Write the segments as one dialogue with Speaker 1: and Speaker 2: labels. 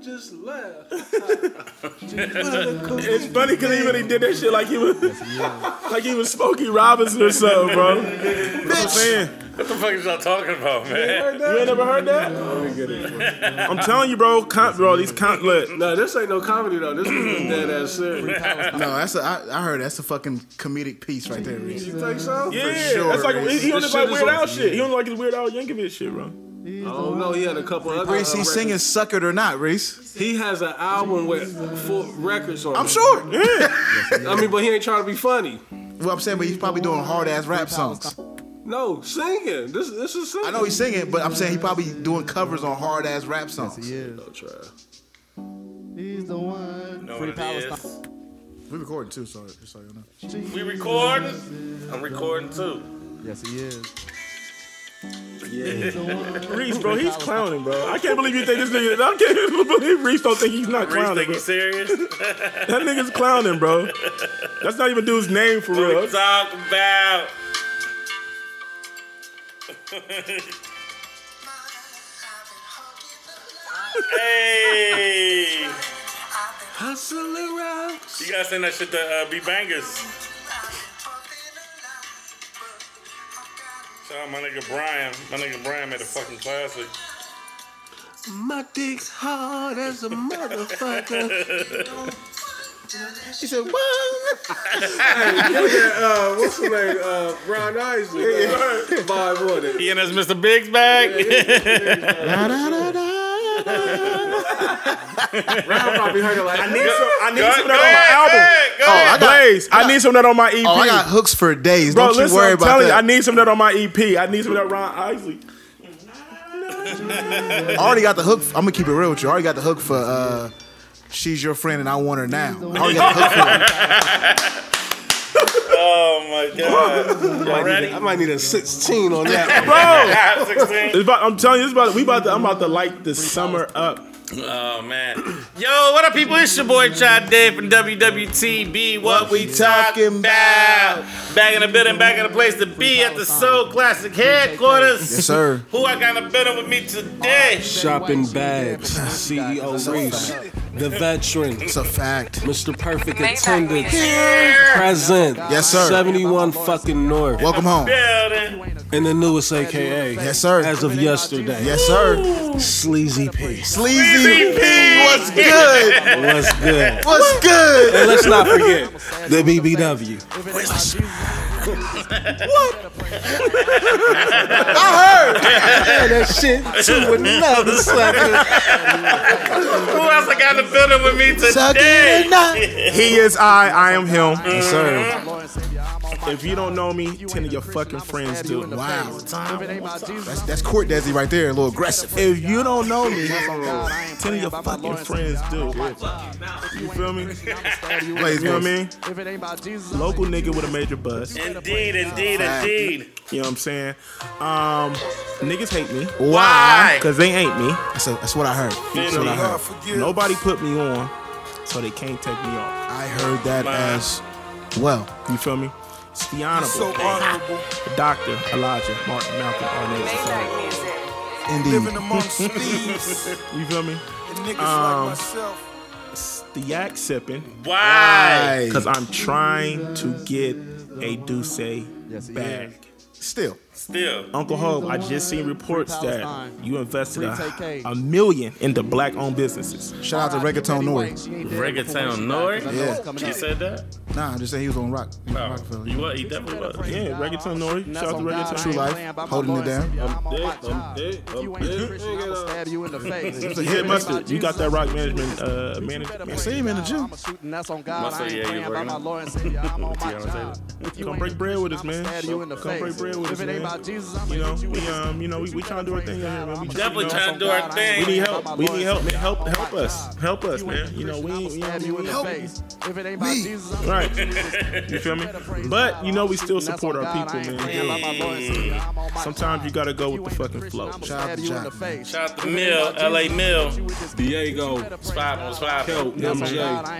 Speaker 1: just laughed. it's
Speaker 2: It's funny because he really did that shit like he was like he was Smokey Robinson or something, bro. Bitch.
Speaker 3: What the fuck is y'all talking about, man?
Speaker 2: You ain't never heard that? I'm telling you, bro. Con- bro, these con- look,
Speaker 1: No, this ain't no comedy though. This is dead ass serious.
Speaker 4: No, that's a, I, I heard that's a fucking comedic piece right there. Reese.
Speaker 1: You think so?
Speaker 2: Yeah,
Speaker 4: sure,
Speaker 2: that's like
Speaker 4: Reese.
Speaker 2: he don't
Speaker 1: This
Speaker 2: like
Speaker 1: shit is
Speaker 2: Weird
Speaker 1: on-
Speaker 2: Al shit. He don't like his Weird Al Yankovic shit, bro.
Speaker 1: I don't know. He had a couple other.
Speaker 4: Reese,
Speaker 1: uh,
Speaker 4: he's singing
Speaker 1: records.
Speaker 4: "Suck It or Not." Reese,
Speaker 1: He has an album with full records on.
Speaker 4: I'm
Speaker 1: it.
Speaker 4: sure.
Speaker 1: I mean, but he ain't trying to be funny.
Speaker 4: Well, I'm saying, but he's probably doing hard ass rap songs.
Speaker 1: No, singing. This this is singing.
Speaker 4: I know he's singing, but I'm saying he probably doing covers on hard ass rap songs.
Speaker 5: Yeah,
Speaker 1: Don't try.
Speaker 5: he's the one.
Speaker 3: Know what it is.
Speaker 4: We recording too, so just so you know.
Speaker 3: We recording? I'm recording too.
Speaker 5: Yes, he is.
Speaker 2: Reese, bro, he's clowning, bro. I can't believe you think this nigga. I can't believe Reese don't think he's not
Speaker 3: Reese,
Speaker 2: clowning.
Speaker 3: think
Speaker 2: Bro.
Speaker 3: you serious?
Speaker 2: That nigga's clowning, bro. That's not even dude's name for
Speaker 3: What
Speaker 2: real.
Speaker 3: we talk about? Hey!
Speaker 1: Hustling rocks.
Speaker 3: You gotta send that shit to uh, B Bangers. Shout out my nigga Brian. My nigga Brian made a fucking classic.
Speaker 1: My dick's hard as a motherfucker.
Speaker 4: He said, "What?"
Speaker 1: uh, what's the name? Uh, Brown Isley. Uh, vibe on it.
Speaker 3: He and that's Mr. Big's back.
Speaker 1: I probably heard it like. I need some.
Speaker 2: I need
Speaker 3: Go-
Speaker 2: some of
Speaker 3: go
Speaker 2: that on my
Speaker 3: ahead,
Speaker 2: album.
Speaker 3: go ahead.
Speaker 4: Oh, I got-
Speaker 2: Blaze, I need some of that on my EP.
Speaker 4: Oh, I got hooks for days.
Speaker 2: Bro,
Speaker 4: Don't
Speaker 2: listen,
Speaker 4: you worry
Speaker 2: I'm
Speaker 4: about
Speaker 2: telling
Speaker 4: that.
Speaker 2: you, I need some of that on my EP. I need some of that Ron Isley.
Speaker 4: I already got the hook. I'm gonna keep it real with you. I already got the hook for uh, "She's Your Friend and I Want Her Now." I already got the hook for it.
Speaker 3: Oh my god. Y'all ready?
Speaker 1: I might need a 16 on that.
Speaker 2: Bro,
Speaker 3: Ah, 16.
Speaker 2: it's about, I'm telling you, it's about, we about to, I'm about to light the summer up.
Speaker 3: Oh man. Yo, what up people? It's your boy Chad Dave from WWTB. What, we talking
Speaker 4: talking
Speaker 3: about? Back in the building, back in the place to be at the Soul Classic headquarters.
Speaker 4: Yes, sir.
Speaker 3: Who I got in the building with me today?
Speaker 1: Shopping bags.
Speaker 6: E
Speaker 1: CEO Reese, the veteran,
Speaker 4: It's a fact.
Speaker 1: Mr. Perfect
Speaker 6: Attendance.
Speaker 1: present.
Speaker 4: Yes, sir.
Speaker 1: 71 fucking North,
Speaker 4: Welcome home.
Speaker 3: Building.
Speaker 1: and the newest AKA.
Speaker 4: Yes, sir.
Speaker 1: of yesterday.
Speaker 4: Yes, sir.
Speaker 1: Sleazy P.
Speaker 4: Sleazy. What's good?
Speaker 1: What's good?
Speaker 4: What's good?
Speaker 1: And let's not forget the BBW.
Speaker 4: I
Speaker 1: And
Speaker 4: heard.
Speaker 1: that shit to another sucker.
Speaker 3: Who else I got in the building with me
Speaker 4: Suck it or
Speaker 3: today?
Speaker 4: not.
Speaker 2: He is I, I am him.
Speaker 4: Yes, sir.
Speaker 2: If you don't know me, ten of your fucking friends do.
Speaker 4: Wow. That's that's court Desi right there. A little aggressive.
Speaker 2: If you don't know me, ten of your fucking friends do. You feel me?
Speaker 4: Blaze,
Speaker 2: You know what I
Speaker 4: man.
Speaker 2: mean? Local nigga with a major buzz.
Speaker 3: Indeed, indeed, indeed.
Speaker 2: You know what I'm saying? Um, niggas hate me
Speaker 4: Why?
Speaker 2: because they ain't me.
Speaker 4: That's, a, that's what I heard. That's what I heard.
Speaker 2: Nobody put me on, so they can't take me off.
Speaker 4: I heard that
Speaker 3: Wow.
Speaker 4: as well.
Speaker 2: You feel me? It's the honorable, the doctor, Elijah, Martin, Malcolm, all niggas. is honorable.
Speaker 4: Indeed.
Speaker 2: You feel me? Um, it's the yak sipping.
Speaker 3: Why?
Speaker 4: Aye.
Speaker 2: Because I'm trying to get a Duce bag.
Speaker 4: Still.
Speaker 3: Still.
Speaker 2: Uncle Hope, I just seen reports that you invested a,
Speaker 5: Free
Speaker 2: a million into black owned businesses.
Speaker 4: Shout out to Reggaeton Nori.
Speaker 3: Reggaeton North?
Speaker 4: Yeah.
Speaker 3: He said that?
Speaker 4: Nah, I'm just saying he was on Rock. he was on
Speaker 3: Oh,
Speaker 4: Rockefeller.
Speaker 3: he, was, he definitely was.
Speaker 2: Yeah, Reggaeton Nori. Shout out to
Speaker 4: True
Speaker 2: Reggaeton.
Speaker 4: Life, holding it down.
Speaker 2: You said mustard. You got that rock management uh, manager.
Speaker 4: I see him in the gym.
Speaker 3: Mustard, yeah, you working out?
Speaker 2: Come break bread with us, man. Come break bread with us, man. You know, we um, you know, we, we trying to do our thing out here, man. We tryna,
Speaker 3: Definitely
Speaker 2: you know,
Speaker 3: trying to do our
Speaker 2: We need
Speaker 3: thing.
Speaker 2: help. We need help. man. Help, help us. Help us, man. You know, we, you know, we need help. Right. You feel me? But you know, we still support our people, man. Sometimes you gotta go with the fucking flow.
Speaker 4: Shout out to Jack.
Speaker 3: Shout out to Mill, LA Mill.
Speaker 1: Diego.
Speaker 3: Spot on spot.
Speaker 1: MJ.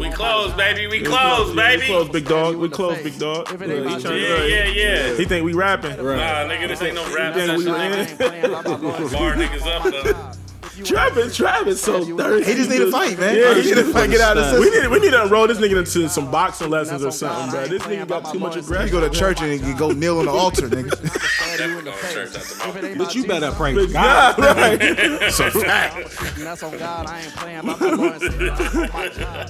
Speaker 3: We close, baby. We close,
Speaker 2: Yeah,
Speaker 3: baby.
Speaker 2: We close, big dog. We close, big dog. Look, he tryna-
Speaker 3: Yeah, yeah, yeah.
Speaker 2: He think we rapping.
Speaker 3: Nah, nigga, this ain't no rap
Speaker 2: He think we
Speaker 3: session.
Speaker 2: rapping.
Speaker 3: Bar niggas up though.
Speaker 2: Travis, Travis, so thirsty.
Speaker 4: He just need to fight, man.
Speaker 2: Yeah,
Speaker 4: he
Speaker 2: he
Speaker 4: need to fight, get out of the
Speaker 2: We
Speaker 4: system.
Speaker 2: need, we need to enroll this nigga into some boxing lessons or something, bro. This nigga got too much
Speaker 4: You
Speaker 2: aggression.
Speaker 4: go to church and you go kneel on the altar, nigga.
Speaker 3: Never go to church out the mouth.
Speaker 6: But you better pray to
Speaker 2: But
Speaker 6: God.
Speaker 2: God, right?
Speaker 5: That's on God. I ain't playing about my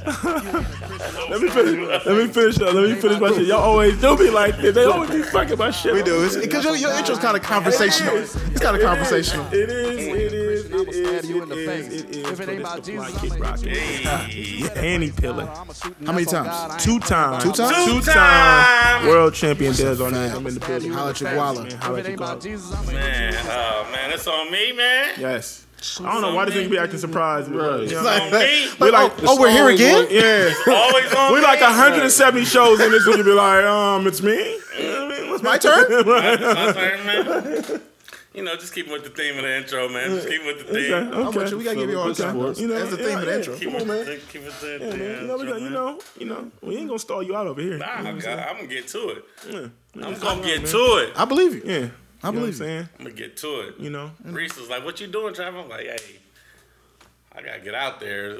Speaker 2: Let me finish. Let me finish. Though. Let me finish my shit. Y'all always do me like this. They always be fucking my shit.
Speaker 4: We do. It's because your, your intro's kind of conversational. It's kind of conversational.
Speaker 2: It is. It is. It is.
Speaker 5: you in the
Speaker 2: It is.
Speaker 5: face.
Speaker 2: It is.
Speaker 5: If it
Speaker 2: But
Speaker 5: ain't
Speaker 2: it's
Speaker 5: about
Speaker 2: the
Speaker 5: Jesus,
Speaker 2: black kid
Speaker 5: I'ma hit
Speaker 2: rocking.
Speaker 5: you.
Speaker 2: And he peeling.
Speaker 4: How many times?
Speaker 2: Two times.
Speaker 4: Two times?
Speaker 2: Two
Speaker 3: Two
Speaker 2: time
Speaker 3: time.
Speaker 2: world champion Dez on that.
Speaker 4: fact.
Speaker 2: I'm in the building.
Speaker 4: Holla at your wallet.
Speaker 2: Man, how about you call it?
Speaker 3: Man, oh man, that's on me, man.
Speaker 2: Yes. I don't know why this nigga be acting surprised, bro. You know what I mean?
Speaker 4: Like, like,
Speaker 2: We like-
Speaker 4: oh, oh, we're here again?
Speaker 2: Yeah.
Speaker 3: Always on
Speaker 2: We
Speaker 3: me.
Speaker 2: like 170 shows in this nigga be like, um, it's me. It's
Speaker 4: My turn?
Speaker 3: My turn, man. You know, just keep with the theme of the intro, man. Just keep with the theme.
Speaker 2: Okay.
Speaker 4: with you. We gotta give you all the time.
Speaker 2: You know,
Speaker 4: That's the theme of the
Speaker 2: yeah,
Speaker 4: intro.
Speaker 3: Keep
Speaker 4: Come
Speaker 3: with
Speaker 4: on, man.
Speaker 3: the, keep with the,
Speaker 2: yeah,
Speaker 3: the
Speaker 2: man. You know, we
Speaker 3: intro,
Speaker 2: got- you
Speaker 3: man.
Speaker 2: know, you know, we ain't gonna stall you out over here.
Speaker 3: Nah, God, I'm gonna get to it.
Speaker 2: Yeah.
Speaker 3: I'm gonna get to it.
Speaker 4: I believe you.
Speaker 2: Yeah.
Speaker 4: I
Speaker 2: You know what I'm
Speaker 4: believe you.
Speaker 2: saying?
Speaker 3: I'm gonna get to it.
Speaker 2: You know?
Speaker 3: Reese was like, "What you doing, Trevor?" I'm like, "Hey, I gotta get out there."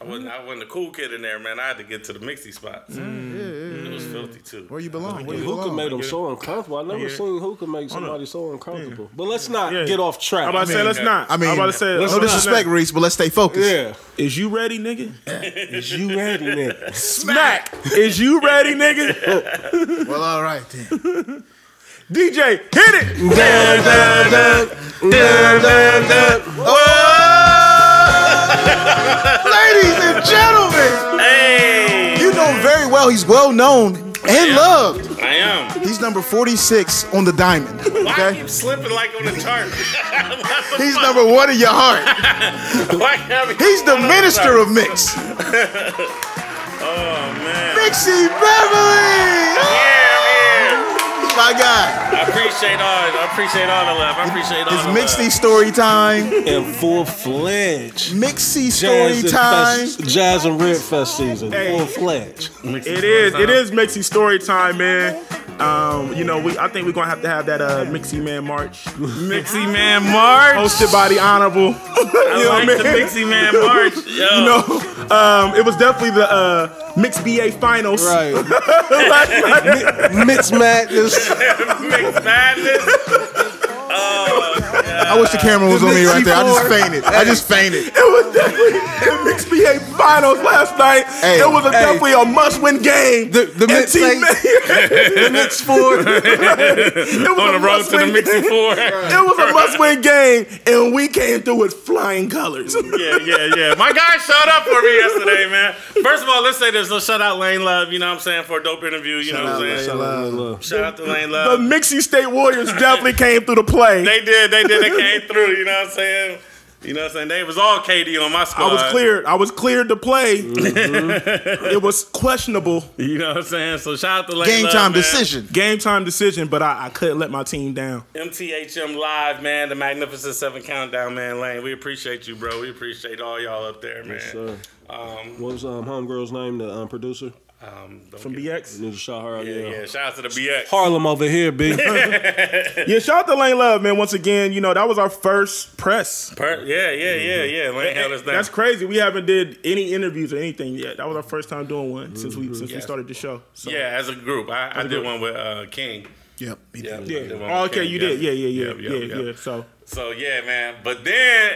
Speaker 3: I wasn't, I wasn't a cool kid in there, man. I had to get to the mixy spot.
Speaker 4: Mm.
Speaker 3: It was filthy too.
Speaker 4: Where you belong. Where you
Speaker 6: Hookah
Speaker 4: belong.
Speaker 6: made him so uncomfortable. I never
Speaker 2: Yeah.
Speaker 6: seen Hookah make somebody so uncomfortable. But let's not
Speaker 2: Yeah.
Speaker 6: get off track.
Speaker 2: I'm about to say, let's not.
Speaker 4: I mean,
Speaker 2: I'm about to say,
Speaker 6: let's
Speaker 4: no
Speaker 2: hold on.
Speaker 4: disrespect, Reese, but let's stay focused.
Speaker 6: yeah.
Speaker 2: Is you ready, nigga?
Speaker 6: Is you ready, nigga?
Speaker 2: Smack. Is you ready, nigga?
Speaker 4: Well, all right then.
Speaker 2: DJ, hit it.
Speaker 4: Ladies and gentlemen,
Speaker 3: Hey,
Speaker 4: you know very well he's well known and loved.
Speaker 3: I am.
Speaker 4: He's number 46 on the diamond.
Speaker 3: Why I
Speaker 4: Okay?
Speaker 3: keep slipping like on the chart? Why the
Speaker 4: He's
Speaker 3: fuck-
Speaker 4: number one in your heart.
Speaker 3: Why can't I be
Speaker 4: He's the
Speaker 3: one on
Speaker 4: minister
Speaker 3: chart?
Speaker 4: of mix.
Speaker 3: Oh man.
Speaker 4: Mixie Beverly!
Speaker 3: Yeah, man.
Speaker 4: My God.
Speaker 3: I appreciate all. I appreciate all the love. I appreciate all
Speaker 4: It's
Speaker 3: the love.
Speaker 4: Mixie story time.
Speaker 6: In full fledged.
Speaker 4: Mixie story time.
Speaker 6: Fest, Jazz and Red Fest season.
Speaker 2: Hey.
Speaker 6: Full fledged.
Speaker 2: It is. It is Mixie story time, man. Um, you know, we I think we're gonna have to have that uh Mixie Man March.
Speaker 3: Mixie Man March.
Speaker 2: Hosted by the honorable.
Speaker 3: I
Speaker 2: you know
Speaker 3: like
Speaker 2: what I
Speaker 3: the
Speaker 2: mean?
Speaker 3: Mixie Man March. Yo.
Speaker 2: You know, um, it was definitely the uh Mixed BA finals.
Speaker 6: Right.
Speaker 2: Like, like,
Speaker 6: Mixed madness.
Speaker 3: Mixed Madness.
Speaker 4: I wish the camera was on me right there. I just fainted. I just fainted.
Speaker 2: it was definitely the Mixed BA finals last night.
Speaker 4: Hey,
Speaker 2: it was a,
Speaker 6: hey.
Speaker 2: definitely a must-win game.
Speaker 6: The- the
Speaker 2: And
Speaker 6: Mixed
Speaker 2: Team
Speaker 6: The mixed four.
Speaker 2: It was
Speaker 3: On the
Speaker 2: a
Speaker 3: road to the
Speaker 2: must-win game.
Speaker 3: Mixie Four.
Speaker 2: It was a must-win game, and we came through with flying colors.
Speaker 3: yeah, yeah, yeah. My guy showed up for me yesterday, man. First of all, let's say this. Let's shout out Lane Love. You know what I'm saying for a dope interview. You know what I'm saying. Shout out to Lane
Speaker 2: The
Speaker 3: Love.
Speaker 2: Mixie State Warriors definitely came through the play.
Speaker 3: They did. They did. They came through. You know what I'm saying. You know what I'm saying. They was all KD on my
Speaker 2: I
Speaker 3: squad.
Speaker 2: was cleared. I was cleared to play. it was questionable
Speaker 3: You know what I'm saying. So shout out to Lane
Speaker 4: Game
Speaker 3: Love,
Speaker 4: time
Speaker 3: man.
Speaker 4: decision.
Speaker 2: game time decision, but I, I couldn't let my team down.
Speaker 3: MTHM Live, man, the Magnificent Seven Countdown, man, Lane. We appreciate you, bro. We appreciate all y'all up there, man.
Speaker 6: Sir,
Speaker 3: Um,
Speaker 6: what was um, Homegirl's name, the um, producer?
Speaker 3: um, don't
Speaker 2: From
Speaker 3: get-
Speaker 2: BX.
Speaker 6: Need to shout her out.
Speaker 3: Yeah,
Speaker 6: Yeah,
Speaker 3: yeah. Shout out to the BX.
Speaker 6: Harlem over here, B.
Speaker 2: Yeah, shout out to Lane Love, man. Once again, you know, that was our first press.
Speaker 3: Per- yeah, yeah, yeah, yeah. Lane held us down.
Speaker 2: Mm-hmm. That's crazy. We haven't did any interviews or anything yet. That was our first time doing one since we since we
Speaker 3: Yes.
Speaker 2: started the show. So.
Speaker 3: Yeah, as a group. I, I did
Speaker 2: group.
Speaker 3: one with uh, King.
Speaker 4: Yep. he did.
Speaker 3: Yeah. I
Speaker 2: Yeah.
Speaker 3: did one
Speaker 2: Oh,
Speaker 3: with
Speaker 2: okay,
Speaker 3: King,
Speaker 2: you did. Yeah, yeah, yeah,
Speaker 3: Yep,
Speaker 2: yeah,
Speaker 3: yep,
Speaker 2: yeah.
Speaker 3: yep.
Speaker 2: So
Speaker 3: So yeah, man. But then,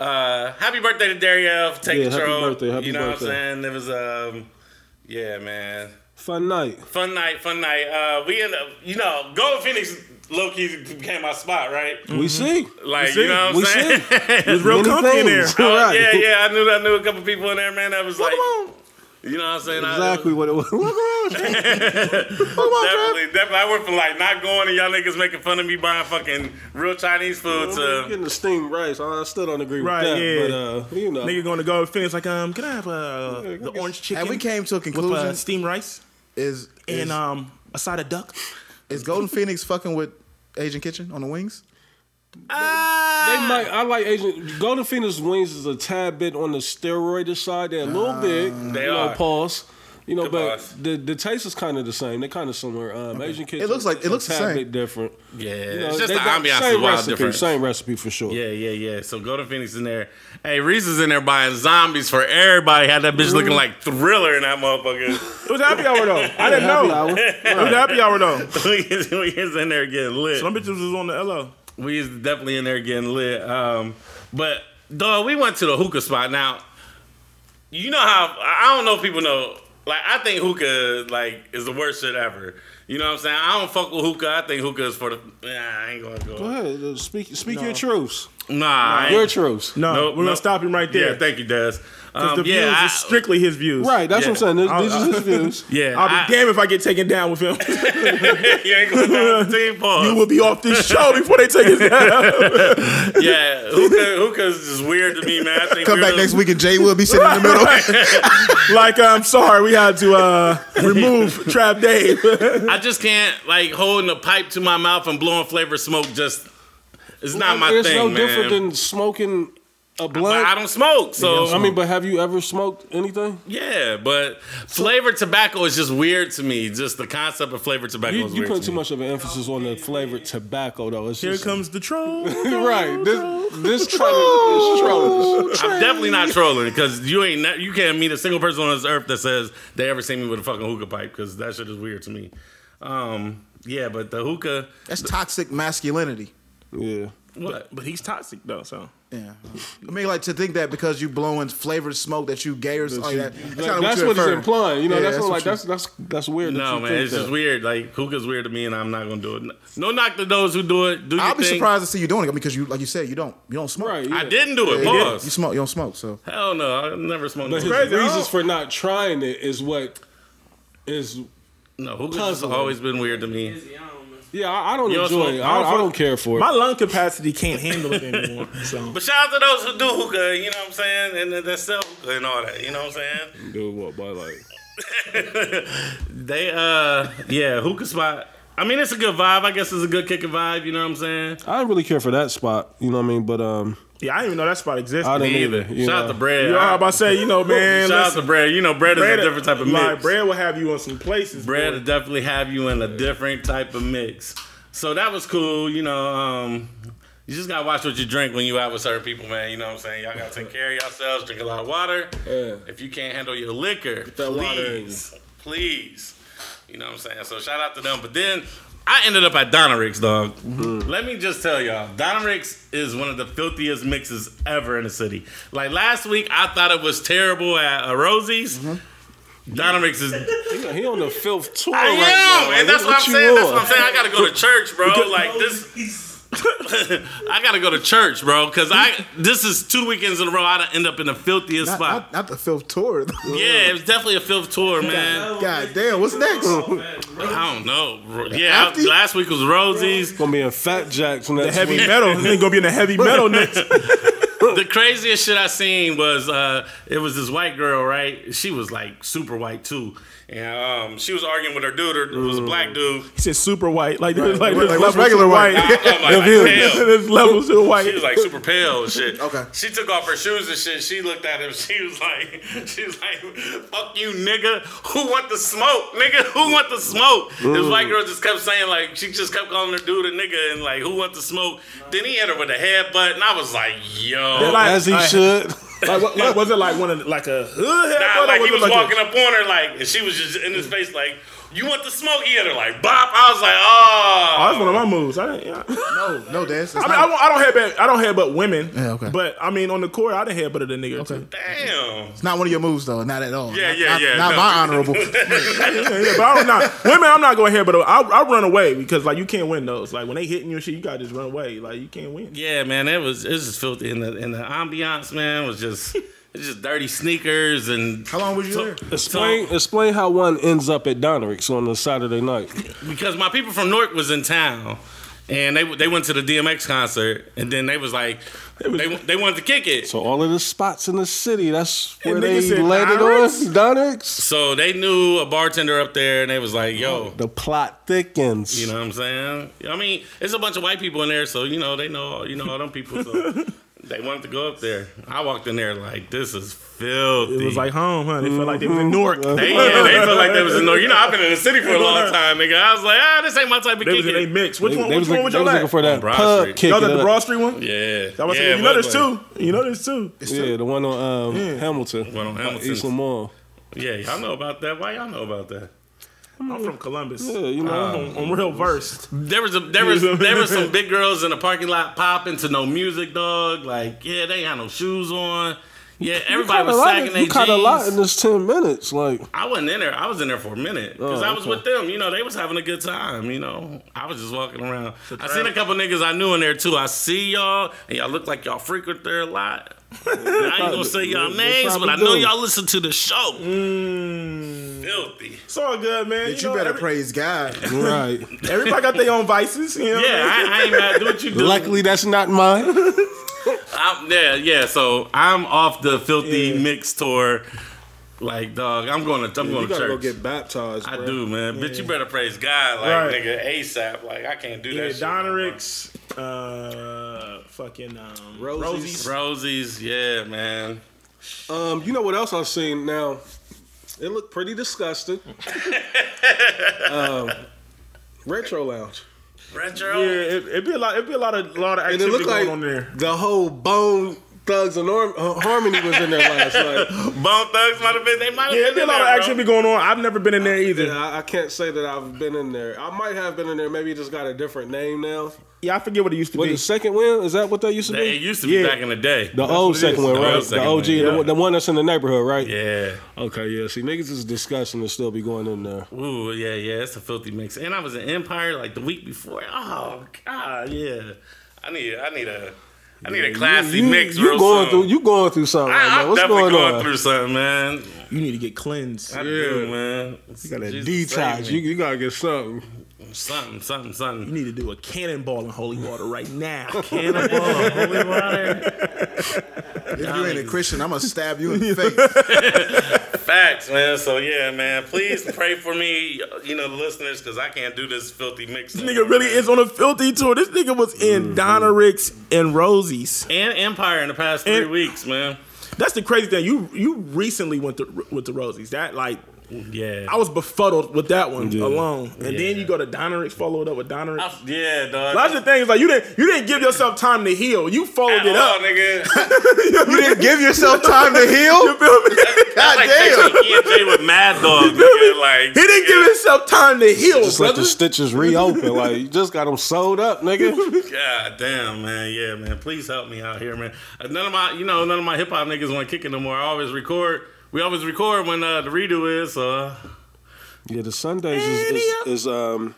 Speaker 3: uh, happy birthday to Dariev. Take
Speaker 6: Yeah, happy
Speaker 3: control.
Speaker 6: birthday, happy
Speaker 3: you know
Speaker 6: birthday.
Speaker 3: what I'm saying? It was um, yeah, man.
Speaker 6: Fun night.
Speaker 3: Fun night, fun night. Uh, we end up, you know, Golden Phoenix low key became my spot, right?
Speaker 6: We see.
Speaker 3: Like,
Speaker 2: see,
Speaker 3: you know what I'm
Speaker 6: Mm. we
Speaker 3: saying?
Speaker 6: see.
Speaker 2: it was Mm-hmm. real
Speaker 6: Many
Speaker 2: comfy in there.
Speaker 6: things.
Speaker 3: Oh,
Speaker 6: Right.
Speaker 3: Yeah, yeah. I knew, I knew a couple people in there, man. That was like, you know what I'm saying?
Speaker 2: Uh,
Speaker 3: I-
Speaker 6: Exactly what it was. Look around.
Speaker 3: Definitely, definitely. I went from like not going and y'all niggas making fun of me buying fucking real Chinese food
Speaker 6: I'm
Speaker 3: to
Speaker 6: getting the steam rice. I still don't agree
Speaker 2: Right,
Speaker 6: with that.
Speaker 2: yeah.
Speaker 6: But uh, you know,
Speaker 2: Nigga going to go and finish like um, can I have uh, the orange chicken?
Speaker 4: And we came to a
Speaker 2: with uh,
Speaker 4: conclusion
Speaker 2: steamed rice
Speaker 4: is
Speaker 2: and
Speaker 4: is,
Speaker 2: um a side of duck.
Speaker 4: is Golden Phoenix fucking with Asian Kitchen on the wings?
Speaker 3: Ah!
Speaker 6: they might. I like Asian Golden Phoenix wings is a tad bit on the steroid side. They're a little big.
Speaker 3: They
Speaker 6: you know,
Speaker 3: are.
Speaker 6: pause. You know,
Speaker 3: The
Speaker 6: but
Speaker 3: boss.
Speaker 6: the the taste is kind of the same. They kind of similar. Um, Asian kitchen.
Speaker 4: looks like- it looks the
Speaker 6: a tad
Speaker 4: same.
Speaker 6: bit different.
Speaker 3: Yeah,
Speaker 6: You know,
Speaker 3: it's just
Speaker 6: they
Speaker 3: the
Speaker 6: got
Speaker 3: ambiance
Speaker 6: same
Speaker 3: is wild
Speaker 6: recipe,
Speaker 3: different.
Speaker 6: Same recipe for sure.
Speaker 3: Yeah, yeah, yeah. So go to Phoenix in there. Hey, Reese is in there buying zombies for everybody. Had that bitch looking
Speaker 6: Mm.
Speaker 3: like Thriller in that motherfucker.
Speaker 2: It was happy hour though. I didn't know. It was happy hour though.
Speaker 3: we is we is in there getting lit.
Speaker 2: Some bitches was on the LO.
Speaker 3: we is definitely in there getting lit. Um, but dog, we went to the hookah spot. Now, you know how I I don't know if people know. Like I think hookah like is the worst shit ever. You know what I'm saying? I don't fuck with hookah. I think hookah is for the. Nah, I ain't gonna go.
Speaker 6: Go ahead. uh, Speak speak your truths.
Speaker 3: Nah, I ain't-
Speaker 6: Your truths.
Speaker 2: No,
Speaker 3: Nope,
Speaker 2: we're gonna
Speaker 3: nope.
Speaker 2: stop him right there.
Speaker 3: Yeah, thank you, Des.
Speaker 2: Because
Speaker 3: Um,
Speaker 2: the views
Speaker 3: yeah, I-
Speaker 2: is strictly his views.
Speaker 6: Right. That's what I'm saying.
Speaker 2: I'll-
Speaker 6: This, these is his views.
Speaker 3: Yeah,
Speaker 2: I'll be
Speaker 3: I-
Speaker 2: damned if I get taken down with him.
Speaker 3: you ain't gonna down the team Paul.
Speaker 2: you will be off this show before they take us down.
Speaker 3: yeah, hookah, hookah's just weird to me, man. I think
Speaker 4: Come back
Speaker 3: weirdos-
Speaker 4: next week and Jay will be sitting in the middle.
Speaker 2: like I'm sorry, we had to uh, remove Trap Dave.
Speaker 3: I just can't like holding a pipe to my mouth and blowing flavored smoke. Just it's not my
Speaker 6: it's
Speaker 3: thing,
Speaker 6: no
Speaker 3: man.
Speaker 6: different than smoking a
Speaker 3: but
Speaker 6: blunt.
Speaker 3: I don't smoke, so
Speaker 6: I mean, but have you ever smoked anything?
Speaker 3: yeah. But flavored tobacco is just weird to me. Just the concept of flavored tobacco
Speaker 6: You,
Speaker 3: is
Speaker 6: you
Speaker 3: weird.
Speaker 6: put
Speaker 3: to
Speaker 6: too
Speaker 3: me.
Speaker 6: much of an emphasis on the flavored tobacco, though. It's
Speaker 2: Here
Speaker 6: just,
Speaker 2: comes the troll.
Speaker 6: right. This this trend is trollish.
Speaker 3: I'm definitely not trolling because you ain't not, you can't meet a single person on this earth that says they ever seen me with a fucking hookah pipe because that shit is weird to me. Um, yeah, but the hookah,
Speaker 4: That's toxic masculinity.
Speaker 6: Yeah.
Speaker 3: what?
Speaker 2: But he's toxic though, so
Speaker 4: Yeah, I mean, like to think that because you blowing flavored smoke that you gay or something like that. That's, kinda
Speaker 6: that's
Speaker 4: you
Speaker 6: what it's
Speaker 4: inferred.
Speaker 6: implying. You know,
Speaker 4: Yeah,
Speaker 6: that's, what, like
Speaker 4: you-
Speaker 6: that's that's that's weird. that
Speaker 3: No
Speaker 6: you
Speaker 3: man,
Speaker 6: think
Speaker 3: it's
Speaker 6: that.
Speaker 3: just weird. Like hookah's weird to me, and I'm not gonna do it. No knock to those who do it. Do you
Speaker 4: I'll be
Speaker 3: think?
Speaker 4: surprised to see you doing it because you, like you said, you don't, you don't smoke.
Speaker 6: Right.
Speaker 4: You
Speaker 6: Yeah.
Speaker 3: I didn't do it.
Speaker 4: didn't. You
Speaker 3: Pause.
Speaker 4: smoke, you don't smoke. So
Speaker 3: Hell no, I never smoked.
Speaker 6: But
Speaker 3: No,
Speaker 6: his
Speaker 3: hookah.
Speaker 2: crazy,
Speaker 6: reasons
Speaker 2: huh?
Speaker 6: for not trying it is what is.
Speaker 3: no hookah's
Speaker 6: Puzzling.
Speaker 3: always been weird to me.
Speaker 6: Yeah, I, I don't
Speaker 3: You don't
Speaker 6: enjoy.
Speaker 3: smoke-
Speaker 6: it.
Speaker 3: I
Speaker 6: I,
Speaker 3: don't
Speaker 6: I don't
Speaker 2: fuck-
Speaker 6: care for it.
Speaker 2: my lung capacity can't handle it anymore. So
Speaker 3: But shout out to those who do hookah. You know what I'm saying? And that- that sell hookah and all that. You know what I'm saying?
Speaker 6: Dude, what, boy, like,
Speaker 3: They uh, yeah, hookah spot. I mean, it's a good vibe. I guess it's a good kicking vibe. You know what I'm saying?
Speaker 6: I don't really care for that spot. You know what I mean? But um,
Speaker 2: yeah, I didn't even know that spot existed.
Speaker 6: I didn't
Speaker 3: Me
Speaker 6: either.
Speaker 3: either.
Speaker 6: You
Speaker 3: Shout out
Speaker 6: know.
Speaker 3: to bread.
Speaker 2: You know, I'm about to say, you know, man.
Speaker 3: Shout out to
Speaker 2: listen,
Speaker 3: bread. You know, bread is a different type of mix.
Speaker 2: Like, bread will have you on some places.
Speaker 3: Bread
Speaker 2: boy.
Speaker 3: will definitely have you in a different type of mix. So that was cool, you know. Um, you just gotta watch what you drink when you out with certain people, man. You know what I'm saying? Y'all gotta take care of yourselves, drink a lot of water.
Speaker 6: Yeah.
Speaker 3: If you can't handle your liquor,
Speaker 6: that water in
Speaker 3: please, please. You know what I'm saying? So shout out to them. But then I ended up at Donorix, dog.
Speaker 6: Mm-hmm.
Speaker 3: Let me just tell y'all, Donorix is one of the filthiest mixes ever in the city. Like last week, I thought it was terrible at uh, Rosie's.
Speaker 6: Mm-hmm.
Speaker 3: Donorix is
Speaker 6: he, he on the filth tour
Speaker 3: I
Speaker 6: right
Speaker 3: am,
Speaker 6: now. Like,
Speaker 3: and that's what, I'm
Speaker 6: you
Speaker 3: saying. That's
Speaker 6: on?
Speaker 3: what I'm saying. I gotta go to church, bro. Like this, I gotta go to church, bro, because I this is two weekends in a row. I'd end up in the filthiest
Speaker 4: not,
Speaker 3: spot.
Speaker 4: not, not the filth tour.
Speaker 3: yeah, it was definitely a filth tour, man.
Speaker 4: God damn, what's next?
Speaker 3: I don't know. bro. Yeah,
Speaker 4: After
Speaker 3: I,
Speaker 4: you-
Speaker 3: last week was Rosie's.
Speaker 6: Gonna be in Fat Jacks next
Speaker 2: Heavy
Speaker 6: week.
Speaker 2: metal. This ain't gonna be in the heavy metal next.
Speaker 3: The craziest shit I seen was uh, it was this white girl, right? She was like super white too, and um, she was arguing with her dude. Her, it was a
Speaker 4: Mm.
Speaker 3: black dude.
Speaker 2: He said super white. Like, there's like,
Speaker 4: Like,
Speaker 2: there's levels
Speaker 4: what's regular
Speaker 2: to white.
Speaker 4: white?
Speaker 3: I- I'm like, like, hell.
Speaker 2: there's levels to white.
Speaker 3: She was like super pale and shit.
Speaker 4: Okay.
Speaker 3: She took off her shoes and shit. She looked at him. She was like, she was like, fuck you, nigga. Who want the smoke, nigga? Who want the smoke? This white girl just kept saying like, she just kept calling her dude a nigga and like, who want the smoke? Then he hit her with a headbutt, and I was like, yo.
Speaker 2: like-
Speaker 6: As he
Speaker 2: I-
Speaker 6: should.
Speaker 2: Like, what- like, was it like one of the- like a hood?
Speaker 3: Nah,
Speaker 2: headbutt or
Speaker 3: like he
Speaker 2: it
Speaker 3: was
Speaker 2: a-
Speaker 3: walking up on her like, and she was just in his face like, you want the smoke? He hit her like, bop. I was like, oh.
Speaker 2: Oh, that's one of my moves. I didn't, yeah.
Speaker 4: No, no, Des. it's
Speaker 2: I mean,
Speaker 4: not-
Speaker 2: I, won't- I don't have but I don't have but women.
Speaker 4: Yeah, okay.
Speaker 2: But I mean, on the court, I done have but a nigga. or two.
Speaker 3: Damn.
Speaker 4: it's not one of your moves though. Not at all.
Speaker 3: Yeah,
Speaker 4: Not-
Speaker 3: yeah,
Speaker 4: not,
Speaker 3: yeah,
Speaker 4: Not
Speaker 3: no.
Speaker 4: my honorable.
Speaker 2: Yeah, yeah, but I don't know. Women, I'm not going here, but I, I run away because like you can't win those. Like when they hitting you and shit, you gotta just run away. Like you can't win.
Speaker 3: Yeah, man, it was it was just filthy, and the and the ambiance, man, was just it was just dirty sneakers and
Speaker 4: How long was you there?
Speaker 6: Explain, explain how one ends up at Donerick's on a Saturday night.
Speaker 3: because my people from Newark was in town. And they they went to the DMX concert, and then they was like, they they wanted to kick it,
Speaker 6: So all of the spots in the city, that's where
Speaker 2: And
Speaker 6: they
Speaker 2: nigga said
Speaker 6: landed
Speaker 2: Donerick's?
Speaker 6: on Donerick's.
Speaker 3: so they knew a bartender up there, and they was like, yo,
Speaker 6: The plot thickens.
Speaker 3: you know what I'm saying? I mean, it's a bunch of white people in there, so you know they know you know all them people. So They wanted to go up there. I walked in there like this is filthy.
Speaker 2: It was like home, huh? They felt like they
Speaker 6: Mm-hmm.
Speaker 2: was in Newark.
Speaker 3: They, yeah, they felt like they was in North. You know, I've been in the city for a long time, nigga. I was like, ah, this ain't my type of
Speaker 2: They was in they
Speaker 3: kicking.
Speaker 2: mix. Which one?
Speaker 6: They
Speaker 2: Which
Speaker 6: was
Speaker 2: one
Speaker 6: looking,
Speaker 2: was
Speaker 6: they
Speaker 2: your
Speaker 6: was looking
Speaker 2: last?
Speaker 6: for that
Speaker 3: Broad
Speaker 6: pub
Speaker 3: Street.
Speaker 6: kick.
Speaker 2: Y'all
Speaker 6: it
Speaker 2: at the
Speaker 6: up.
Speaker 2: Broad Street one?
Speaker 3: Yeah,
Speaker 2: I was
Speaker 3: yeah,
Speaker 2: thinking, you know
Speaker 3: but,
Speaker 2: there's
Speaker 3: like,
Speaker 2: two. You know there's two.
Speaker 6: Yeah, the one on um, Hamilton. Uh,
Speaker 3: One on
Speaker 6: by
Speaker 3: Hamilton.
Speaker 6: Eastland Mall.
Speaker 3: Yeah, y'all know about that. Why y'all know about that?
Speaker 2: I'm from Columbus.
Speaker 6: Yeah, you know.
Speaker 2: I'm,
Speaker 3: Um,
Speaker 2: I'm real versed.
Speaker 3: There was a, there was there was some big girls in the parking lot popping to no music, dog. Like yeah, they had no shoes on. Yeah, everybody
Speaker 6: Caught a
Speaker 3: was
Speaker 6: lot
Speaker 3: sagging
Speaker 6: of-
Speaker 3: their
Speaker 6: you caught a lot in
Speaker 3: jeans.
Speaker 6: this ten minutes. Like
Speaker 3: I wasn't in there. I was in there for a minute because
Speaker 6: Oh,
Speaker 3: I was
Speaker 6: okay.
Speaker 3: with them. You know, they was having a good time. You know, I was just walking around. I seen a
Speaker 2: crowd.
Speaker 3: couple niggas I knew in there too. I see y'all, and y'all look like y'all frequent there a lot. I ain't gonna say y'all
Speaker 6: they
Speaker 3: names, but I
Speaker 6: probably
Speaker 3: know
Speaker 6: do.
Speaker 3: y'all listen to the show. Mm. Filthy.
Speaker 2: It's all good, man.
Speaker 4: But
Speaker 2: you
Speaker 4: you
Speaker 2: know,
Speaker 4: better
Speaker 2: every-
Speaker 4: praise God.
Speaker 6: right.
Speaker 2: Everybody got their own vices, you know.
Speaker 3: Yeah, I, I ain't mad. Do what you do.
Speaker 6: Luckily, that's not mine.
Speaker 3: I'm, yeah, yeah. So I'm off the filthy mix tour. Like dog, I'm going to I'm
Speaker 1: You
Speaker 3: going to
Speaker 1: gotta go
Speaker 3: church.
Speaker 1: get baptized.
Speaker 3: I
Speaker 1: bruh.
Speaker 3: do, man. Bitch, you better praise God, like
Speaker 2: Right.
Speaker 3: nigga, ASAP. Like I can't do
Speaker 2: Yeah,
Speaker 3: that. shit no more.
Speaker 2: Donnericks, uh, fucking um,
Speaker 1: Rosie's.
Speaker 2: Rosie's.
Speaker 3: Rosie's, yeah, man.
Speaker 6: Um, you know what else I've seen now? It looked pretty disgusting. um, retro lounge.
Speaker 3: Retro.
Speaker 2: Yeah, it, it'd be a lot. It'd be a lot of lot of
Speaker 6: And it
Speaker 2: activity
Speaker 6: looked
Speaker 2: going
Speaker 6: like
Speaker 2: on there.
Speaker 6: the whole Bone Thugs and Norm- uh, Harmony was in there last night.
Speaker 3: Bone Thugs might have been. They might have
Speaker 2: Yeah,
Speaker 3: been.
Speaker 2: it'd be a
Speaker 3: in
Speaker 2: lot
Speaker 3: there,
Speaker 2: of
Speaker 3: bro.
Speaker 2: activity going on. I've never been in there
Speaker 6: And
Speaker 2: either.
Speaker 6: I, I can't say that I've been in there. I might have been in there. Maybe it just got a different name now.
Speaker 2: Yeah, I forget what it used to
Speaker 6: What
Speaker 2: be.
Speaker 6: the second win? Is that what that used to
Speaker 3: They-
Speaker 6: be?
Speaker 3: It used to be
Speaker 2: Yeah.
Speaker 3: back in the day.
Speaker 6: The old second
Speaker 2: is.
Speaker 6: one,
Speaker 3: The
Speaker 6: right?
Speaker 3: old
Speaker 6: The
Speaker 3: second
Speaker 6: OG,
Speaker 3: one,
Speaker 6: the,
Speaker 3: yeah.
Speaker 6: one- the one that's in the neighborhood, right?
Speaker 3: Yeah.
Speaker 6: Okay, yeah. See, niggas is disgusting to still be going in there.
Speaker 3: Ooh, yeah, yeah. It's a filthy mix. And I was in Empire like the week before. Oh God, yeah. I need, I need a, I need a classy
Speaker 6: You,
Speaker 3: mix.
Speaker 6: you
Speaker 3: real
Speaker 6: going
Speaker 3: soon.
Speaker 6: through? You going through something right
Speaker 3: I,
Speaker 6: now?
Speaker 3: am
Speaker 6: What's
Speaker 3: definitely
Speaker 6: going,
Speaker 3: going,
Speaker 6: on?
Speaker 3: through something, man.
Speaker 2: you need to get cleansed.
Speaker 3: I do, man.
Speaker 2: You gotta
Speaker 3: Jesus,
Speaker 6: Detox.
Speaker 3: save
Speaker 6: You,
Speaker 3: me.
Speaker 6: you gotta get something.
Speaker 3: Something, something, something.
Speaker 2: You need to do a cannonball in holy water right now.
Speaker 3: Cannonball, holy water.
Speaker 4: If you ain't a Christian, I'm gonna stab you in the face.
Speaker 3: Facts, man. So yeah, man. Please pray for me, you know, the listeners, because I can't do this filthy mix.
Speaker 2: this nigga really is on a filthy tour. This nigga was
Speaker 6: Mm-hmm.
Speaker 2: in Donnericks and Rosie's.
Speaker 3: And Empire in the past three
Speaker 2: And-
Speaker 3: weeks, man.
Speaker 2: That's the crazy thing. You you recently went to with the Rosie's. That like
Speaker 3: Yeah.
Speaker 2: I was befuddled with that one
Speaker 6: Yeah.
Speaker 2: alone. And then
Speaker 3: Yeah.
Speaker 2: you go to Donnericks, followed up with Donnericks.
Speaker 3: I- yeah, dog.
Speaker 2: That's the thing. It's like you didn't you didn't give yourself time to heal. You followed
Speaker 3: At
Speaker 2: it
Speaker 3: all,
Speaker 2: up.
Speaker 3: nigga.
Speaker 4: You didn't give yourself time to
Speaker 2: You
Speaker 4: heal.
Speaker 2: feel me?
Speaker 4: God
Speaker 3: Like
Speaker 4: damn.
Speaker 3: taking ENJ with Mad Dog,
Speaker 2: feel me?
Speaker 3: nigga. Like
Speaker 2: He didn't give himself time to heal,
Speaker 6: Just let
Speaker 2: Oh, brother.
Speaker 6: the stitches reopen. Like you just got them sewed up, nigga.
Speaker 3: God damn, man. Yeah, man. Please help me out here, man. Uh, None of my, you know, none of my hip hop niggas want to kick it no more. I always record. We always record when uh, the redo is. Uh,
Speaker 2: Oh,
Speaker 6: Yeah, the Sundays is, is, is um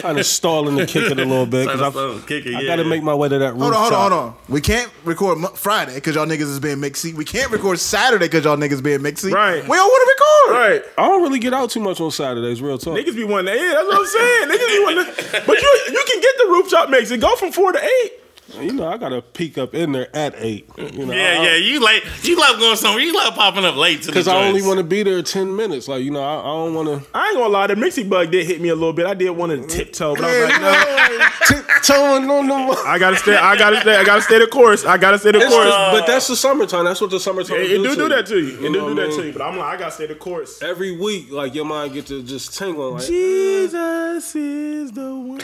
Speaker 6: kind of stalling the kick it a little bit
Speaker 3: Kinda stalling
Speaker 6: because
Speaker 3: the kick it,
Speaker 6: I
Speaker 3: yeah.
Speaker 6: gotta make my way to that rooftop.
Speaker 4: Hold on, hold on, hold on. We can't record Mo- Friday because y'all niggas is being mixy. We can't record Saturday because y'all niggas being mixy.
Speaker 2: Right.
Speaker 4: We don't want to record.
Speaker 2: Right.
Speaker 6: I don't really get out too much on Saturdays. Real talk.
Speaker 2: Niggas be wanting to, yeah, that's what I'm saying. Niggas be wanting to, but you you can get the rooftop mix and go from four to eight.
Speaker 6: You know, I gotta peek up in there at eight. You
Speaker 2: oh.
Speaker 6: know,
Speaker 3: yeah,
Speaker 6: I-
Speaker 3: yeah. You like, you love going somewhere. You love popping up late to the
Speaker 6: Because I only
Speaker 3: joints.
Speaker 6: want to be there ten minutes. Like you know, I, I don't want
Speaker 2: I ain't gonna lie, the mixy bug did hit me a little bit. I did want to tiptoe, but I was like, no,
Speaker 6: to tiptoeing on the. wa-
Speaker 2: I gotta stay, I gotta stay, I gotta stay the course. I gotta stay the
Speaker 6: It's
Speaker 2: course.
Speaker 6: just- but that's the summertime. That's what the summertime.
Speaker 2: it, it do do that to you. It do
Speaker 6: know
Speaker 2: do
Speaker 6: what I
Speaker 2: that
Speaker 6: mean?
Speaker 2: to you. But I'm like, I gotta stay the course.
Speaker 6: Every week, like your mind get to just tingling. Like, eh,
Speaker 2: Jesus is the one.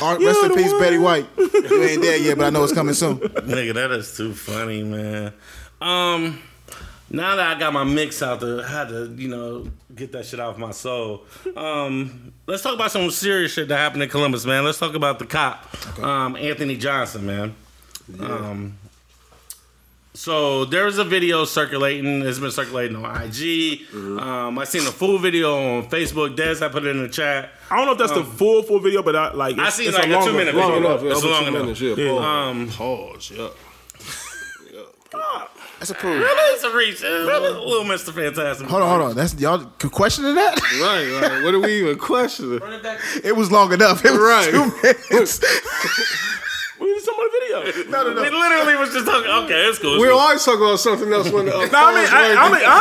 Speaker 4: All right, rest in peace, Betty White. You ain't dead yet, but I know it's coming soon.
Speaker 3: Nigga, that is too funny, man. Um, now that I got my mix out there, I had to, you know, get that shit off my soul. Um, let's talk about some serious shit that happened in Columbus, man. Let's talk about the cop, um, Anthony Johnson, man. Um, so there was a video circulating. It's been circulating on IG.
Speaker 4: Mm-hmm.
Speaker 3: Um, I seen a full video on Facebook. Des, I put it in the chat.
Speaker 2: I don't know if that's the full full video, but I like. It's,
Speaker 3: Um, seen,
Speaker 2: it's
Speaker 3: like, a
Speaker 2: long
Speaker 3: two-minute
Speaker 2: one.
Speaker 6: long
Speaker 3: video.
Speaker 6: enough.
Speaker 3: It's
Speaker 6: over
Speaker 3: long
Speaker 6: two
Speaker 3: enough.
Speaker 6: minutes, Yeah,
Speaker 2: Yeah.
Speaker 6: Pause.
Speaker 3: Um,
Speaker 6: Pause, Yeah.
Speaker 4: That's approved.
Speaker 3: it's a reach. Uh, Little Mr. Fantastic.
Speaker 4: Hold on, hold on. That's y'all questioning that?
Speaker 6: Right, right. What are we even questioning?
Speaker 4: It was long enough. It was
Speaker 6: Right.
Speaker 4: two minutes.
Speaker 2: We need some more video.
Speaker 1: No, no,
Speaker 3: We
Speaker 1: no.
Speaker 3: literally was just talking. Okay, it's cool. it's
Speaker 1: We
Speaker 3: cool.
Speaker 1: always talk about something else when the uh,
Speaker 2: No, I mean, I, I mean, I,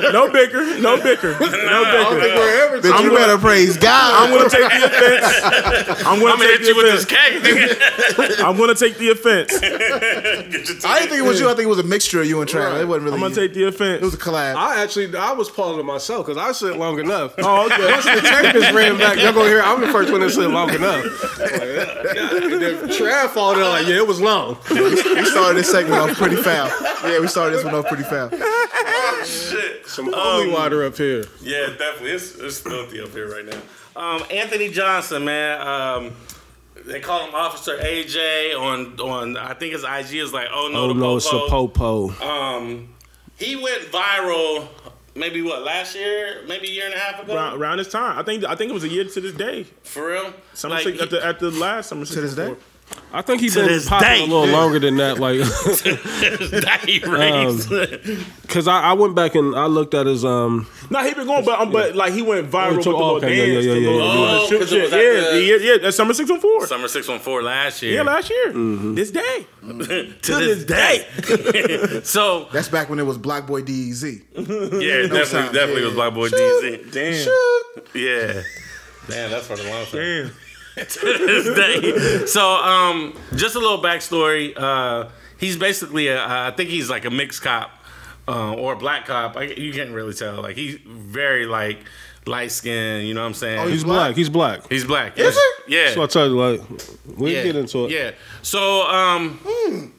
Speaker 2: hey, no bicker, no bicker, no
Speaker 1: don't
Speaker 2: bicker.
Speaker 1: think we're ever
Speaker 4: Bitch,
Speaker 1: talking
Speaker 4: you
Speaker 2: gonna-
Speaker 4: better praise God.
Speaker 2: I'm gonna take the offense. I'm gonna
Speaker 3: I'm gonna
Speaker 2: take
Speaker 3: hit
Speaker 2: the
Speaker 3: you with this
Speaker 2: offense.
Speaker 3: cake. nigga.
Speaker 2: I'm gonna take the offense.
Speaker 3: Get your
Speaker 4: I didn't think it was you. I think it was a mixture of you and Trav. It wasn't really.
Speaker 2: I'm gonna
Speaker 4: you.
Speaker 2: take the
Speaker 4: It was
Speaker 2: offense.
Speaker 4: a collab.
Speaker 1: I actually, I was pausing myself because I said long enough.
Speaker 2: Oh, okay.
Speaker 1: Once the tape is ran back, y'all gonna hear I'm the first one that said long enough. Like, yeah, and then Trav fall down like, yeah, it was long.
Speaker 4: We started this segment off pretty foul. Yeah, we started this one off pretty foul.
Speaker 3: shit.
Speaker 1: Holy water up here.
Speaker 3: Yeah, definitely. It's, it's filthy up here right now. Um, Anthony Johnson, man. Um, they call him Officer AJ on on. I think his IG is like, oh no,
Speaker 6: Oh
Speaker 3: the
Speaker 6: no, it's a
Speaker 3: popo.
Speaker 6: popo.
Speaker 3: Um, he went viral. Maybe what last year? Maybe a year and a half ago.
Speaker 2: Around, around this time, I think I think it was a year to this day.
Speaker 3: For real.
Speaker 2: Summer
Speaker 3: Like,
Speaker 2: six,
Speaker 3: he-
Speaker 2: at, the, at the last summer
Speaker 4: To this day,
Speaker 6: I think he's
Speaker 3: To
Speaker 6: been
Speaker 3: this
Speaker 6: popping
Speaker 3: day.
Speaker 6: a little longer than that. Like,
Speaker 3: that he raised.
Speaker 6: cause I, I went back and I looked at his um.
Speaker 2: No, he been going, but um, but like he went
Speaker 6: Oh,
Speaker 2: viral
Speaker 6: he
Speaker 2: with
Speaker 6: took-
Speaker 2: the little
Speaker 6: okay, yeah,
Speaker 2: dance,
Speaker 6: yeah,
Speaker 2: the
Speaker 6: yeah,
Speaker 2: little,
Speaker 6: yeah,
Speaker 2: the
Speaker 3: yeah.
Speaker 2: little
Speaker 3: Oh,
Speaker 2: strip
Speaker 3: 'cause it was
Speaker 2: shit.
Speaker 3: at
Speaker 2: yeah,
Speaker 3: the-
Speaker 2: yeah, yeah, that's summer six one four.
Speaker 3: Summer six one four last year.
Speaker 2: Yeah, Mm-hmm. last year, this day.
Speaker 3: to this day. so
Speaker 4: that's back when it was Black Boy E DEZ.
Speaker 3: yeah, definitely,
Speaker 4: sound.
Speaker 3: definitely
Speaker 4: Yeah,
Speaker 3: was Black Boy DZ.
Speaker 2: Damn,
Speaker 3: Yeah. Damn, that's for the long time.
Speaker 2: damn.
Speaker 3: to this day. So, um, just a little backstory. Uh, he's basically, a, I think he's like a mixed cop uh, or a black cop. I, you can't really tell. Like he's very like light skinned You know what I'm saying?
Speaker 6: He's black. He's black.
Speaker 3: he's black. Yes, sir. Yeah.
Speaker 6: So I tell you, like, we
Speaker 3: yeah.
Speaker 6: get into it.
Speaker 3: Yeah. So, um,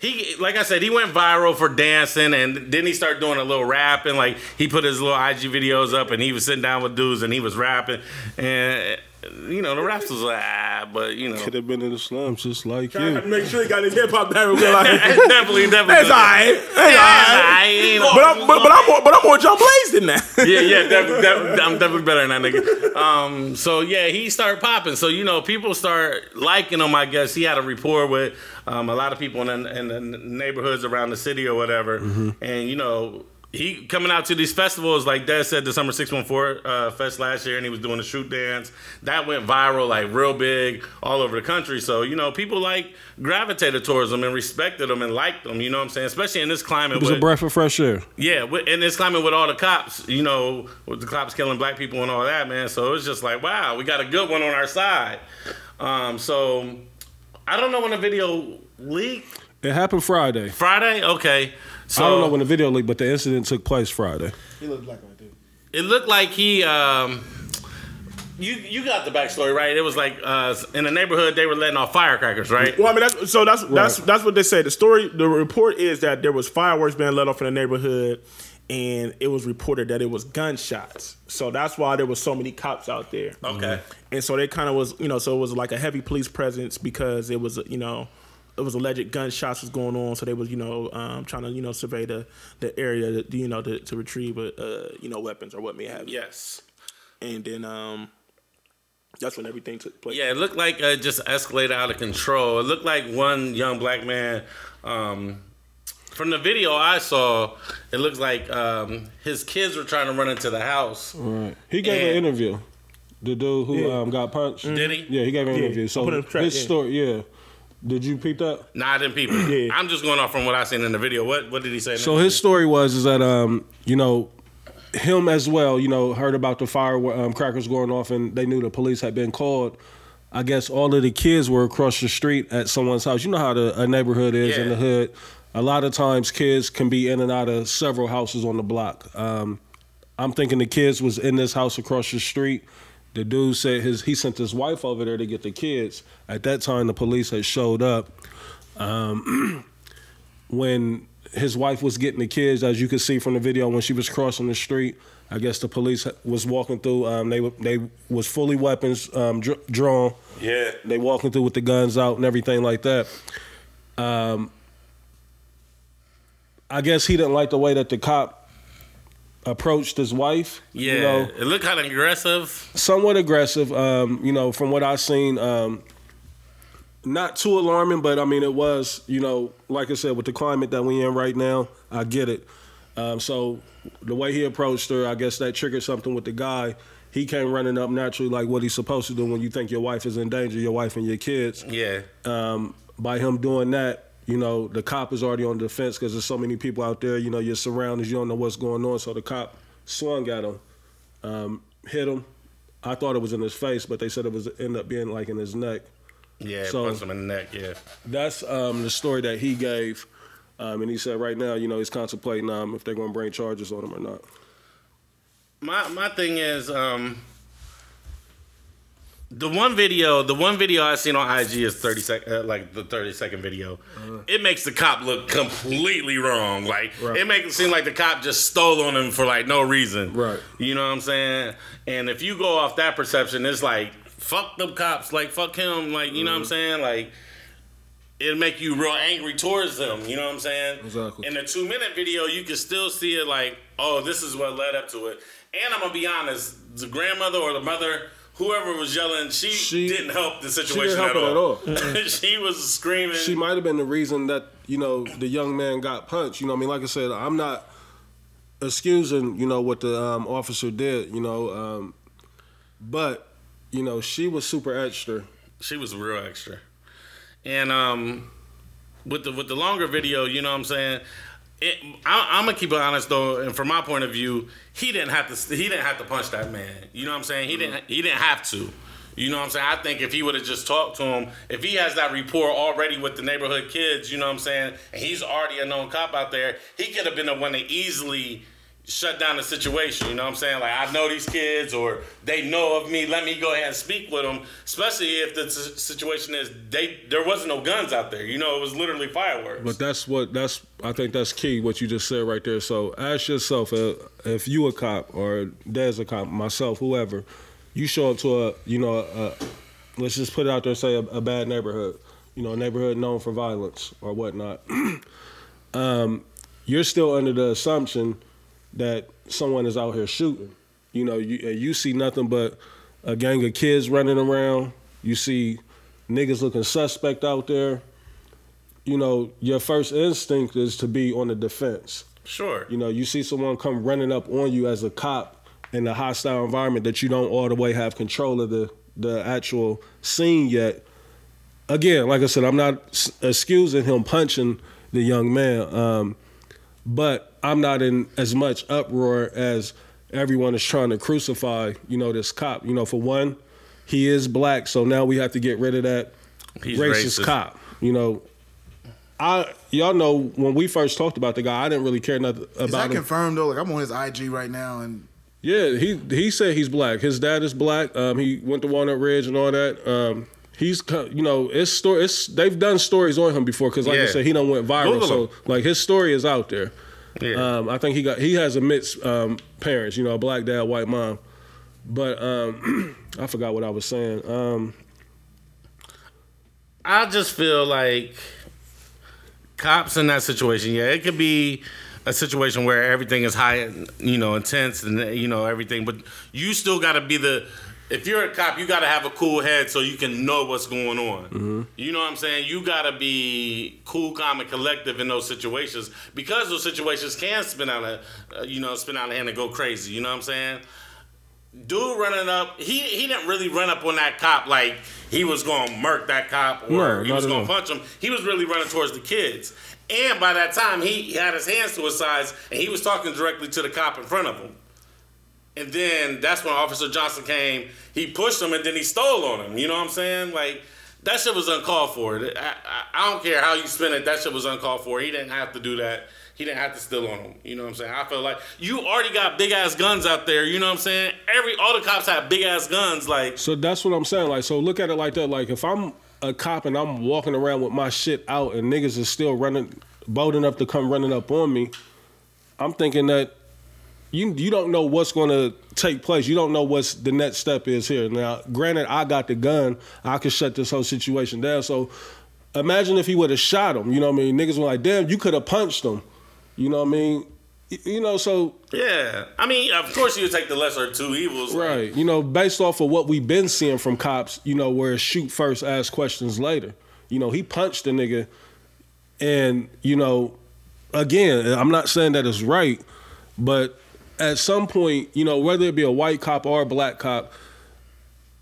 Speaker 3: he like I said, he went viral for dancing, and then he started doing a little rap, and like he put his little IG videos up, and he was sitting down with dudes, and he was rapping, and you know the raps was like, ah, but you know.
Speaker 6: Could have been in the slums just like
Speaker 2: I had to
Speaker 6: you.
Speaker 2: make sure he got his hip hop down real good. Like,
Speaker 3: definitely, definitely.
Speaker 2: that's all right. That's all right. But I'm but, but I'm more, but I'm more John Blaze than that.
Speaker 3: yeah, yeah, def- def- I'm definitely better than that nigga. Um, so yeah, he started popping. So you know, people start liking him. I guess he had a rapport with um, a lot of people in the, in the neighborhoods around the city or whatever.
Speaker 6: Mm-hmm.
Speaker 3: And you know, he coming out to these festivals like Dad said, the Summer Six One Four uh, Fest last year, and he was doing a shoot dance that went viral like real big all over the country. So you know, people like gravitated towards him and respected him and liked him. You know what I'm saying? Especially in this climate.
Speaker 6: It was a
Speaker 3: with-
Speaker 6: breath of fresh air.
Speaker 3: yeah, wi- and it's climbing with all the cops, you know, with the cops killing black people and all that, man. So it's just like, wow, we got a good one on our side. Um, so I don't know when the video leaked.
Speaker 6: It happened Friday.
Speaker 3: Friday, okay. So
Speaker 6: I don't know when the video leaked, but the incident took place Friday.
Speaker 3: it looked like he. Um, you you got the backstory right. It was like uh, in the neighborhood they were letting off firecrackers, right?
Speaker 2: Well, I mean, that's, so that's that's
Speaker 6: Right.
Speaker 2: that's what they said. The story, the report is that there was fireworks being let off in the neighborhood, and it was reported that it was gunshots. So that's why there was so many cops out there.
Speaker 3: Okay.
Speaker 2: and so they kind of was you know so it was like a heavy police presence because it was you know it was alleged gunshots was going on so they was you know um, trying to you know survey the the area you know to, to retrieve uh, uh, you know weapons or what may have you.
Speaker 3: Yes.
Speaker 2: and then um that's when everything took place
Speaker 3: Yeah, it looked like uh, it just escalated out of control. It looked like one young black man. Um, from the video I saw, it looks like um, his kids were trying to run into the house.
Speaker 6: Right. He gave
Speaker 3: And-
Speaker 6: an interview. The dude who um, got punched.
Speaker 3: Did he?
Speaker 6: Yeah, he gave an
Speaker 2: Yeah.
Speaker 6: interview. So
Speaker 2: Put it on
Speaker 6: his
Speaker 2: the track, yeah.
Speaker 6: story, yeah. Did you peep that?
Speaker 3: Nah, I didn't people.
Speaker 2: Yeah.
Speaker 3: I'm just going off from what I seen in the video. What What did he say? in the
Speaker 6: So his
Speaker 3: video?
Speaker 6: story was is that um you know him as well you know heard about the fire um, crackers going off and they knew the police had been called. I guess all of the kids were across the street at someone's house. You know how the, a neighborhood is in
Speaker 3: Yeah.
Speaker 6: the hood. A lot of times kids can be in and out of several houses on the block. Um, I'm thinking the kids was in this house across the street. The dude said his he sent his wife over there to get the kids. At that time, the police had showed up when his wife was getting the kids, as you could see from the video, when she was crossing the street, I guess the police was walking through. Um, they were- they was fully weapons um, dr- drawn.
Speaker 3: Yeah.
Speaker 6: They walking through with the guns out and everything like that. Um, I guess he didn't like the way that the cop approached his wife.
Speaker 3: Yeah,
Speaker 6: you know,
Speaker 3: it looked kind of aggressive.
Speaker 6: somewhat aggressive. Um, you know, from what I've seen, um, not too alarming, but I mean, it was. You know, like I said, with the climate that we in right now, I get it. Um, so the way he approached her, I guess that triggered something with the guy. He came running up naturally, like what he's supposed to do when you think your wife is in danger, your wife and your kids.
Speaker 3: Yeah.
Speaker 6: by him doing that, you know, the cop is already on the defense because there's so many people out there. You know, your surroundings, you don't know what's going on. So the cop swung at him, um, hit him. I thought it was in his face, but they said it was ended up being like in his neck.
Speaker 3: Yeah,
Speaker 6: So-
Speaker 3: punch him in the neck. Yeah.
Speaker 6: That's um, the story that he gave. Um, and he said right now, you know, he's contemplating um, if they're going to bring charges on him or not.
Speaker 3: My my thing is um the one video, the one video I seen on IG is thirty second, uh, like the thirty second video. It makes the cop look completely wrong. Like it makes it seem like the cop just stole on him for like no reason.
Speaker 6: Right.
Speaker 3: You know what I'm saying? And if you go off that perception, it's like fuck them cops, like fuck him, like you know what I'm saying? Like it'll make you real angry towards them. You know what I'm saying?
Speaker 6: Exactly.
Speaker 3: In the two minute video, you can still see it like, oh, this is what led up to it. And I'm gonna be honest, the grandmother or the mother, whoever was yelling, she,
Speaker 6: She-
Speaker 3: didn't help the
Speaker 6: She didn't
Speaker 3: situation
Speaker 6: help
Speaker 3: at,
Speaker 6: it at
Speaker 3: all.
Speaker 6: all.
Speaker 3: she was screaming.
Speaker 6: She might have been the reason that you know the young man got punched. You know, what I mean, like I said, I'm not excusing you know what the um, officer did. You know, um, but you know she was super extra.
Speaker 3: she was real extra. And um, with the with the longer video, you know what I'm saying. It, I, I'm gonna keep it honest though, and from my point of view, he didn't have to. He didn't have to punch that man. You know what I'm saying? He didn't. He didn't have to. You know what I'm saying? I think if he would have just talked to him, if he has that rapport already with the neighborhood kids, you know what I'm saying, and he's already a known cop out there, he could have been the one to easily shut down the situation. You know what I'm saying? Like I know these kids, or they know of me. Let me go ahead and speak with them. Especially if the s- situation is they there wasn't no guns out there. You know, it was literally fireworks.
Speaker 6: But that's what that's I think that's key what you just said right there. So ask yourself uh, if you a cop or Des a cop, myself, whoever, you show up to a you know a, let's just put it out there say a, a bad neighborhood, you know a neighborhood known for violence or whatnot. um, you're still under the assumption that someone is out here shooting. You know you and you see nothing but a gang of kids running around. You see niggas looking suspect out there you know, your first instinct is to be on the defense.
Speaker 3: sure.
Speaker 6: You know, you see someone come running up on you as a cop in a hostile environment that you don't all the way have control of the the actual scene yet. Again, like I said, I'm not s- excusing him punching the young man, um, but I'm not in as much uproar as everyone is trying to crucify. You know, this cop. You know, for one, he is black, so now we have to get rid of that
Speaker 3: He's
Speaker 6: racist,
Speaker 3: racist.
Speaker 6: cop. You know, I y'all know when we first talked about the guy, I didn't really care nothing
Speaker 4: Is that
Speaker 6: about him.
Speaker 4: confirmed though? Like I'm on his IG right now, and
Speaker 6: Yeah, he he said he's black. His dad is black. Um, he went to Walnut Ridge and all that. Um, he's co- you know it's story. It's they've done stories on him before because like I
Speaker 3: Yeah.
Speaker 6: said, he done went viral.
Speaker 3: Google
Speaker 6: so
Speaker 3: him.
Speaker 6: like his story is out there.
Speaker 3: Yeah.
Speaker 6: Um, I think he got he has a mixed um, parents. You know, a black dad, white mom. But um, I forgot what I was saying. Um,
Speaker 3: I just feel like cops in that situation. Yeah, it could be a situation where everything is high, and, you know, intense, and you know everything. But you still got to be the. If you're a cop, you got to have a cool head so you can know what's going on. You know what I'm saying? You got to be cool, calm, and collective in those situations because those situations can spin out of, uh, you know, spin out of hand and go crazy. You know what I'm saying? dude running up, he he didn't really run up on that cop like he was gonna murk that cop or
Speaker 6: No,
Speaker 3: he
Speaker 6: not
Speaker 3: was
Speaker 6: at
Speaker 3: gonna
Speaker 6: all.
Speaker 3: punch him. He was really running towards the kids. And by that time, he had his hands to his sides and he was talking directly to the cop in front of him. And then that's when Officer Johnson came. He pushed him and then he stole on him. You know what I'm saying? Like that shit was uncalled for. I, I, I don't care how you spin it. That shit was uncalled for. He didn't have to do that. He didn't have to steal on him. You know what I'm saying? I feel like you already got big ass guns out there. You know what I'm saying? Every all the cops have big ass guns. Like
Speaker 6: So that's what I'm saying. Like, so look at it like that. Like, if I'm a cop and I'm walking around with my shit out, and niggas is still running, bold enough to come running up on me, I'm thinking that you you don't know what's going to take place. You don't know what's the next step is here. Now, granted, I got the gun. I could shut this whole situation down. So, imagine if he would have shot him. You know what I mean? Niggas were like, damn, you could have punched him. You know what I mean? Y- You know, so
Speaker 3: yeah, I mean, of course you would take the lesser of two evils. like,
Speaker 6: Right. You know, based off of what we've been seeing from cops, you know, where it's shoot first, ask questions later. You know, he punched the nigga. And, you know, again, I'm not saying that it's right, but at some point, you know, whether it be a white cop or a black cop,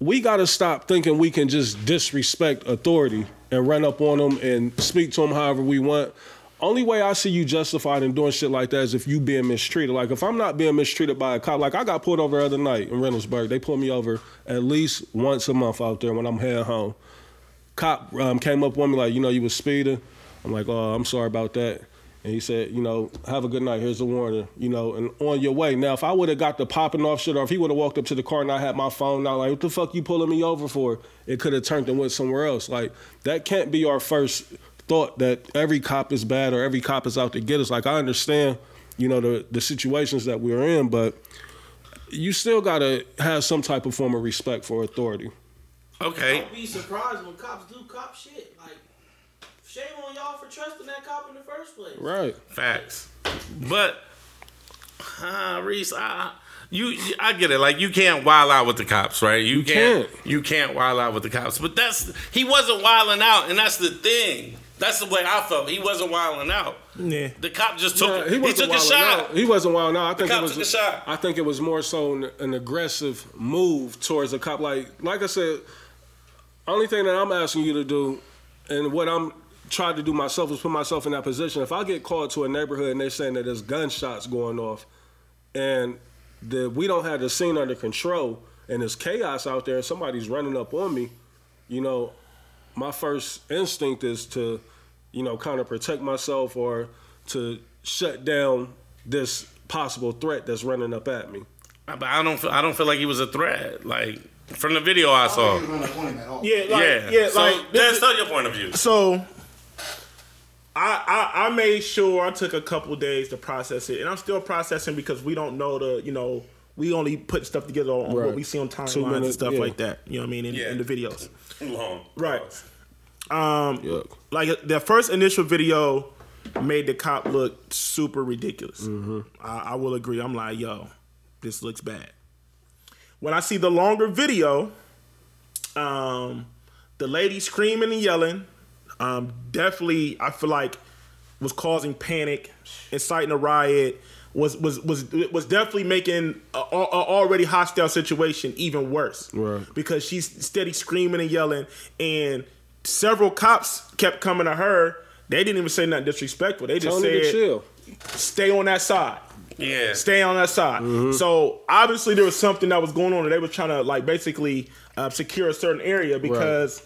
Speaker 6: we got to stop thinking we can just disrespect authority and run up on them and speak to them however we want. Only way I see you justified in doing shit like that is if you being mistreated. Like if I'm not being mistreated by a cop, like I got pulled over the other night in Reynoldsburg. They pull me over at least once a month out there when I'm heading home. Cop um, came up on me like, you know, you was speeding. I'm like, oh, I'm sorry about that. And he said, you know, have a good night. Here's the warning, you know, and on your way. Now, if I would have got the popping off shit, or if he would have walked up to the car and I had my phone out, like, what the fuck you pulling me over for? It could have turned and went somewhere else. Like, that can't be our first thought that every cop is bad or every cop is out to get us. Like, I understand, you know, the, the situations that we're in, but you still gotta have some type of form of respect for authority.
Speaker 3: Okay.
Speaker 7: Don't be surprised when cops do cop shit. Like, shame on y'all for trusting that cop in the first place.
Speaker 6: Right.
Speaker 3: Facts. But uh, Reese, I you I get it. Like you can't wild out with the cops, right? You, can't,
Speaker 6: can't.
Speaker 3: you can't wild out with the cops. But that's he wasn't wilding out, and that's the thing. That's the way I felt. He wasn't wilding out.
Speaker 2: Yeah.
Speaker 3: The cop just took
Speaker 6: Yeah,
Speaker 3: he, took a
Speaker 6: wilding
Speaker 3: shot.
Speaker 6: out. He wasn't wild now. I think
Speaker 3: cop
Speaker 6: it was.
Speaker 3: took a shot.
Speaker 6: I think it was more so an, an aggressive move towards the cop. Like, like I said, only thing that I'm asking you to do, and what I'm trying to do myself is put myself in that position. If I get called to a neighborhood and they're saying that there's gunshots going off, and that we don't have the scene under control, and there's chaos out there, and somebody's running up on me, you know, my first instinct is to, you know, kind of protect myself or to shut down this possible threat that's running up at me.
Speaker 3: But I don't feel I don't feel like he was a threat. Like from the video I saw.
Speaker 2: Yeah, like,
Speaker 3: yeah.
Speaker 2: yeah,
Speaker 3: so
Speaker 2: like this
Speaker 3: that's
Speaker 2: is-
Speaker 3: still your point of view.
Speaker 2: so I, I I made sure I took a couple days to process it, and I'm still processing because we don't know the you know we only put stuff together on
Speaker 6: Right.
Speaker 2: what we see on
Speaker 6: Two
Speaker 2: timelines and
Speaker 6: minutes,
Speaker 2: stuff
Speaker 6: yeah.
Speaker 2: like that. You know what I mean? In,
Speaker 3: Yeah.
Speaker 2: in the videos,
Speaker 3: Long.
Speaker 2: right? Um,
Speaker 6: Yuck.
Speaker 2: like the first initial video made the cop look super ridiculous.
Speaker 6: Mm-hmm.
Speaker 2: I, I will agree. I'm like, yo, this looks bad. When I see the longer video, um, the lady screaming and yelling, um, definitely I feel like was causing panic, inciting a riot. Was was was was definitely making a, a a already hostile situation even worse.
Speaker 6: Right.
Speaker 2: Because she's steady screaming and yelling, and several cops kept coming to her. They didn't even say nothing disrespectful. They just
Speaker 6: Tell me to
Speaker 2: said,
Speaker 6: chill.
Speaker 2: "Stay on that side."
Speaker 3: Yeah.
Speaker 2: stay on that side.
Speaker 6: Mm-hmm.
Speaker 2: So obviously there was something that was going on, and they were trying to like basically uh, secure a certain area because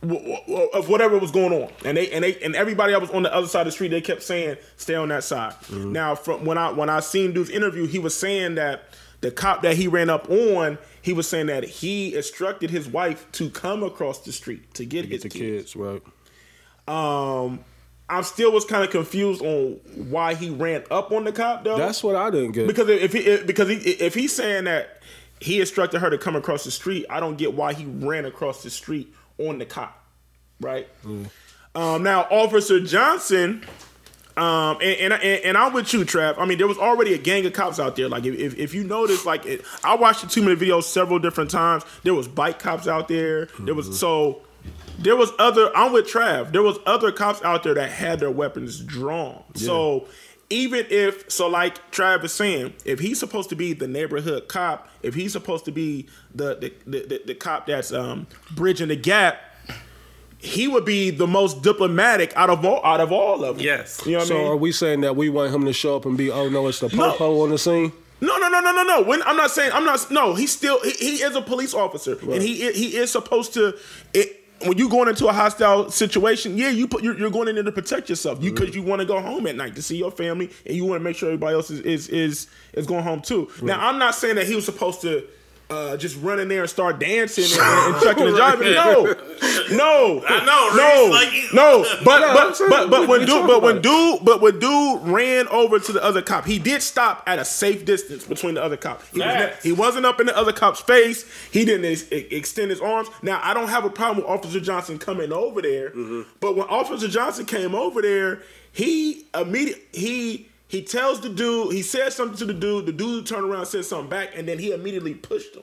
Speaker 2: w- w- of whatever was going on. And they and they and everybody that was on the other side of the street, they kept saying stay on that side.
Speaker 6: Mm-hmm.
Speaker 2: Now from when I when I seen dude's interview, he was saying that the cop that he ran up on, he was saying that he instructed his wife to come across the street to get his
Speaker 6: Get the
Speaker 2: kids.
Speaker 6: kids, right?
Speaker 2: Oh. Um, I still was kind of confused on why he ran up on the cop though.
Speaker 6: That's what I didn't get.
Speaker 2: Because if he if, because he, if he's saying that he instructed her to come across the street, I don't get why he ran across the street on the cop, right? Um, now Officer Johnson, um, and, and and and I'm with you, Trav. I mean, there was already a gang of cops out there. Like if if, if you notice, like it, I watched the two minute video several different times. There was bike cops out there. There was so. There was other. I'm with Trav. There was other cops out there that had their weapons drawn. So even if so, like Trav is saying, if he's supposed to be the neighborhood cop, if he's supposed to be the the, the, the, the cop that's um, bridging the gap, he would be the most diplomatic out of all out of all of them.
Speaker 3: Yes.
Speaker 2: You know what I
Speaker 6: so
Speaker 2: mean?
Speaker 6: are we saying that we want him to show up and be, oh no, it's the
Speaker 2: No.
Speaker 6: popo on the scene?
Speaker 2: No, no, no, no, no, no. When I'm not saying I'm not. No, he's still he, he is a police officer, and he i- he is supposed to. It, when you going into a hostile situation, yeah, you put you're, you're going in there to protect yourself. You
Speaker 3: Mm-hmm.
Speaker 2: because you want to go home at night to see your family, and you want to make sure everybody else is is is, is going home too. Now I'm not saying that he was supposed to. Uh, just run in there and start dancing and, and, chucking and jiving. No, no,
Speaker 3: I know,
Speaker 2: no,
Speaker 3: Reese, like-
Speaker 2: no. But
Speaker 6: I'm
Speaker 2: but
Speaker 6: saying,
Speaker 2: but
Speaker 6: we-
Speaker 2: but when
Speaker 6: we
Speaker 2: dude
Speaker 6: talk
Speaker 2: but
Speaker 6: about
Speaker 2: when
Speaker 6: it.
Speaker 2: dude but when dude ran over to the other cop, he did stop at a safe distance between the other cop. He, was ne-
Speaker 3: Facts.
Speaker 2: he wasn't up in the other cop's face. He didn't ex- ex- extend his arms. Now I don't have a problem with Officer Johnson coming over there, but when Officer Johnson came over there, he immediately he. He tells the dude, he says something to the dude, the dude turned around and said something back, and then he immediately pushed him.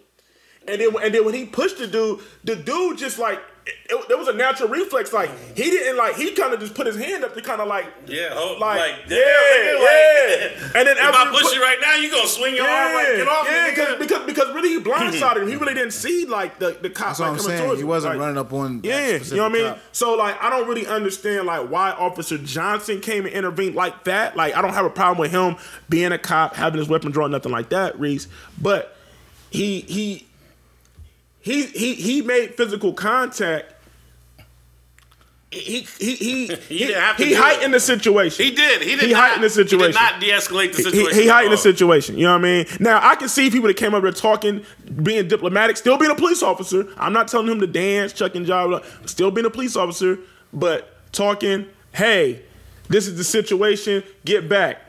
Speaker 2: And then, and then when he pushed the dude, the dude just like it, it, there was a natural reflex. Like he didn't like he kind of just put his hand up to kind of like
Speaker 3: Yeah, oh,
Speaker 2: like,
Speaker 3: like,
Speaker 2: yeah,
Speaker 3: damn,
Speaker 2: yeah.
Speaker 3: nigga, like,
Speaker 2: And then
Speaker 3: if
Speaker 2: after
Speaker 3: I
Speaker 2: you
Speaker 3: push
Speaker 2: put-
Speaker 3: you right now, you gonna swing your arm right, get off
Speaker 2: yeah,
Speaker 3: me,
Speaker 2: because,
Speaker 3: nigga.
Speaker 2: because because really he blindsided him. He really didn't see like the the cop
Speaker 4: That's what
Speaker 2: like,
Speaker 4: I'm
Speaker 2: coming
Speaker 4: saying.
Speaker 2: towards
Speaker 4: He
Speaker 2: him.
Speaker 4: wasn't
Speaker 2: Like,
Speaker 4: running up on. that
Speaker 2: yeah, you
Speaker 4: specific
Speaker 2: know what I mean.
Speaker 4: cop.
Speaker 2: So like, I don't really understand like why Officer Johnson came and intervened like that. Like, I don't have a problem with him being a cop, having his weapon drawn, nothing like that, Reese. But he he he he he made physical contact. He he he he,
Speaker 3: didn't have to
Speaker 2: he
Speaker 3: do it.
Speaker 2: heightened the situation.
Speaker 3: He did. He did
Speaker 2: He
Speaker 3: not
Speaker 2: heightened the
Speaker 3: He did
Speaker 2: situation.
Speaker 3: not de-escalate the situation.
Speaker 2: He, he
Speaker 3: at
Speaker 2: heightened the
Speaker 3: all.
Speaker 2: situation. You know what I mean? Now I can see if he would have came over there talking, being diplomatic, still being a police officer. I'm not telling him to dance, chuck and jive, blah, still being a police officer, but talking. Hey, this is the situation. Get back.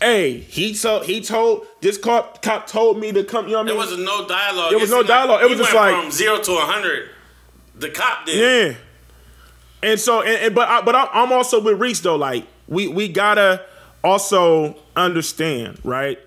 Speaker 2: Hey, he told he told this cop cop told me to come. You know what I
Speaker 3: There
Speaker 2: mean?
Speaker 3: was no dialogue.
Speaker 2: There was
Speaker 3: It's
Speaker 2: no
Speaker 3: like
Speaker 2: dialogue. It
Speaker 3: he
Speaker 2: was just
Speaker 3: went
Speaker 2: like-
Speaker 3: from zero to hundred. The cop did.
Speaker 2: Yeah. And so, and, and- but I, but I, I'm also with Reese though. Like we we gotta also understand, right?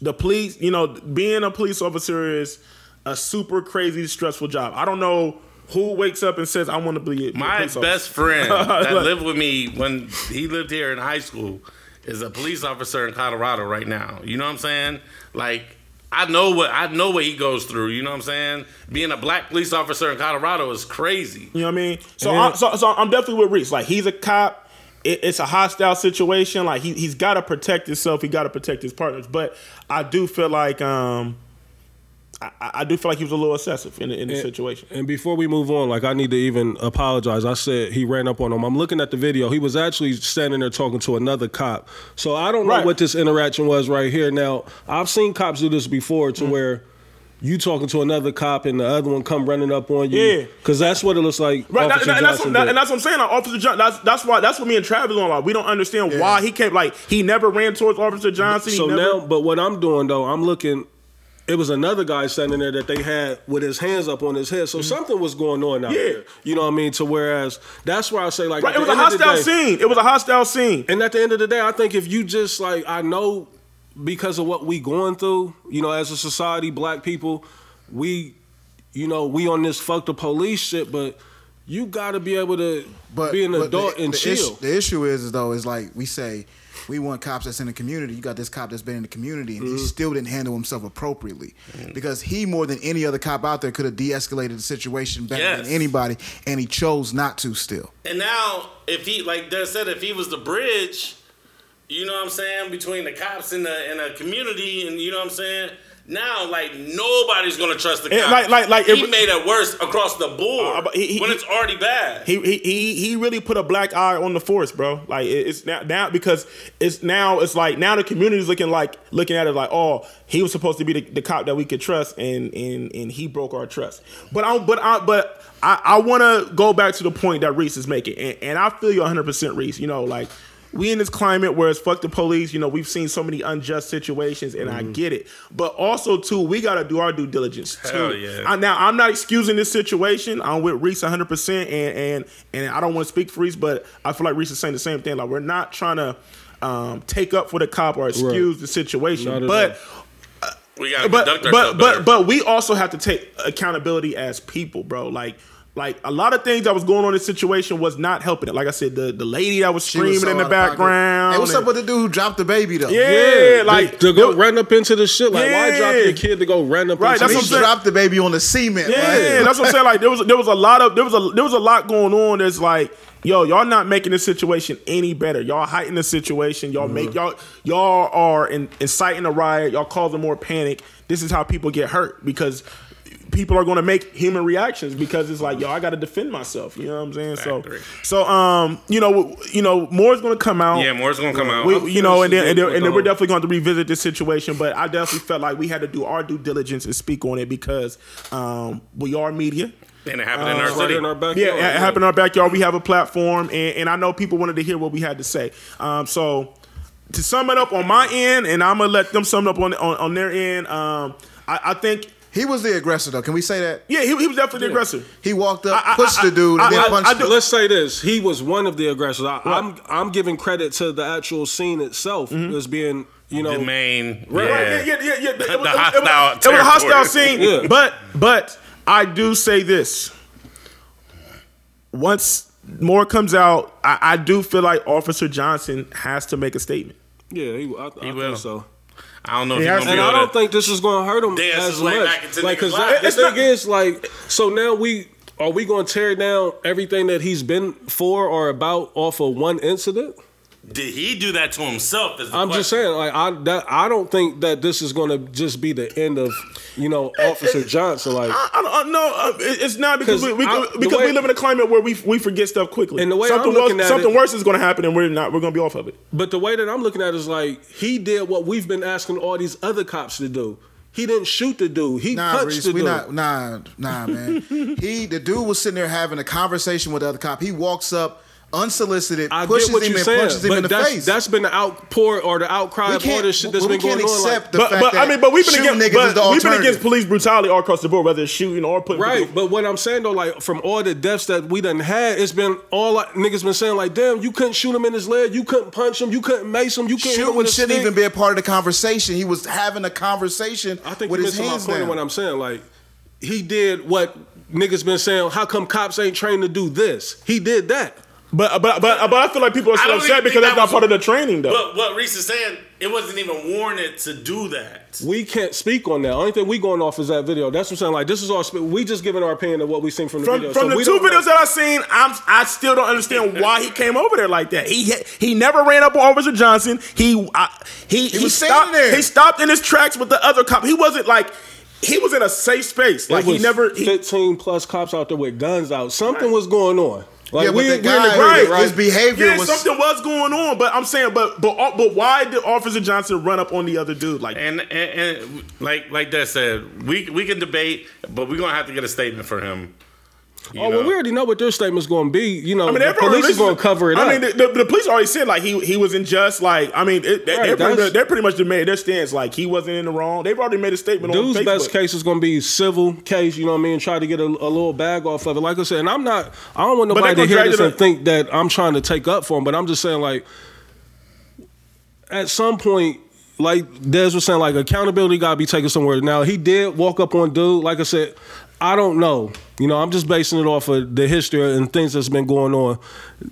Speaker 2: The police, you know, being a police officer is a super crazy stressful job. I don't know who wakes up and says I want to be a
Speaker 3: My
Speaker 2: police officer."
Speaker 3: best friend that
Speaker 2: Look.
Speaker 3: lived with me when he lived here in high school is a police officer in Colorado right now. You know what I'm saying? Like I know what I know what he goes through. You know what I'm saying? Being a black police officer in Colorado is crazy.
Speaker 2: You know what I mean? So, I'm, so, so I'm definitely with Reese. Like he's a cop. It, it's a hostile situation. Like he he's got to protect himself. He got to protect his partners. But I do feel like um, I, I I do feel like he was a little excessive in the, in the situation.
Speaker 6: And before we move on, like I need to even apologize. I said he ran up on him. I'm looking at the video. He was actually standing there talking to another cop. So I don't
Speaker 2: Right.
Speaker 6: know what this interaction was right here. Now I've seen cops do this before,
Speaker 2: Mm.
Speaker 6: to where you talking to another cop and the other one come running up on you.
Speaker 2: Yeah.
Speaker 6: because that's what it looks like.
Speaker 2: Right, that,
Speaker 6: Officer
Speaker 2: and, that's what,
Speaker 6: Johnson
Speaker 2: that-
Speaker 6: did.
Speaker 2: and that's what I'm saying. Like, Officer Johnson. That's that's why. That's what me and Travis on. Like we don't understand why he kept like he never ran towards Officer Johnson. he
Speaker 6: so
Speaker 2: never,
Speaker 6: now, but what I'm doing though, I'm looking. It was another guy standing there that they had with his hands up on his head. So something was going on out
Speaker 2: Mm-hmm. Yeah.
Speaker 6: there. You know what I mean? To whereas that's where I say like
Speaker 2: right,
Speaker 6: at
Speaker 2: it was
Speaker 6: the
Speaker 2: a
Speaker 6: end of the
Speaker 2: hostile
Speaker 6: day-
Speaker 2: scene. It was a hostile scene.
Speaker 6: And at the end of the day, I think if you just like I know because of what we going through, you know, as a society, black people, we you know, we on this fuck the police shit, but you gotta be able to
Speaker 4: But
Speaker 6: be an
Speaker 4: but
Speaker 6: adult
Speaker 4: the,
Speaker 6: and
Speaker 4: the
Speaker 6: chill.
Speaker 4: Issue, the issue is though is like we say. We want cops that's in the community. You got this cop that's been in the community,
Speaker 2: Mm-hmm.
Speaker 4: and he still didn't handle himself appropriately because he, more than any other cop out there, could have de-escalated the situation better
Speaker 3: Yes.
Speaker 4: than anybody, and he chose not to. Still,
Speaker 3: And now, if he like Des said, if he was the bridge, you know what I'm saying, between the cops and the and the community, and you know what I'm saying. Now, like nobody's gonna trust the
Speaker 2: And
Speaker 3: cops.
Speaker 2: like- like- like
Speaker 3: he
Speaker 2: it-
Speaker 3: made it worse across the board
Speaker 2: Uh, but he- he-
Speaker 3: when
Speaker 2: he-
Speaker 3: it's already bad.
Speaker 2: He, he he he really put a black eye on the force, bro. Like it- it's now now because it's now it's like now the community's looking like looking at it like oh he was supposed to be the, the cop that we could trust and and and he broke our trust. But I but I but I I want to go back to the point that Reese is making, and, and I feel you 100 percent, Reese. You know like. We in this climate where it's fuck the police. You know we've seen so many unjust situations, and I get it. But also too, we gotta do our due diligence too.
Speaker 3: Hell yeah.
Speaker 2: I- now I'm not excusing this situation. I'm with Reese 100 percent, and and and I don't want to speak for Reese, but I feel like Reese is saying the same thing. Like we're not trying to um, take up for the cop or excuse the
Speaker 6: Not
Speaker 2: situation,
Speaker 6: at
Speaker 2: but
Speaker 3: We gotta
Speaker 2: but
Speaker 3: conduct
Speaker 2: but
Speaker 3: ourselves better.
Speaker 2: but but we also have to take accountability as people, bro. Like. Like a lot of things that was going on in this situation was not helping it. Like I said, the, the lady that was
Speaker 4: He
Speaker 2: screaming
Speaker 4: was so
Speaker 2: in the
Speaker 4: out of pocket.
Speaker 2: background.
Speaker 4: Hey, what's up
Speaker 2: and-
Speaker 4: with the dude who dropped the baby though?
Speaker 2: yeah, like
Speaker 6: to, to go run up into the shit. Like why drop
Speaker 2: Yeah.
Speaker 6: your kid to go run up into
Speaker 2: Right, that's
Speaker 6: the
Speaker 2: what
Speaker 4: he
Speaker 2: I'm
Speaker 6: shit?
Speaker 2: saying.
Speaker 4: dropped the baby on the cement.
Speaker 2: Yeah,
Speaker 4: like,
Speaker 2: that's what I'm saying. Like there was there was a lot of there was a there was a lot going on. That's like, yo, y'all not making the situation any better. Y'all heighten the situation. Y'all make
Speaker 3: Mm-hmm.
Speaker 2: y'all y'all are in, inciting a riot. Y'all causing more panic. This is how people get hurt because people are going to make human reactions because it's like, yo, I got to defend myself. You know what I'm saying?
Speaker 3: Factory.
Speaker 2: So, so um, you know, w- you know, more is going to come out
Speaker 3: yeah, more's gonna come out.
Speaker 2: we, you know, and then, and then, and then we're
Speaker 6: Hold on.
Speaker 2: definitely going to revisit this situation. But I definitely felt like we had to do our due diligence and speak on it because um, we are media.
Speaker 3: and it happened in
Speaker 2: Uh,
Speaker 3: our
Speaker 6: It's right
Speaker 3: city.
Speaker 6: in our backyard.
Speaker 2: Yeah, it happened in our backyard. We have a platform, and, and I know people wanted to hear what we had to say. Um, so to sum it up on my end, and I'm gonna let them sum it up on on, on their end. Um, I, I think,
Speaker 4: he was the aggressor though. Can we say that?
Speaker 2: yeah, he, he was definitely the aggressor.
Speaker 4: He walked up,
Speaker 2: I- I-
Speaker 4: pushed
Speaker 2: I-
Speaker 4: the dude,
Speaker 2: I-
Speaker 4: and
Speaker 2: I-
Speaker 4: then punched
Speaker 2: I
Speaker 4: him.
Speaker 2: do-
Speaker 6: Let's say this: He was one of the aggressors. I, I'm I'm giving credit to the actual scene itself
Speaker 2: Mm-hmm.
Speaker 6: as being you know
Speaker 3: The main,
Speaker 2: Right,
Speaker 3: yeah.
Speaker 2: yeah, yeah, yeah. yeah. It was,
Speaker 3: The
Speaker 2: it was-
Speaker 3: hostile
Speaker 2: it was, it was a hostile
Speaker 3: territory.
Speaker 2: scene, but but I do say this: once more comes out, I, I do feel like Officer Johnson has to make a statement.
Speaker 6: Yeah, he, I, I
Speaker 3: will.
Speaker 6: think so.
Speaker 3: I don't know if
Speaker 2: He
Speaker 3: he's
Speaker 2: has to-
Speaker 3: gonna be
Speaker 6: And I
Speaker 3: able
Speaker 6: don't
Speaker 3: to.
Speaker 6: think this is going to hurt him
Speaker 3: Dance
Speaker 6: as
Speaker 3: his way
Speaker 6: much.
Speaker 3: back into
Speaker 6: like,
Speaker 3: niggas'
Speaker 6: because
Speaker 3: lives.
Speaker 6: the thing is, like, so now we are we going to tear down everything that he's been for or about off of one incident?
Speaker 3: Did he do that to himself? Is the
Speaker 6: I'm just
Speaker 3: question.
Speaker 6: saying, like, I that, I don't think that this is going to just be the end of you know Officer Johnson. Like,
Speaker 2: I, I don't know. uh, it- It's not because
Speaker 6: 'Cause
Speaker 2: we, we,
Speaker 6: I- the
Speaker 2: because
Speaker 6: way-
Speaker 2: we live in a climate where we we forget stuff quickly.
Speaker 6: And the way I'm
Speaker 2: something
Speaker 6: looking
Speaker 2: worse,
Speaker 6: at
Speaker 2: something
Speaker 6: it-
Speaker 2: worse is going to happen, and we're not we're going to be off of it.
Speaker 6: But the way that I'm looking at it is like he did what we've been asking all these other cops to do. He didn't shoot the dude. He
Speaker 4: Nah,
Speaker 6: punched
Speaker 4: Reese,
Speaker 6: the
Speaker 4: we
Speaker 6: dude.
Speaker 4: not nah nah man. he the dude was sitting there having a conversation with the other cop. He walks up unsolicited,
Speaker 6: I
Speaker 4: pushes
Speaker 6: get what
Speaker 4: him
Speaker 6: you're
Speaker 4: and
Speaker 6: saying,
Speaker 4: punches him
Speaker 6: but
Speaker 4: in the
Speaker 6: that's,
Speaker 4: face.
Speaker 6: that's been the outpour or the outcry
Speaker 4: we
Speaker 6: of all
Speaker 4: can't,
Speaker 6: this shit that's
Speaker 4: we
Speaker 6: been going
Speaker 4: can't
Speaker 6: on.
Speaker 4: accept
Speaker 6: Like,
Speaker 4: the
Speaker 2: But,
Speaker 4: fact
Speaker 2: but
Speaker 4: that
Speaker 2: I mean, but we've been
Speaker 4: shooting
Speaker 2: against
Speaker 4: niggas is the
Speaker 2: but we've been
Speaker 4: alternative.
Speaker 2: against police brutality all across the board, whether it's shooting or putting
Speaker 6: right,
Speaker 2: people-
Speaker 6: but what I'm saying though, like from all the deaths that we done had, it's been all like, niggas been saying like, damn, you couldn't shoot him in his leg, you couldn't punch him, you couldn't mace him, you couldn't hit him
Speaker 4: Shooting
Speaker 6: with a
Speaker 4: shouldn't
Speaker 6: stick.
Speaker 4: even be a part of the conversation. He was having a conversation
Speaker 6: I think
Speaker 4: with
Speaker 6: you're
Speaker 4: his
Speaker 6: missing my
Speaker 4: hands
Speaker 6: point of
Speaker 4: down.
Speaker 6: what I'm saying. Like, he did what niggas been saying. How come cops ain't trained to do this? He did that.
Speaker 2: but but but but I feel like people are
Speaker 3: I
Speaker 2: still
Speaker 3: don't
Speaker 2: upset
Speaker 3: even think
Speaker 2: because that's
Speaker 3: that
Speaker 2: not
Speaker 3: was-
Speaker 2: part of the training though.
Speaker 3: But what Reese is saying, it wasn't even warranted to do that.
Speaker 6: We can't speak on that. Only thing we going off is that video. That's what I'm saying. Like this is all. spe- We just giving our opinion of what we seen from the
Speaker 2: from
Speaker 6: video.
Speaker 2: from
Speaker 6: So
Speaker 2: the
Speaker 6: we
Speaker 2: two
Speaker 6: don't know.
Speaker 2: videos that I've seen, I'm I still don't understand why he came over there like that. He he never ran up on Officer Johnson. He I, he he,
Speaker 4: was standing
Speaker 2: stopped.
Speaker 4: there.
Speaker 2: He stopped in his tracks with the other cop. He wasn't like he was in a safe space. Like
Speaker 6: There
Speaker 2: he
Speaker 6: was
Speaker 2: never. He,
Speaker 6: 15 plus cops out there with guns out. Something was going on. Like
Speaker 4: Yeah, but
Speaker 6: we,
Speaker 4: the
Speaker 6: we in
Speaker 4: guy,
Speaker 6: agreement,
Speaker 2: right.
Speaker 6: right?
Speaker 4: his behavior
Speaker 2: yeah,
Speaker 4: was
Speaker 2: something was going on, but I'm saying, but but uh, but why did Officer Johnson run up on the other dude like?
Speaker 3: And, and and like like that said, we we can debate, but we're gonna have to get a statement for him. You
Speaker 6: oh,
Speaker 3: know?
Speaker 6: well, we already know what their statement's going to be. You know,
Speaker 2: I mean,
Speaker 6: the
Speaker 2: they've already
Speaker 6: police is
Speaker 2: listened-
Speaker 6: going to cover it
Speaker 2: I
Speaker 6: up.
Speaker 2: mean, the, the, the police already said like he he was in just like I mean, it, they,
Speaker 6: Right,
Speaker 2: they're, pretty,
Speaker 6: that's-
Speaker 2: much- they're pretty much made their stance like he wasn't in the wrong. They've already made a statement
Speaker 6: Dude's
Speaker 2: on Facebook.
Speaker 6: best case is going to be civil case, you know what I mean? Try to get a, a little bag off of it. Like I said, and I'm not, I don't want
Speaker 2: they
Speaker 6: nobody to
Speaker 2: gonna
Speaker 6: hear
Speaker 2: drag
Speaker 6: this
Speaker 2: it
Speaker 6: and
Speaker 2: up.
Speaker 6: think that I'm trying to take up for him, but I'm just saying, like, at some point, like Des was saying, like, accountability got to be taken somewhere. Now, he did walk up on dude. Like I said, I don't know. You know, I'm just basing it off of the history and things that's been going on.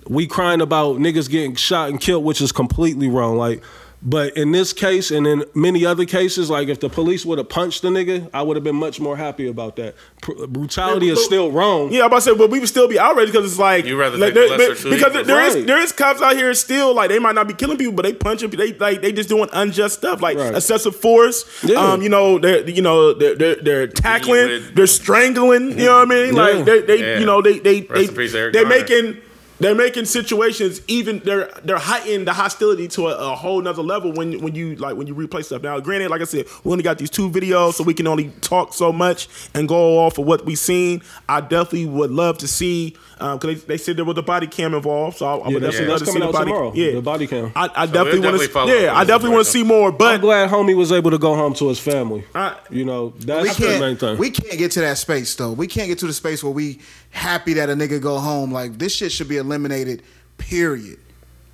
Speaker 6: We crying about niggas getting shot and killed, which is completely wrong. Like, but in this case and in many other cases, like if the police would have punched the nigga, I would have been much more happy about that. Pr- brutality is
Speaker 2: but-
Speaker 6: still wrong.
Speaker 2: Yeah, I'm about to say, but we would still be outraged because it's like,
Speaker 3: You'd rather
Speaker 2: like,
Speaker 3: take
Speaker 2: there-
Speaker 3: the lesser
Speaker 2: but-
Speaker 3: two
Speaker 2: because there
Speaker 3: evils.
Speaker 2: is
Speaker 6: Right.
Speaker 2: there is cops out here still like they might not be killing people, but they punching, they like they just doing unjust stuff like
Speaker 6: Right.
Speaker 2: excessive force.
Speaker 6: Yeah.
Speaker 2: Um, you know, they're you know they're they're, they're tackling,
Speaker 3: Beating with-
Speaker 2: they're strangling. You know what I mean?
Speaker 6: Yeah.
Speaker 2: Like they they
Speaker 3: Yeah.
Speaker 2: you know they they
Speaker 3: Rest in
Speaker 2: they
Speaker 3: peace, Eric
Speaker 2: they're
Speaker 3: Garner.
Speaker 2: making. They're making situations even they're they're heightening the hostility to a, a whole nother level when when you like when you replay stuff. Now, granted, like I said, we only got these two videos, so we can only talk so much and go off of what we've seen. I definitely would love to see because they, they said there was a body cam involved, so I, I
Speaker 6: Yeah,
Speaker 2: would
Speaker 6: that's-
Speaker 2: definitely
Speaker 6: that's
Speaker 2: love to see
Speaker 6: coming
Speaker 2: the
Speaker 6: out
Speaker 2: body.
Speaker 6: tomorrow,
Speaker 2: Yeah,
Speaker 6: the body cam.
Speaker 2: I, I definitely want
Speaker 3: definitely
Speaker 2: to.
Speaker 3: follow up
Speaker 2: Yeah,
Speaker 3: on
Speaker 2: I
Speaker 3: this
Speaker 2: definitely want to
Speaker 3: information.
Speaker 2: see more,
Speaker 6: I'm
Speaker 2: but
Speaker 6: glad homie was able to go home to his family.
Speaker 2: I-
Speaker 6: you know,
Speaker 4: we
Speaker 6: that's the main
Speaker 4: can't,
Speaker 6: thing.
Speaker 4: we can't get to that space though. We can't get to the space where we happy that a nigga go home. Like this shit should be eliminated. Period.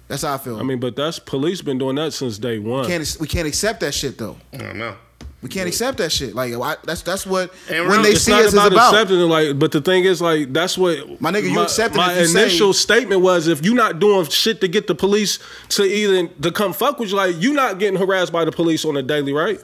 Speaker 4: That's how I feel.
Speaker 6: I mean, but that's police been doing that since day one.
Speaker 4: can't we can't accept that shit though.
Speaker 3: I don't know.
Speaker 4: We can't accept that shit. Like I, that's that's what
Speaker 3: And
Speaker 4: when
Speaker 3: we're-
Speaker 4: they
Speaker 3: it's
Speaker 4: see us is about.
Speaker 6: accepting it. Like, but the thing is, like, that's what
Speaker 4: My nigga, you accepting
Speaker 6: My
Speaker 4: if you
Speaker 6: initial statement was, if you're not doing shit to get the police to either to come fuck with you, like, you're not getting harassed by the police on a daily, right?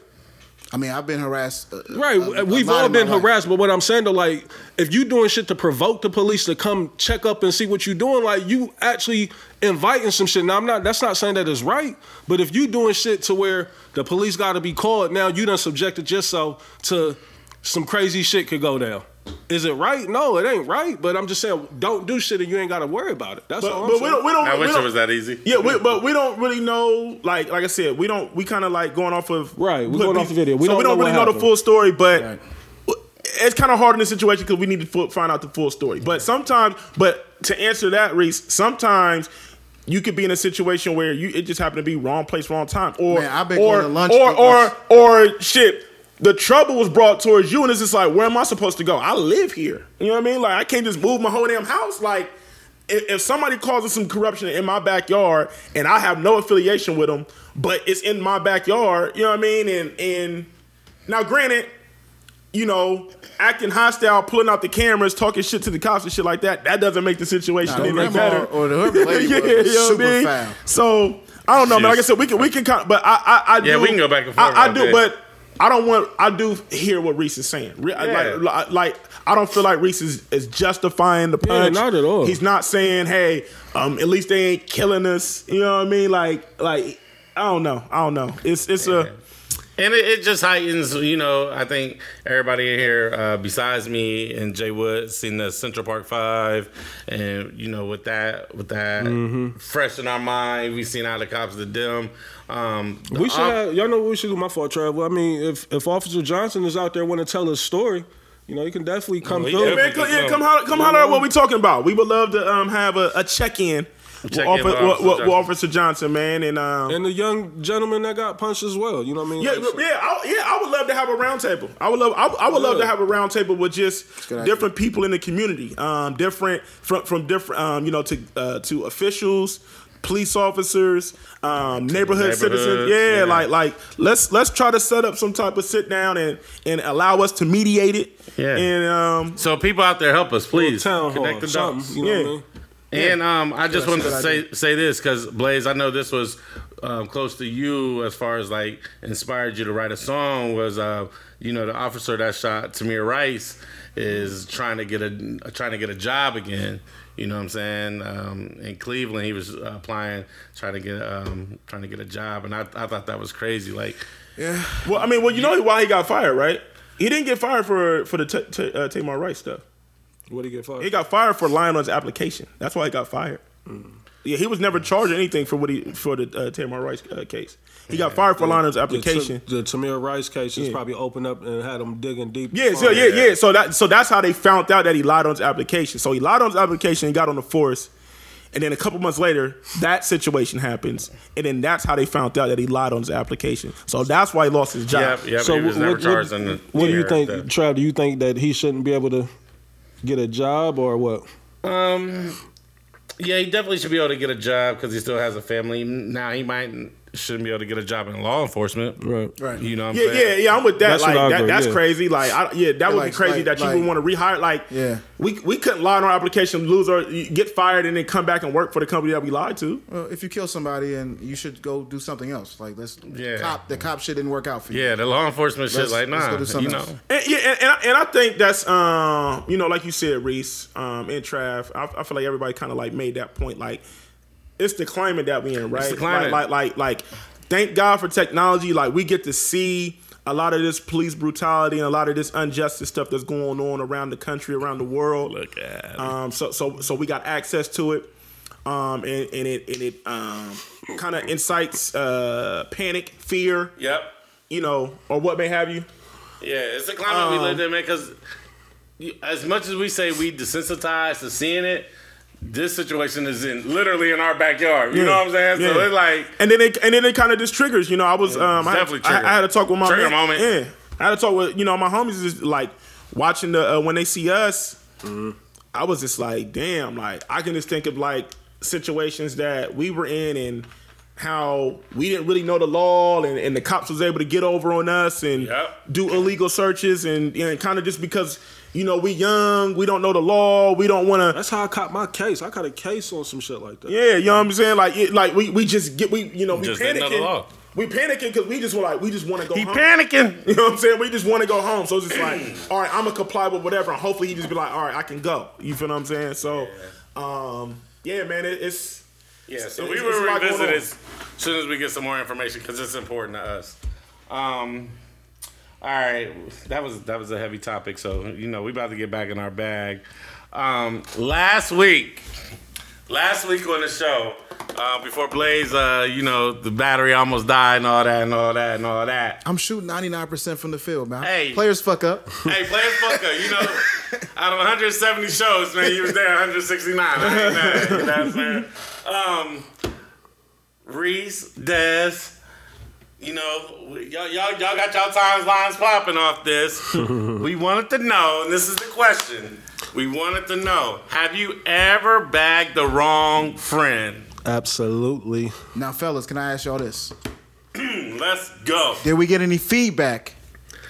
Speaker 4: I mean, I've been harassed. uh,
Speaker 6: Right.
Speaker 4: a- a
Speaker 6: We've
Speaker 4: lot
Speaker 6: all
Speaker 4: in my
Speaker 6: been
Speaker 4: life.
Speaker 6: harassed, but what I'm saying though, like, if you doing shit to provoke the police to come check up and see what you're doing, like, you actually inviting some shit. Now, I'm not. That's not saying that is right, but if you doing shit to where the police got to be called, now you done subjected yourself to some crazy shit could go down. Is it right? No, it ain't right. But I'm just saying, don't do shit and you ain't got to worry about it. That's
Speaker 2: but,
Speaker 6: all I'm
Speaker 2: but
Speaker 6: saying.
Speaker 2: we don't we don't.
Speaker 3: I
Speaker 2: we
Speaker 3: wish
Speaker 2: don't-
Speaker 3: it was that easy.
Speaker 2: Yeah, we, but we don't really know. Like, like I said, we don't. We kind of like going off of
Speaker 6: Right, we're
Speaker 2: but
Speaker 6: going
Speaker 2: we-
Speaker 6: off the video. We
Speaker 2: so
Speaker 6: don't
Speaker 2: we don't
Speaker 6: know
Speaker 2: really
Speaker 6: what
Speaker 2: know the
Speaker 6: happened.
Speaker 2: full story, but it's kind of hard in this situation because we need to fu- find out the full story. But sometimes, but to answer that, Reese, sometimes. You could be in a situation where you it just happened to be wrong place, wrong time, or
Speaker 4: Man, I've been
Speaker 2: or
Speaker 4: going to lunch
Speaker 2: or
Speaker 4: with
Speaker 2: or
Speaker 4: us.
Speaker 2: or shit. The trouble was brought towards you, and it's just like, where am I supposed to go? I live here. You know what I mean? Like, I can't just move my whole damn house. Like, if, if somebody causes some corruption in my backyard, and I have no affiliation with them, but it's in my backyard, you know what I mean? And and now, granted, you know, acting hostile, pulling out the cameras, talking shit to the cops and shit like that, that doesn't make the situation
Speaker 4: the
Speaker 2: any
Speaker 4: grandma
Speaker 2: better.
Speaker 4: or the hood lady
Speaker 2: you
Speaker 4: was
Speaker 2: know what I
Speaker 4: super
Speaker 2: mean?
Speaker 4: foul.
Speaker 2: So I don't know, man. Like I said, we can we can kind of, but I I, I
Speaker 3: Yeah,
Speaker 2: do,
Speaker 3: we can go back and forth
Speaker 2: I, I
Speaker 3: all
Speaker 2: do,
Speaker 3: day.
Speaker 2: but I don't want. I do hear what Reese is saying. Re-
Speaker 3: Yeah.
Speaker 2: Like, li- like I don't feel like Reese is, is justifying the
Speaker 6: Yeah,
Speaker 2: punch.
Speaker 6: not at all.
Speaker 2: He's not saying, "Hey, um, at least they ain't killing us." You know what I mean? Like, like I don't know. I don't know. It's it's a
Speaker 3: And it, it just heightens, you know, I think everybody in here, uh, besides me and Jay Wood, seen the Central Park Five, and you know, with that, with that
Speaker 6: Mm-hmm.
Speaker 3: fresh in our mind, we seen how the cops did them. Um, the
Speaker 6: We should
Speaker 2: Uh,
Speaker 3: op-
Speaker 6: have, y'all know what we should do. My fault, Trav. Well, I mean, if if Officer Johnson is out there want to tell his story, you know, he can definitely come
Speaker 3: he
Speaker 6: through.
Speaker 2: Man,
Speaker 3: definitely-
Speaker 2: come, yeah, come holler, come holler at what we talking about. We would love to um, have a, a check in with,
Speaker 3: Check-in
Speaker 2: officer,
Speaker 3: with
Speaker 2: with, with- with
Speaker 3: Officer Johnson.
Speaker 2: Officer Johnson, man, and um,
Speaker 6: And the young gentleman that got punched as well. You know what I mean?
Speaker 2: yeah,
Speaker 6: Like, so-
Speaker 2: yeah, I, yeah. I would love to have a roundtable. I would love, I, I would love to
Speaker 6: Yeah.
Speaker 2: have a roundtable with just
Speaker 4: good idea.
Speaker 2: different people in the community, um, different from from different, um, you know, to uh, to officials, police officers, um, neighborhood citizens.
Speaker 3: neighborhoods,
Speaker 2: Yeah,
Speaker 3: yeah.
Speaker 2: like like let's let's try to set up some type of sit down and and allow us to mediate it.
Speaker 3: Yeah.
Speaker 2: and um,
Speaker 3: so people out there, help us, please.
Speaker 6: Town hall,
Speaker 3: Connect the
Speaker 6: something,
Speaker 3: dots.
Speaker 6: You know
Speaker 2: Yeah.
Speaker 6: what I mean?
Speaker 3: And um, I just wanted to say say this because Blaze, I know this was um, close to you as far as like inspired you to write a song. Was uh, you know the officer that shot Tamir Rice is trying to get a trying to get a job again. You know what I'm saying? Um, in Cleveland, he was uh, applying, trying to get um, trying to get a job, and I, I thought that was crazy. Like,
Speaker 2: Well, I mean, well, you know why he got fired, right? He didn't get fired for for the t- t- uh, Tamar Rice stuff.
Speaker 6: What he get fired?
Speaker 2: He got fired for lying on his application. That's why he got fired. Yeah, he was never charged anything for what he for the uh, Tamar Rice uh, case. He got fired for lying on his
Speaker 6: the,
Speaker 2: application.
Speaker 6: the Tamir Rice case is
Speaker 2: Yeah.
Speaker 6: probably opened up and had him digging deep.
Speaker 2: Yeah, so yeah, yeah. So that so that's how they found out that he lied on his application. So he lied on his application and got on the force. And then a couple months later, that situation happens, and then that's how they found out that he lied on his application. So that's why he lost his job.
Speaker 3: yeah, yeah,
Speaker 6: So
Speaker 3: but he was
Speaker 6: what-
Speaker 3: never
Speaker 6: what-
Speaker 3: charged.
Speaker 6: what-
Speaker 3: in the
Speaker 6: What do you
Speaker 3: Tamir
Speaker 6: think,
Speaker 3: stuff.
Speaker 6: Trav? Do you think that he shouldn't be able to get a job or what?
Speaker 3: Um, yeah, he definitely should be able to get a job because he still has a family. Now he might shouldn't be able to get a job in law enforcement.
Speaker 6: Right.
Speaker 4: Right.
Speaker 3: You know. What I'm
Speaker 2: Yeah, yeah,
Speaker 3: saying?
Speaker 2: yeah. I'm with that.
Speaker 6: That's
Speaker 2: like
Speaker 6: what I
Speaker 2: that,
Speaker 6: agree,
Speaker 2: that's
Speaker 6: yeah.
Speaker 2: crazy. Like, I, yeah, that would
Speaker 4: like-
Speaker 2: be crazy
Speaker 4: like-
Speaker 2: that you
Speaker 4: like-
Speaker 2: would want to rehire. Like,
Speaker 4: Yeah.
Speaker 2: we we couldn't lie on our application, lose or get fired, and then come back and work for the company that we lied to.
Speaker 4: Well, if you kill somebody and you should go do something else, like let's
Speaker 3: Yeah.
Speaker 4: cop the cop shit didn't work out for you.
Speaker 3: Yeah, the law enforcement shit,
Speaker 4: Let's-
Speaker 3: like
Speaker 4: let's
Speaker 3: nah,
Speaker 4: go do something
Speaker 3: you know,
Speaker 4: else.
Speaker 2: And, yeah, and, and, I, and I think that's um, you know, like you said, Reese, um, and Trav. I, I feel like everybody kind of like made that point. Like, it's the climate that we in, right?
Speaker 3: the climate.
Speaker 2: Like, like, like, like, thank God for technology. Like, we get to see a lot of this police brutality and a lot of this injustice stuff that's going on around the country, around the world.
Speaker 3: look at it.
Speaker 2: Um, so so so we got access to it, um, and, and it and it um, kind of incites uh, panic, fear,
Speaker 3: yep,
Speaker 2: you know, or what may have you.
Speaker 3: yeah, it's the climate
Speaker 4: Um,
Speaker 3: we live in, man. Because as much as we say we desensitized to seeing it, this situation is in literally in our backyard. You
Speaker 2: Yeah,
Speaker 3: know what I'm saying? So
Speaker 2: yeah.
Speaker 3: it's like
Speaker 2: And then it and then it kind of just triggers. You know, I was um, I, had,
Speaker 3: definitely
Speaker 2: I,
Speaker 3: trigger.
Speaker 2: I had a talk with my
Speaker 3: Trigger
Speaker 2: man-
Speaker 3: moment.
Speaker 2: Yeah, I had a talk with you know my homies is like watching the uh, when they see us.
Speaker 3: Mm-hmm.
Speaker 2: I was just like, damn, like I can just think of like situations that we were in and how we didn't really know the law and, and the cops was able to get over on us and
Speaker 3: Yep.
Speaker 2: do illegal searches and, and kind of just because you know we young we don't know the law we don't want to
Speaker 6: That's how I caught my case. I caught a case on some shit like that.
Speaker 2: yeah, you know what I'm saying? Like, it, like we, we just get we you know we
Speaker 3: Just didn't know the
Speaker 2: panicking.
Speaker 3: law.
Speaker 2: We panicking because we just want like we just want to go.
Speaker 3: he
Speaker 4: Uh-huh.
Speaker 2: home.
Speaker 3: panicking.
Speaker 2: You know what I'm saying? We just want to go home. So it's just like, all right, I'm gonna comply with whatever. And hopefully, he just be like, all right, I can go. You feel what I'm saying? So, um, yeah, man, it, it's
Speaker 3: Yeah, so
Speaker 2: It's-
Speaker 3: we
Speaker 2: it's
Speaker 3: will
Speaker 2: a lot going
Speaker 3: revisit
Speaker 2: on.
Speaker 3: this as soon as we get some more information because it's important to us. Um, all right, that was that was a heavy topic, so you know we about to get back in our bag. Um, last week, last week on the show, uh, before Blaze, uh, you know the battery almost died and all that and all that and all that.
Speaker 4: I'm shooting 99% from the field, man.
Speaker 3: Hey.
Speaker 4: Players fuck up.
Speaker 3: hey, Blaze fucker, you know, out of 170 shows, man, you was there 169. I ain't mad, you know what I'm saying? Um, Reese, Des, you know, y'all, y'all, y'all got y'all timelines popping off this. we wanted to know, and this is the question. We wanted to know: Have you ever bagged the wrong friend?
Speaker 6: Absolutely.
Speaker 4: Now, fellas, can I ask y'all this?
Speaker 3: Let's go.
Speaker 4: Did we get any feedback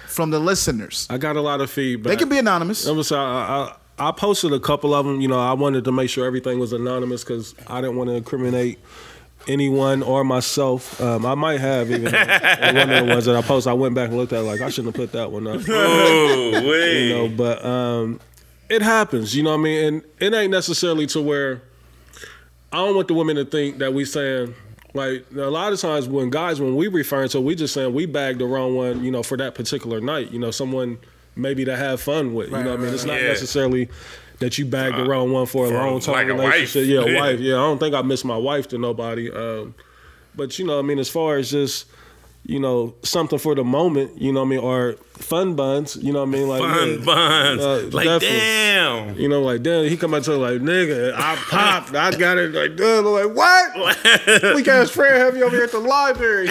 Speaker 4: from the listeners.
Speaker 6: I got a lot of feedback.
Speaker 4: They can be anonymous.
Speaker 6: That was- I, I, I posted a couple of them. You know, I wanted to make sure everything was anonymous because I didn't want to incriminate anyone or myself. Um, I might have even uh, one of the ones that I posted. I went back and looked at it, like I shouldn't have put that one up.
Speaker 3: Oh, wait.
Speaker 6: you know but um it happens you know what i mean and it ain't necessarily to where i don't want the women to think that we saying like a lot of times when guys when we referring to we just saying we bagged the wrong one you know for that particular night you know someone maybe to have fun with you know what i mean it's not
Speaker 3: right. Yeah. Uh,
Speaker 6: necessarily that you bagged the wrong one for a
Speaker 3: for
Speaker 6: long time
Speaker 3: like a wife.
Speaker 6: relationship yeah
Speaker 3: Yeah.
Speaker 6: wife yeah i don't think i miss my wife to nobody um but you know, I mean, as far as just you know something for the moment, you know, what I mean, or fun buns, you know, what I mean, like
Speaker 3: Fun
Speaker 6: yeah,
Speaker 3: buns.
Speaker 6: uh,
Speaker 3: like,
Speaker 6: definitely.
Speaker 3: damn.
Speaker 6: You know, like damn, he come out to like nigga, I popped, I got it, like damn, I'm like what?
Speaker 1: We got friend have you over here at the library.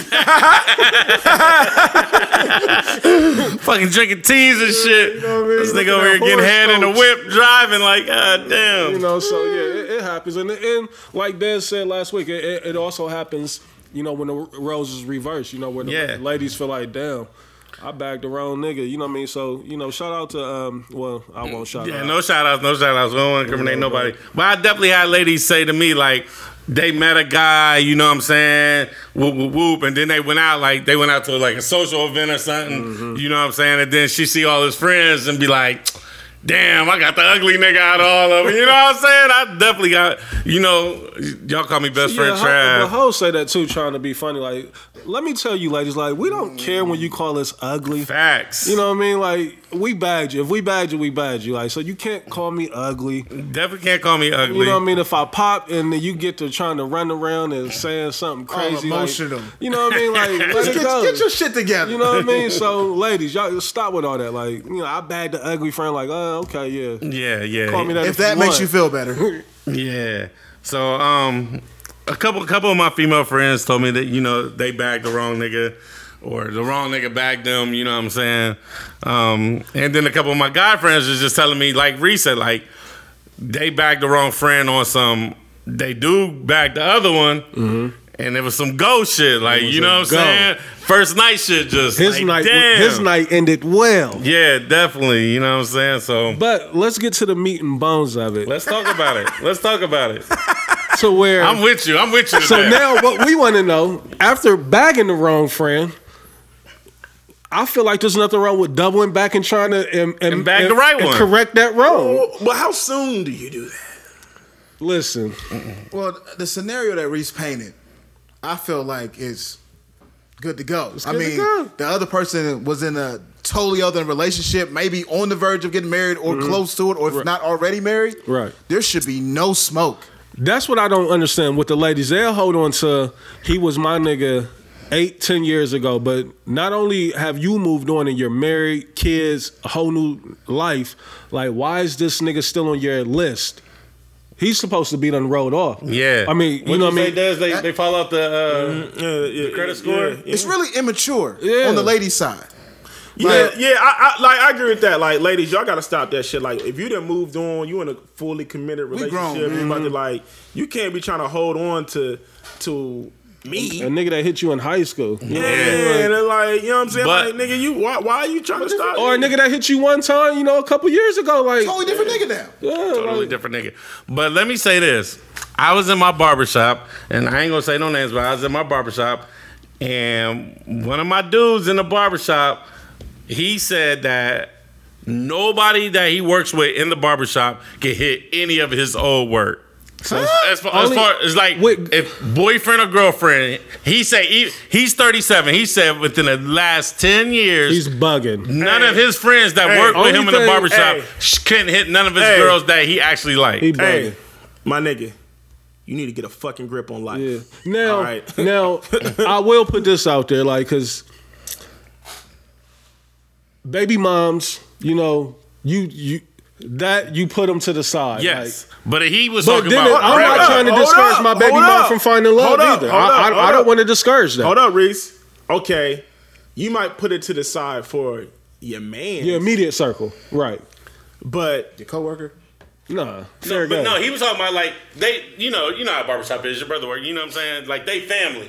Speaker 3: Fucking drinking teas and shit.
Speaker 6: know what I mean?
Speaker 3: This
Speaker 6: Looking
Speaker 3: nigga over
Speaker 6: at
Speaker 3: here getting
Speaker 6: horse
Speaker 3: head in the
Speaker 6: coats.
Speaker 3: whip driving like, god damn.
Speaker 6: You know, so yeah, it, it happens, and and like Des said last week, it, it, it also happens. You know, when the roles is reversed, you know, where the
Speaker 3: Yeah.
Speaker 6: ladies feel like damn. I bagged the wrong nigga, you know what I mean? So, you know, shout out to um well, I won't shout
Speaker 3: Yeah,
Speaker 6: out.
Speaker 3: no shout outs, no shout outs. We don't want to incriminate nobody. But I definitely had ladies say to me, like, they met a guy, you know what I'm saying? Whoop, whoop, whoop. And then they went out, like, they went out to like a social event or something,
Speaker 6: Mm-hmm.
Speaker 3: you know what I'm saying? And then she see all his friends and be like, damn, I got the ugly nigga out of all of them. You know what I'm saying? I definitely got, you know, y'all call me best
Speaker 6: Yeah,
Speaker 3: friend
Speaker 6: ho- The
Speaker 3: Trav.
Speaker 6: hoes say that too, trying to be funny. Like, let me tell you, ladies, like we don't care when you call us ugly.
Speaker 3: Facts.
Speaker 6: You know what I mean? Like we badge you. If we badge you, we badge you. Like so, you can't call me ugly.
Speaker 3: definitely can't call me ugly.
Speaker 6: You know what I mean? If I pop and then you get to trying to run around and saying something crazy, like-
Speaker 4: emotional.
Speaker 6: you know what I mean? Like let it
Speaker 4: Get,
Speaker 6: go.
Speaker 4: get your shit together.
Speaker 6: you know what I mean? So, ladies, y'all stop with all that. Like, you know, I bagged the ugly friend. Like, oh, okay, yeah.
Speaker 3: Yeah, yeah.
Speaker 6: Call me that
Speaker 4: if that makes
Speaker 6: want.
Speaker 4: you feel better,
Speaker 3: Yeah. So um a couple couple of my female friends told me that, you know, they bagged the wrong nigga or the wrong nigga bagged them, you know what I'm saying? Um and then a couple of my guy friends was just telling me like Reese like they bagged the wrong friend on some they do bag the other one.
Speaker 6: Mm-hmm.
Speaker 3: And it was some ghost shit, like you know what I'm
Speaker 6: some go.
Speaker 3: saying. First night shit, just
Speaker 6: his
Speaker 3: like,
Speaker 6: night.
Speaker 3: damn.
Speaker 6: His night ended well.
Speaker 3: yeah, definitely. You know what I'm saying. So
Speaker 6: But let's get to the meat and bones of it.
Speaker 3: let's talk about it. Let's talk about it.
Speaker 6: to where
Speaker 3: I'm with you. I'm with you.
Speaker 6: So
Speaker 3: today.
Speaker 6: now, what we want to know after bagging the wrong friend, I feel like there's nothing wrong with doubling back and trying to and, and,
Speaker 3: bag the right
Speaker 6: and
Speaker 3: one.
Speaker 6: correct that wrong.
Speaker 2: But Oh, how soon do you do that?
Speaker 6: Listen,
Speaker 4: well, the scenario that Reese painted, I feel like is good to go.
Speaker 6: good
Speaker 4: I
Speaker 6: to
Speaker 4: mean,
Speaker 6: go.
Speaker 4: the other person was in a totally other relationship, maybe on the verge of getting married or close to it, or if not already married.
Speaker 6: Mm-hmm. Right.
Speaker 4: There should be no smoke.
Speaker 6: that's what I don't understand with the ladies. They'll hold on to he was my nigga eight, ten years ago, but not only have you moved on and you're married, kids, a whole new life. Like, why is this nigga still on your list? He's supposed to be done rolled off.
Speaker 3: Yeah.
Speaker 6: I mean, you
Speaker 3: What'd
Speaker 6: know what I
Speaker 3: say,
Speaker 6: mean.
Speaker 3: Des? they, they fall off the, uh, the credit score.
Speaker 4: It's really immature
Speaker 6: Yeah.
Speaker 4: on the lady's side.
Speaker 2: Yeah, yeah, I, I like I agree with that. Like, ladies, y'all gotta stop that shit. Like, if you done moved on, you in a fully committed
Speaker 4: We
Speaker 2: relationship.
Speaker 4: grown,
Speaker 2: you about to like, you can't be trying to hold on to to me.
Speaker 6: A nigga that hit you in high school. You know what I
Speaker 2: yeah,
Speaker 6: mean?
Speaker 2: and they're like, you know what I'm saying?
Speaker 3: But-
Speaker 2: like, nigga, you why, why are you trying to stop?
Speaker 6: Or a nigga that hit you one time, you know, a couple years ago, like
Speaker 4: Totally different nigga now.
Speaker 6: yeah,
Speaker 3: Totally
Speaker 6: like,
Speaker 3: different nigga. But let me say this. I was in my barbershop, and I ain't gonna say no names, but I was in my barbershop, and one of my dudes in the barbershop, he said that nobody that he works with in the barbershop can hit any of his old work. So as, far, as
Speaker 6: Only-
Speaker 3: far as like
Speaker 6: Wait.
Speaker 3: if boyfriend or girlfriend, he say he, he's 37. He said within the last 10 years
Speaker 6: he's bugging.
Speaker 3: None
Speaker 2: Hey.
Speaker 3: of his friends that
Speaker 2: Hey.
Speaker 3: worked with
Speaker 6: Only
Speaker 3: him in the
Speaker 6: thing-
Speaker 3: barbershop
Speaker 2: Hey.
Speaker 3: sh couldn't hit none of his
Speaker 2: Hey.
Speaker 3: girls that he actually liked.
Speaker 6: He
Speaker 2: hey,
Speaker 6: bugging.
Speaker 2: my nigga, you need to get a fucking grip on life.
Speaker 6: Yeah. Now,
Speaker 2: All right.
Speaker 6: now, I will put this out there, like, cause baby moms, you know, you you that you put them to the side.
Speaker 3: yes, but he was
Speaker 6: Like, but
Speaker 3: talking
Speaker 6: then
Speaker 3: about.
Speaker 6: it- I'm
Speaker 2: Hold
Speaker 6: not
Speaker 2: up,
Speaker 6: trying to
Speaker 2: hold
Speaker 6: discourage
Speaker 2: up,
Speaker 6: my baby
Speaker 2: hold
Speaker 6: mom
Speaker 2: up.
Speaker 6: from finding love
Speaker 2: Hold up,
Speaker 6: either.
Speaker 2: hold
Speaker 6: I,
Speaker 2: up,
Speaker 6: I,
Speaker 2: hold
Speaker 6: I don't
Speaker 2: up.
Speaker 6: want to discourage that.
Speaker 2: Hold up, Reese. Okay, you might put it to the side for your man.
Speaker 6: Your immediate circle, right?
Speaker 2: but
Speaker 4: Your coworker.
Speaker 6: Nah, fair
Speaker 3: no, but
Speaker 6: game.
Speaker 3: no, he was talking about like they, you know, you know how barbershop is. Your brother work, you know what I'm saying? Like they family.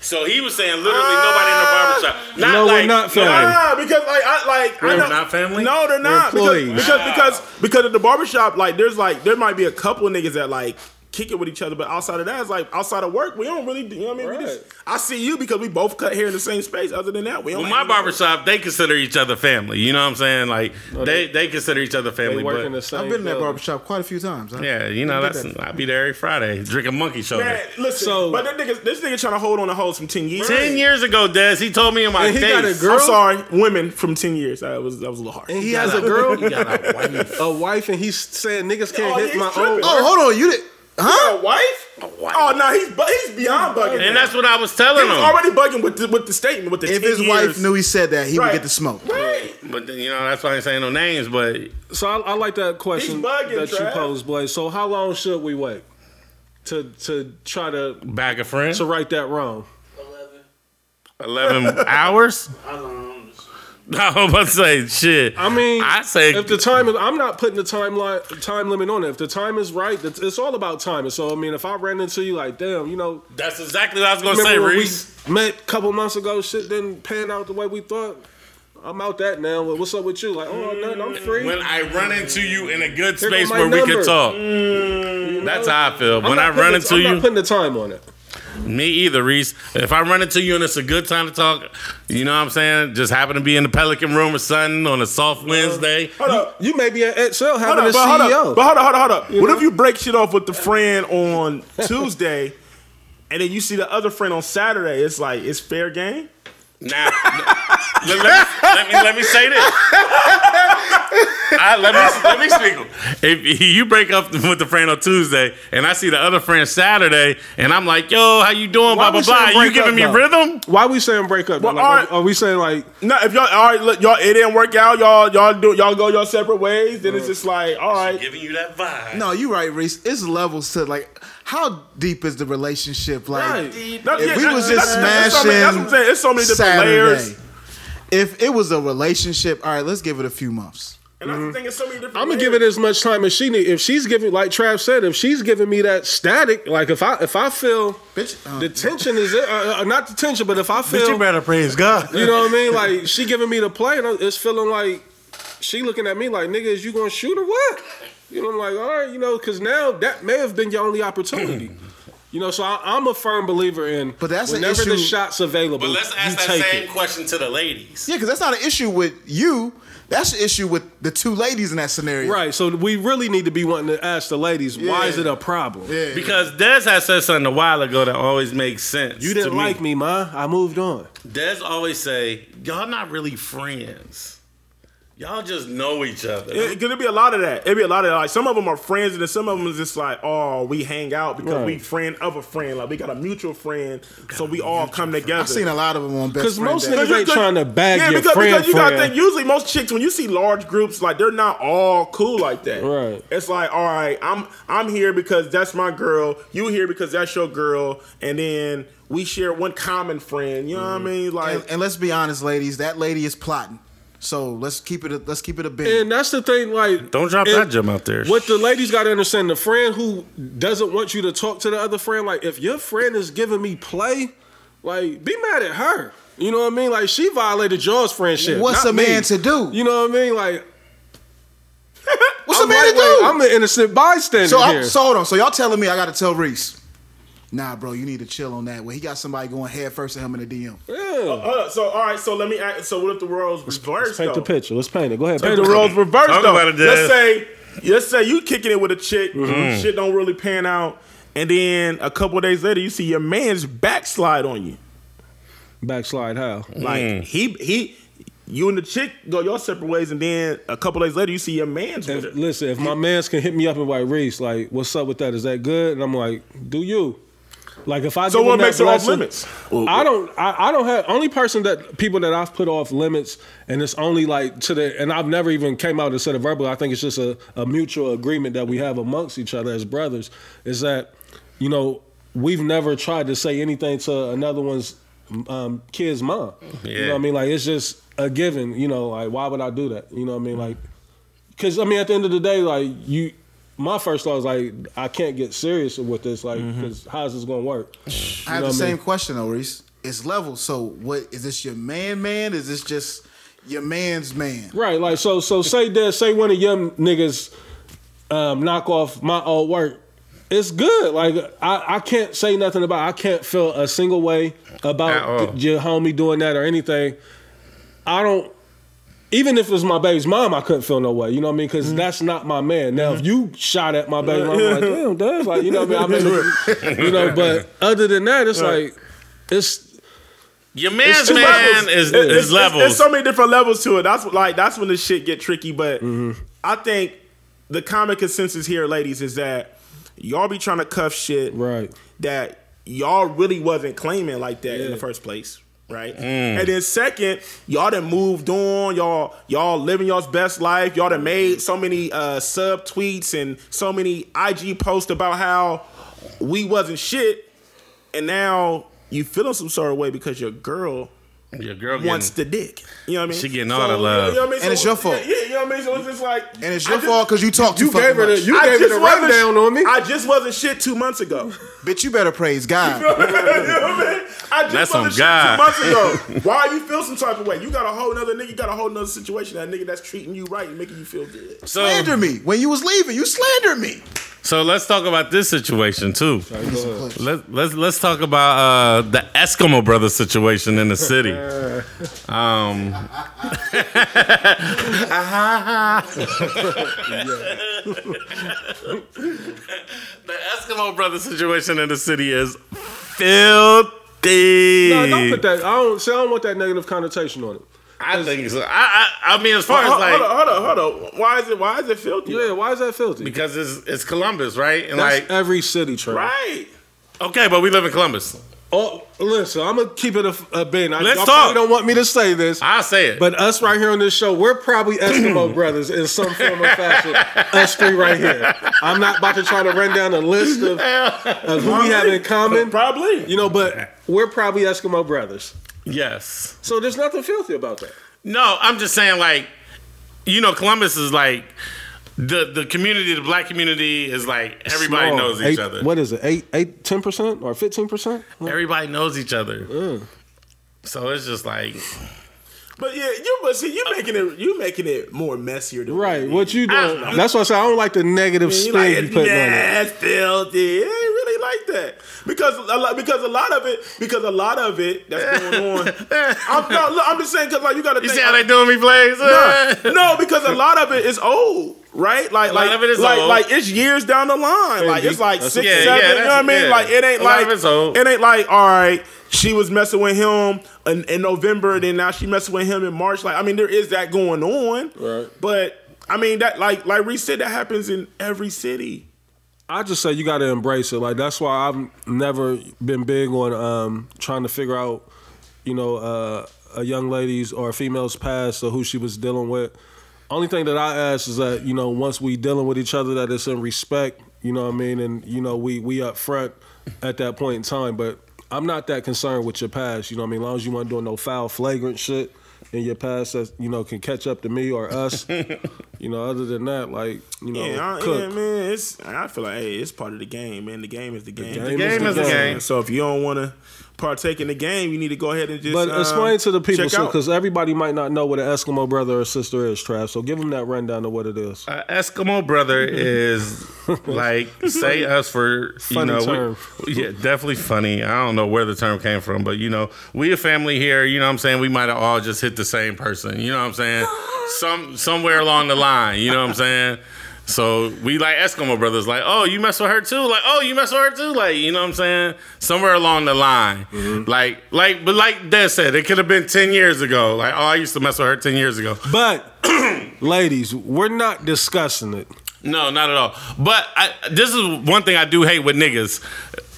Speaker 3: So he was saying literally nobody in the barbershop. Not
Speaker 6: No, we're
Speaker 3: like,
Speaker 6: not family.
Speaker 3: nobody-
Speaker 2: Nah, because like I like I
Speaker 3: We're
Speaker 2: know,
Speaker 3: not family?
Speaker 2: No, they're not because
Speaker 1: employees.
Speaker 2: because, because because at the barbershop, like there's like there might be a couple niggas that like kick it with each other, but outside of that, it's like outside of work, we don't really. do- You know what I mean? We
Speaker 6: Right.
Speaker 2: just, I see you because we both cut hair in the same space. Other than that, we don't.
Speaker 3: Well, my
Speaker 2: hang out.
Speaker 3: barbershop, they consider each other family. You know what I'm saying? Like they, they consider each other
Speaker 6: They
Speaker 3: family.
Speaker 6: work
Speaker 3: but-
Speaker 6: in the same.
Speaker 4: I've been in that
Speaker 6: building.
Speaker 4: barbershop quite a few times. I-
Speaker 3: yeah, you know
Speaker 4: I did
Speaker 3: that's
Speaker 4: that.
Speaker 3: I be there every Friday drinking monkey shoulder.
Speaker 2: Man, listen,
Speaker 6: So-
Speaker 2: but that nigga, this nigga trying to hold on to hoes from ten years.
Speaker 3: Ten years ago, Des, he told me in my
Speaker 6: And he
Speaker 3: face.
Speaker 6: got a girl?
Speaker 2: I'm sorry, women from ten years. That was that was a little harsh.
Speaker 6: And he
Speaker 3: He
Speaker 6: has a
Speaker 3: got
Speaker 6: girl,
Speaker 3: He got a wife.
Speaker 6: a wife, and he's saying niggas can't
Speaker 2: Oh,
Speaker 6: hit
Speaker 2: he's
Speaker 6: my
Speaker 2: tripping.
Speaker 6: own.
Speaker 4: Oh, hold on, you did. Huh?
Speaker 2: a wife? Oh no, he's bu- he's beyond bugging.
Speaker 3: And
Speaker 2: now.
Speaker 3: that's what I was telling
Speaker 2: He was
Speaker 3: him.
Speaker 2: already bugging with the, with the statement with the
Speaker 4: If
Speaker 2: 10
Speaker 4: his
Speaker 2: years.
Speaker 4: wife knew he said that, he
Speaker 2: Right.
Speaker 4: would get the smoke.
Speaker 2: Right.
Speaker 3: But then, you know that's why I ain't saying no names. But
Speaker 6: So I, I like that question
Speaker 2: He's bugging,
Speaker 6: that you
Speaker 2: Trav.
Speaker 6: posed, Blaze. So how long should we wait to to try to
Speaker 3: back a friend,
Speaker 6: to right that wrong?
Speaker 7: Eleven.
Speaker 3: eleven hours.
Speaker 7: I don't know.
Speaker 3: I was about to say shit.
Speaker 6: I mean,
Speaker 3: I say
Speaker 6: if the time is, I'm not putting the timeline time limit on it. If the time is right, it's, it's all about timing. So I mean, if I ran into you like, damn, you know,
Speaker 3: that's exactly what I was gonna say,
Speaker 6: remember when
Speaker 3: Reese.
Speaker 6: we met a couple months ago, shit didn't pan out the way we thought. I'm out that now. Well, What's up with you? Like, oh, nothing. I'm free.
Speaker 3: When I run into you in a good
Speaker 6: go
Speaker 3: space
Speaker 6: my
Speaker 3: where we
Speaker 6: number. Mm.
Speaker 3: can talk, that's how I feel.
Speaker 6: I'm
Speaker 3: When
Speaker 6: not
Speaker 3: I
Speaker 6: putting
Speaker 3: run
Speaker 6: the-
Speaker 3: into
Speaker 6: I'm
Speaker 3: you,
Speaker 6: not putting the time on it.
Speaker 3: Me either, Reese. If I run into you and it's a good time to talk, you know what I'm saying? Just happen to be in the Pelican room or something on a
Speaker 6: Uh,
Speaker 3: soft Wednesday.
Speaker 2: Hold up.
Speaker 6: You may be at XL
Speaker 2: Hold
Speaker 6: having
Speaker 2: up,
Speaker 6: a E
Speaker 2: but hold
Speaker 4: E
Speaker 6: CEO.
Speaker 2: up, but hold up, hold up, hold up. What if you break shit off with the friend on Tuesday, and then you see the other friend on Saturday? It's like it's fair game.
Speaker 3: Now, let, let me, let, me, let me say this. I, let, me, let me speak. If you break up with the friend on Tuesday and I see the other friend Saturday and I'm like, yo, how you doing?
Speaker 6: Why
Speaker 3: Blah, blah,
Speaker 6: we saying
Speaker 3: blah. You
Speaker 6: break
Speaker 3: giving
Speaker 6: up,
Speaker 3: me
Speaker 6: though?
Speaker 3: rhythm?
Speaker 6: Why we saying break up? though?
Speaker 2: Well,
Speaker 6: Like,
Speaker 2: alright.
Speaker 6: are, are we saying like
Speaker 2: No, if y'all all right, look, y'all it didn't work out. Y'all y'all do y'all go your separate ways. Then it's just like all right.
Speaker 3: Giving you that vibe.
Speaker 4: No, you right, Reese. It's levels to like how deep is the relationship? Like
Speaker 2: No,
Speaker 4: if we
Speaker 2: that-
Speaker 4: was just
Speaker 2: that's- that's so many- that's what I'm saying. It's so many different
Speaker 4: Saturday.
Speaker 2: layers.
Speaker 4: If it was a relationship, all right, let's give it a few months.
Speaker 2: And that's the thing. It's so many different.
Speaker 6: I'm gonna Mm-hmm. give it as much time as she need. If she's giving, like Trav said, if she's giving me that static, like if I if I feel
Speaker 4: Bitch, um,
Speaker 6: the tension is uh, uh, not the tension, but if I feel,
Speaker 8: But you
Speaker 6: you,
Speaker 8: better praise God.
Speaker 6: know what I mean, like she giving me the play, and I- it's feeling like she looking at me like, nigga, is you gonna shoot or what? You know, I'm like, all right, you know, because now that may have been your only opportunity. You know, so I, I'm a firm believer in.
Speaker 4: But that's an
Speaker 6: whenever the
Speaker 4: issue-
Speaker 6: shots available,
Speaker 3: But let's ask
Speaker 6: you take
Speaker 3: that same
Speaker 6: it.
Speaker 3: question to the ladies.
Speaker 4: Yeah, because that's not an issue with you. That's an issue with the two ladies in that scenario.
Speaker 6: Right, so we really need to be wanting to ask the ladies, why is it a problem?
Speaker 3: Because Des had said something a while ago that always makes sense.
Speaker 6: You didn't
Speaker 3: to
Speaker 6: like me, ma. I moved on.
Speaker 3: Des always say, "Y'all not really friends. Y'all just know each other."
Speaker 2: It, it'd be a lot of that. It'd be a lot of that. like some of them are friends, and then some of them is just like, oh, we hang out because
Speaker 6: Right.
Speaker 2: we friend of a friend. Like we got a mutual friend, so we all come together.
Speaker 4: I've seen a lot of them on best
Speaker 6: Because
Speaker 4: friend
Speaker 6: most
Speaker 4: Day.
Speaker 6: niggas ain't trying to bag your
Speaker 2: because,
Speaker 6: friend.
Speaker 2: because you gotta
Speaker 6: friend.
Speaker 2: think. Usually, most chicks when you see large groups, like they're not all cool like that.
Speaker 6: Right.
Speaker 2: It's like, all right, I'm I'm here because that's my girl. You here because that's your girl, and then we share one common friend. You know
Speaker 6: Mm-hmm.
Speaker 2: what I mean? Like,
Speaker 4: and, and let's be honest, ladies, that lady is plotting. So let's keep it. A, let's keep it a bit.
Speaker 6: and that's the thing, like
Speaker 3: Don't drop
Speaker 6: it-
Speaker 3: that gem out there.
Speaker 6: What the ladies gotta understand, the friend who doesn't want you to talk to the other friend, like if your friend is giving me play, like be mad at her. You know what I mean? Like she violated yours friendship.
Speaker 4: What's
Speaker 6: not
Speaker 4: a man
Speaker 6: me.
Speaker 4: to do?
Speaker 6: You know what I mean? Like
Speaker 4: What's
Speaker 6: I'm
Speaker 4: a man to
Speaker 6: lightweight,
Speaker 4: do?
Speaker 6: I'm an innocent bystander
Speaker 4: so,
Speaker 6: here.
Speaker 4: I'm, so hold on. So y'all telling me I got to tell Reese? Nah, bro, you need to chill on that. Well, he got somebody going head first at him in the DM.
Speaker 6: yeah.
Speaker 2: hold up, Uh, so all right, so let me. Ask, so what if the world's reversed?
Speaker 6: Paint the
Speaker 2: though?
Speaker 6: picture. Let's paint it. Go ahead.
Speaker 2: If
Speaker 6: Paint
Speaker 2: the
Speaker 6: the
Speaker 2: roles reversed
Speaker 3: Talk
Speaker 2: though.
Speaker 3: about it,
Speaker 2: let's
Speaker 3: Dez.
Speaker 2: say let's say you kicking it with a chick,
Speaker 3: Mm-hmm.
Speaker 2: shit don't really pan out, and then a couple days later you see your man's backslide on you.
Speaker 6: Backslide how?
Speaker 2: Like
Speaker 3: Mm.
Speaker 2: he he you and the chick go your separate ways, and then a couple days later you see your man's with
Speaker 6: If,
Speaker 2: her.
Speaker 6: listen, if my mans can hit me up and like Reese, like, what's up with that? Is that good? And I'm like, do you? Like, if I
Speaker 2: So
Speaker 6: give
Speaker 2: what
Speaker 6: them that
Speaker 2: makes it off
Speaker 6: blessing-
Speaker 2: limits?
Speaker 6: I don't. I, I don't have only person that people that I've put off limits, and it's only like to the. And I've never even came out and said it verbally. I think it's just a, a mutual agreement that we have amongst each other as brothers. Is that you know we've never tried to say anything to another one's um, kid's mom. You know what I
Speaker 3: Yeah.
Speaker 6: mean? Like it's just a given. You know, like why would I do that? You know what I mean? Like because I mean, at the end of the day, like you, my first thought was like, I can't get serious with this, like, because how's this gonna work?
Speaker 4: I have
Speaker 6: know
Speaker 4: the
Speaker 6: what I
Speaker 4: same
Speaker 6: mean?
Speaker 4: question though, Reese. it's level. So what is this your man man? Is this just your man's man?
Speaker 6: Right, like so. So say that say one of young niggas um, knock off my old work. It's good. Like I, I can't say nothing about. I can't feel a single way
Speaker 3: At all.
Speaker 6: about th- your homie doing that or anything. I don't. Even if it was my baby's mom, I couldn't feel no way. You know what I mean? Because
Speaker 3: Mm-hmm.
Speaker 6: that's not my man. Now, if you shot at my baby mom, I'm like, damn, does like you know what I mean? I'm in the, you know, but other than that, it's like it's
Speaker 3: Your man's
Speaker 6: It's- it's
Speaker 3: man
Speaker 2: levels.
Speaker 3: is,
Speaker 2: It- it's-
Speaker 3: is levels.
Speaker 2: There's so many different levels to it. That's what- like that's when the shit get tricky. But
Speaker 6: Mm-hmm.
Speaker 2: I think the common consensus here, ladies, is that y'all be trying to cuff shit
Speaker 6: Right.
Speaker 2: that y'all really wasn't claiming like that in
Speaker 6: Yeah.
Speaker 2: the first place. Right,
Speaker 3: Mm.
Speaker 2: and then second, y'all done moved on. Y'all, y'all living y'all's best life. Y'all done
Speaker 3: Mm.
Speaker 2: made so many uh, sub tweets and so many IG posts about how we wasn't shit, and now you feeling some sort of way because your girl
Speaker 3: Your girl
Speaker 2: wants
Speaker 3: getting-
Speaker 2: the dick. You know what I mean?
Speaker 3: She getting all the love.
Speaker 2: You know what I mean?
Speaker 4: And it's your fault.
Speaker 2: Yeah, yeah, you know what I mean? So it's just like
Speaker 4: And it's your fault because you talked too
Speaker 1: You gave
Speaker 4: fucking
Speaker 1: her the
Speaker 4: much.
Speaker 1: you gave her the
Speaker 2: wasn't-
Speaker 1: rundown on me.
Speaker 2: I just wasn't shit two months ago.
Speaker 4: Bitch, you better praise God.
Speaker 2: you know what I mean? I just
Speaker 3: That's on
Speaker 2: wasn't shit
Speaker 3: God.
Speaker 2: two months ago. Why you feel some type of way? You got a whole nother nigga, you got a whole nother situation, that nigga that's treating you right and making you feel good.
Speaker 4: slander
Speaker 3: so,
Speaker 4: me when you was leaving. You slandered me.
Speaker 3: so let's talk about this situation too. Let, let's let's talk about uh, the Eskimo brother situation in the city. Um, the Eskimo brother situation in the city is filthy.
Speaker 6: No, don't put that. I don't. See, I don't want that negative connotation on it.
Speaker 3: I think so. I, I I mean, as far as
Speaker 2: Hold,
Speaker 3: like
Speaker 2: hold on, hold on, hold on. Why is it why is it filthy?
Speaker 6: Yeah, why is that filthy?
Speaker 3: because it's it's Columbus, right? And
Speaker 6: That's
Speaker 3: like
Speaker 6: every city, Trey.
Speaker 2: Right.
Speaker 3: okay, but we live in Columbus.
Speaker 6: Oh, listen, I'm gonna keep it a, a bin. I,
Speaker 3: Let's
Speaker 6: y'all
Speaker 3: talk.
Speaker 6: probably Don't want me to say this,
Speaker 3: I say it.
Speaker 6: but us right here on this show, we're probably Eskimo brothers in some form or fashion. us three right here. I'm not about to try to run down a list of, of who we have in common.
Speaker 2: Probably.
Speaker 6: You know, but we're probably Eskimo brothers.
Speaker 3: yes.
Speaker 6: So there's nothing filthy about that.
Speaker 3: No, I'm just saying like, you know, Columbus is like the the community, the black community is like everybody
Speaker 6: Small.
Speaker 3: knows each
Speaker 6: Eight-
Speaker 3: other.
Speaker 6: What is it? Eight, eight, ten percent or fifteen percent?
Speaker 3: Everybody knows each other.
Speaker 6: Mm.
Speaker 3: So it's just like
Speaker 2: But yeah, you but see you making it you making it more messier than
Speaker 6: Right. What you doing?
Speaker 3: know.
Speaker 6: That's why I say I don't like the negative
Speaker 2: You
Speaker 6: spin
Speaker 2: like,
Speaker 6: you putting
Speaker 2: nah,
Speaker 6: on it.
Speaker 2: it's filthy. It ain't really like that because a lot because a lot of it because a lot of it that's going on. I'm no, look, I'm just saying because like you got to
Speaker 3: you
Speaker 2: think.
Speaker 3: see how they doing me, Blaze?
Speaker 2: no, no, because a lot of it is old, right? Like
Speaker 3: lot
Speaker 2: like
Speaker 3: of it is
Speaker 2: like
Speaker 3: old.
Speaker 2: like it's years down the line. Like it's like six,
Speaker 3: yeah,
Speaker 2: seven.
Speaker 3: yeah,
Speaker 2: you know what I
Speaker 3: that's-
Speaker 2: mean?
Speaker 3: yeah.
Speaker 2: Like it ain't
Speaker 3: A lot of
Speaker 2: like
Speaker 3: it's old.
Speaker 2: it ain't like all right. She was messing with him in, in November, then now she messing with him in March. Like I mean, there is that going on,
Speaker 6: Right.
Speaker 2: But I mean that like like Reese said that happens in every city.
Speaker 6: I just say you got to embrace it. Like that's why I've never been big on um, trying to figure out, you know, uh, a young lady's or a female's past or who she was dealing with. Only thing that I ask is that you know once we dealing with each other that it's in respect. You know what I mean? And you know we we up front at that point in time. But I'm not that concerned with your past. You know what I mean? As long as you weren't doing no foul flagrant shit in your past that you know can catch up to me or us. you know, other than that, like you know,
Speaker 2: Yeah, I,
Speaker 6: Oh, cook.
Speaker 2: yeah, man. It's I feel like hey, it's part of the game, man. The game is the game.
Speaker 6: game The is game the
Speaker 3: is the game. game.
Speaker 2: So if you don't want to partake in the game, you need to go ahead and just.
Speaker 6: But
Speaker 2: um,
Speaker 6: explain to the people,
Speaker 2: check out.
Speaker 6: because everybody might not know what an Eskimo brother or sister is, Trav. So give them that rundown of what it is.
Speaker 3: Uh, Eskimo brother is like say us for you
Speaker 6: Funny
Speaker 3: know we-
Speaker 6: term.
Speaker 3: yeah definitely funny. I don't know where the term came from, but you know we a family here. You know what I'm saying we might have all just hit the same person. You know what I'm saying some somewhere along the line. You know what I'm saying. So we like Eskimo brothers, like oh you mess with her too, like oh you mess with her too, like you know what I'm saying somewhere along the line,
Speaker 6: Mm-hmm.
Speaker 3: like like but like Dad said it could have been ten years ago, like oh I used to mess with her ten years ago,
Speaker 6: But, ladies, we're not discussing it.
Speaker 3: No, not at all. But I, this is one thing I do hate with niggas.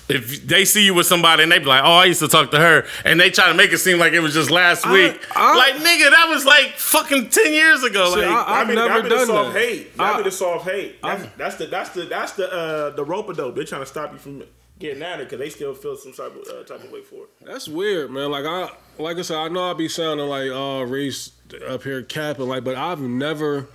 Speaker 3: If they see you with somebody and they be like, "Oh, I used to talk to her," and they try to make it seem like it was just last week,
Speaker 6: I-
Speaker 3: like nigga, that was like fucking ten years ago.
Speaker 6: See,
Speaker 3: like,
Speaker 6: I-
Speaker 2: I
Speaker 6: I've
Speaker 2: mean,
Speaker 6: never
Speaker 2: that be the
Speaker 6: done
Speaker 2: soft
Speaker 6: that.
Speaker 2: hate. That
Speaker 6: I-
Speaker 2: be the soft hate. That's, that's the that's the that's the uh, the rope a dope. They're trying to stop you from getting at it because they still feel some type of uh, type of way for it.
Speaker 6: That's weird, man. Like I, like I said, I know I be sounding like uh, Reese up here capping, like, but I've never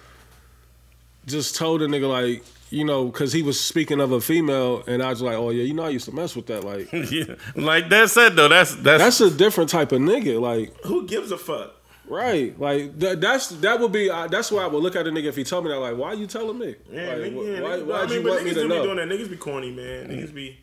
Speaker 6: just told a nigga like, you know, because he was speaking of a female, and I was like, oh yeah, you know, I used to mess with that. Like,
Speaker 3: yeah. Like that said though, that's that's,
Speaker 6: that's a different type of nigga. Like,
Speaker 2: Who gives a fuck?
Speaker 6: right? Like that. That's that would be. I that's why I would look at a nigga if he told me that. Like, why you telling me?
Speaker 2: Yeah,
Speaker 6: like, wh-
Speaker 2: nigga, yeah,
Speaker 6: why,
Speaker 2: niggas-
Speaker 6: why'd
Speaker 2: I mean,
Speaker 6: you
Speaker 2: but
Speaker 6: want
Speaker 2: niggas
Speaker 6: me
Speaker 2: do
Speaker 6: to
Speaker 2: be
Speaker 6: know?
Speaker 2: doing that. Niggas be corny, man. Niggas be,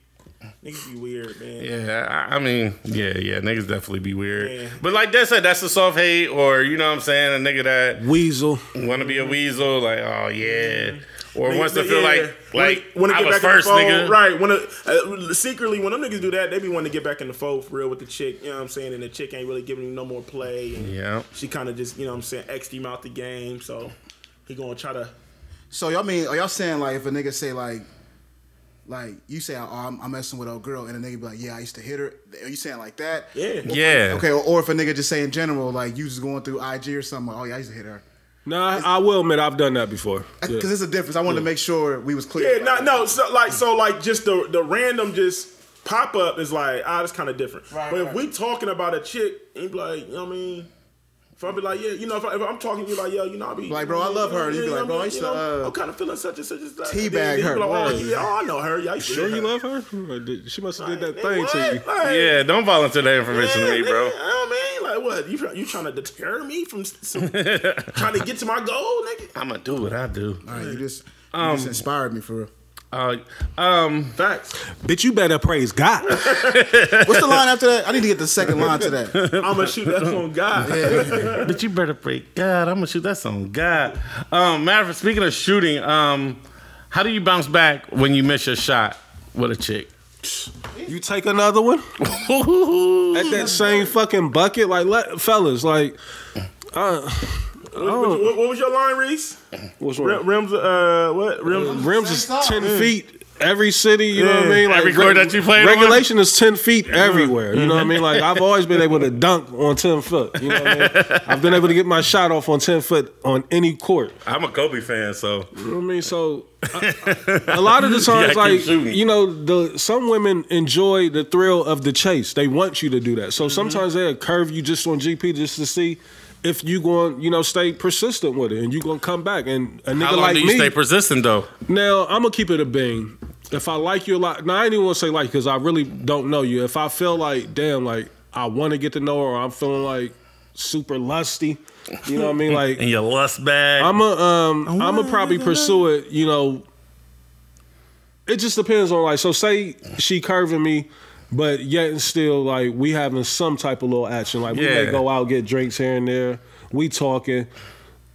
Speaker 2: niggas be weird, man.
Speaker 3: Yeah, I- I mean, yeah, yeah, niggas definitely be weird.
Speaker 2: Yeah.
Speaker 3: But like that said, that's a soft hate, or you know what I'm saying, a nigga that
Speaker 6: Weasel.
Speaker 3: want to be a weasel, like oh yeah, or
Speaker 2: Niggas
Speaker 3: wants to
Speaker 2: be-
Speaker 3: feel
Speaker 2: yeah.
Speaker 3: like like
Speaker 2: it
Speaker 3: I was
Speaker 2: in the
Speaker 3: first,
Speaker 2: fold,
Speaker 3: nigga.
Speaker 2: Right. When it, uh, secretly, when them niggas do that, they be wanting to get back in the fold for real with the chick. You know what I'm saying? And the chick ain't really giving you no more play. And
Speaker 3: Yeah.
Speaker 2: She kind of just, you know what I'm saying, X'd him out the game. So he gonna try to.
Speaker 4: So y'all mean are y'all saying like if a nigga say like like you say oh, I'm, I'm messing with a girl and a nigga be like yeah I used to hit her are you saying like that
Speaker 2: Yeah.
Speaker 3: Yeah.
Speaker 4: okay or, or if a nigga just say in general like you just going through IG or something like, oh yeah I used to hit her
Speaker 6: Nah, I will admit I've done that before.
Speaker 4: because
Speaker 6: Yeah.
Speaker 4: it's a difference I wanted to make sure we was clear
Speaker 2: Yeah, no, no. So like, so like, just the the random just pop up is like, ah, that's kind of different. but if we talking about a chick, and be like, you know what I mean? If I be like, yeah, you know, if, I, if I'm talking to you like, yo, you know, I be
Speaker 4: Like, bro, I love her. You be like, bro, I used to, uh,
Speaker 2: I'm kind of feeling such and such and such.
Speaker 4: teabag
Speaker 2: Then you be
Speaker 4: her.
Speaker 2: Like, oh,
Speaker 4: Word.
Speaker 2: yeah, oh, I know her. Yeah, I used to
Speaker 6: Sure,
Speaker 2: hit
Speaker 6: you
Speaker 2: her.
Speaker 6: love her? Or did- She must have did that
Speaker 2: Like,
Speaker 6: thing to
Speaker 2: what?
Speaker 6: you.
Speaker 2: Like,
Speaker 3: Yeah, don't volunteer that information to me,
Speaker 2: nigga,
Speaker 3: bro.
Speaker 2: I mean, like, what? You try- you trying to deter me from s- some, trying to get to my goal, nigga?
Speaker 3: I'm gonna do what I do.
Speaker 4: All right, you just you just inspired me for real
Speaker 3: Uh, um,
Speaker 2: Facts.
Speaker 6: Bitch, you better praise God.
Speaker 4: what's the line after that I need to get the second line to that
Speaker 2: I'm gonna shoot that on God.
Speaker 3: but you better pray God. I'm gonna shoot that song, God. Um, matter of fact, speaking of shooting, um, how do you bounce back when you miss your shot with a chick?
Speaker 6: you take another one at that same fucking bucket, like let, fellas, like
Speaker 2: What, what- what was your line, Reese?
Speaker 6: what's
Speaker 2: Rim- Rims, uh, what? Rims.
Speaker 6: rims is ten feet. Every city, you know what I
Speaker 2: Yeah.
Speaker 6: mean. Like
Speaker 3: Every court that you played on?
Speaker 6: regulation is ten feet everywhere. You know what I mean. Like I've always been able to dunk on ten foot. You know what I mean. I've been able to get my shot off on ten foot on any court.
Speaker 3: I'm a Kobe fan, so
Speaker 6: You know what I mean. So I- I- a lot of the times,
Speaker 3: Yeah, keep
Speaker 6: like
Speaker 3: shooting.
Speaker 6: you know, the some women enjoy the thrill of the chase. They want you to do that. So sometimes they'll curve you just on GP just to see. If you going, you know, stay persistent with it, and you gonna come back, and a nigga
Speaker 3: how long
Speaker 6: like
Speaker 3: do you
Speaker 6: me,
Speaker 3: stay persistent though?
Speaker 6: Now I'm gonna keep it a bean. If I like you a lot, now I ain't even want to say like because I really don't know you. If I feel like damn, like I want to get to know her, or I'm feeling like super lusty, you know what I mean? Like
Speaker 3: In your lust bag.
Speaker 6: I'm a um I'm gonna probably pursue it. You know, it just depends on like. So say she curving me, but yet and still like we having some type of little action. Like we
Speaker 3: Yeah.
Speaker 6: may go out get drinks here and there. We talking.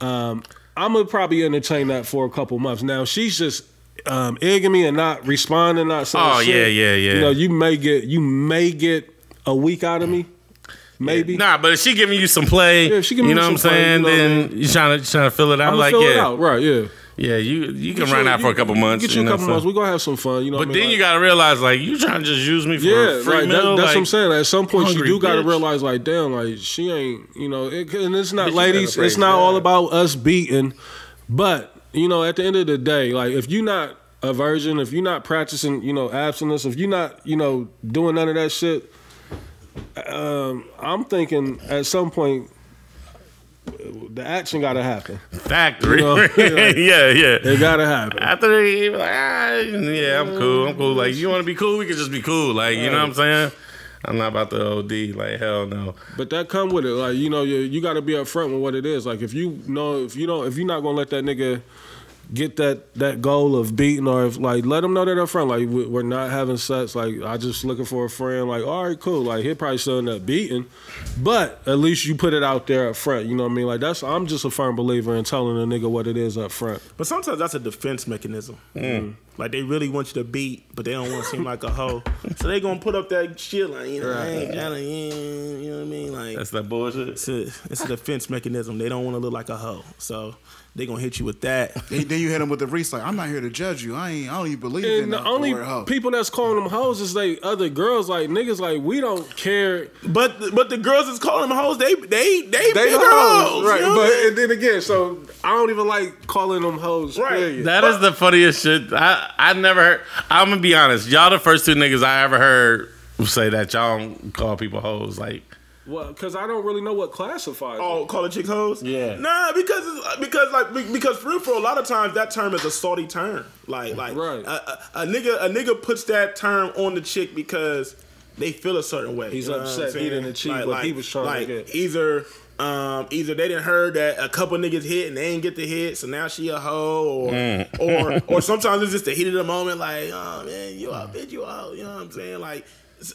Speaker 6: Um, I'm gonna probably entertain that for a couple months. Now she's just um egging me and not responding, not saying.
Speaker 3: Oh,
Speaker 6: shit.
Speaker 3: yeah, yeah, yeah.
Speaker 6: You know, you may get you may get a week out of me, maybe.
Speaker 3: Nah, but if she giving you some play,
Speaker 6: Yeah, if she giving
Speaker 3: you
Speaker 6: me
Speaker 3: know what I'm
Speaker 6: some play,
Speaker 3: saying,
Speaker 6: you know what I
Speaker 3: then you trying to trying to fill it out
Speaker 6: I'm
Speaker 3: like
Speaker 6: fill
Speaker 3: yeah.
Speaker 6: it out, right? Yeah.
Speaker 3: Yeah, you you can
Speaker 6: Get
Speaker 3: run
Speaker 6: you-
Speaker 3: out for a
Speaker 6: you-
Speaker 3: couple months.
Speaker 6: Get you a
Speaker 3: know
Speaker 6: couple
Speaker 3: what I'm
Speaker 6: months.
Speaker 3: saying?
Speaker 6: We're gonna have some fun, you know.
Speaker 3: But
Speaker 6: what I
Speaker 3: then
Speaker 6: mean?
Speaker 3: you gotta realize like you trying to just use me for
Speaker 6: yeah,
Speaker 3: a free
Speaker 6: like, that-
Speaker 3: meal.
Speaker 6: that's
Speaker 3: like,
Speaker 6: what I'm saying. At some point, you
Speaker 3: hungry
Speaker 6: do gotta
Speaker 3: bitch.
Speaker 6: realize, like, damn, like she ain't, you know. It, and it's
Speaker 3: Bitch,
Speaker 6: not,
Speaker 3: you
Speaker 6: ladies,
Speaker 3: gotta
Speaker 6: it's not
Speaker 3: praise
Speaker 6: all
Speaker 3: God.
Speaker 6: about us beating, but you know, at the end of the day, like if you're not a virgin, if you're not practicing, you know, abstinence, if you're not, you know, doing none of that shit, um, I'm thinking at some point. The action gotta happen.
Speaker 3: Factory.
Speaker 6: You know, like-
Speaker 3: yeah, yeah.
Speaker 6: It gotta happen.
Speaker 3: After he be like, ah, yeah, I'm cool. I'm cool. Like you want to be cool, we could just be cool. Like you know what I'm saying. I'm not about to OD. Like hell no.
Speaker 6: But that come with it, like you know, you, you got to be upfront with what it is. Like if you know, if you don't, if you're not gonna let that nigga get that that goal of beating, or if like let him know that upfront, like we- we're not having sex. Like I just looking for a friend. Like all right, cool. Like he'll probably still end up beating, but at least you put it out there up front. You know what I mean? Like that's I'm just a firm believer in telling a nigga what it is up front.
Speaker 2: But sometimes that's a defense mechanism. Like they really want you to beat, but they don't want to seem like a hoe. So they gonna put up that shit like, you know, I ain't tryna, yeah, you know what I mean? Like
Speaker 3: That's that bullshit.
Speaker 2: it's a, it's a defense mechanism. They don't want to look like a hoe. So they gonna hit you with that.
Speaker 4: then then you hit him with the reese like I'm not here to judge you I ain't I don't even believe in
Speaker 6: And
Speaker 4: the,
Speaker 6: the only
Speaker 4: word hoe.
Speaker 6: people that's calling them hoes is they other girls. Like niggas, like we don't care.
Speaker 2: But but the girls is calling them hoes. They they they,
Speaker 6: They
Speaker 2: bigger
Speaker 6: the hoes, right?
Speaker 2: you know what
Speaker 6: but
Speaker 2: I mean?
Speaker 6: and then again, so I don't even like calling them hoes.
Speaker 2: Right.
Speaker 6: Period.
Speaker 3: That is the funniest shit. I I never heard. I'm gonna be honest. Y'all the first two niggas I ever heard say that y'all don't call people hoes. Like
Speaker 6: Well, because I don't really know what classifies. it.
Speaker 2: Oh, call it chick hoes?
Speaker 3: Yeah.
Speaker 2: Nah, because it's, because like be- because for real, for a lot of times that term is a salty term. Like like
Speaker 6: Right.
Speaker 2: a, a, a nigga a nigga puts that term on the chick because they feel a certain way.
Speaker 6: He's
Speaker 2: You know what
Speaker 6: upset
Speaker 2: I'm
Speaker 6: he
Speaker 2: saying?
Speaker 6: didn't achieve what he was trying to
Speaker 2: like,
Speaker 6: get.
Speaker 2: Either um, either they didn't heard that a couple niggas hit and they ain't get the hit, so now she a hoe, or
Speaker 6: Mm.
Speaker 2: or or sometimes it's just the heat of the moment, like oh man, you a bitch, you a hoe. You know what I'm saying? Like it's-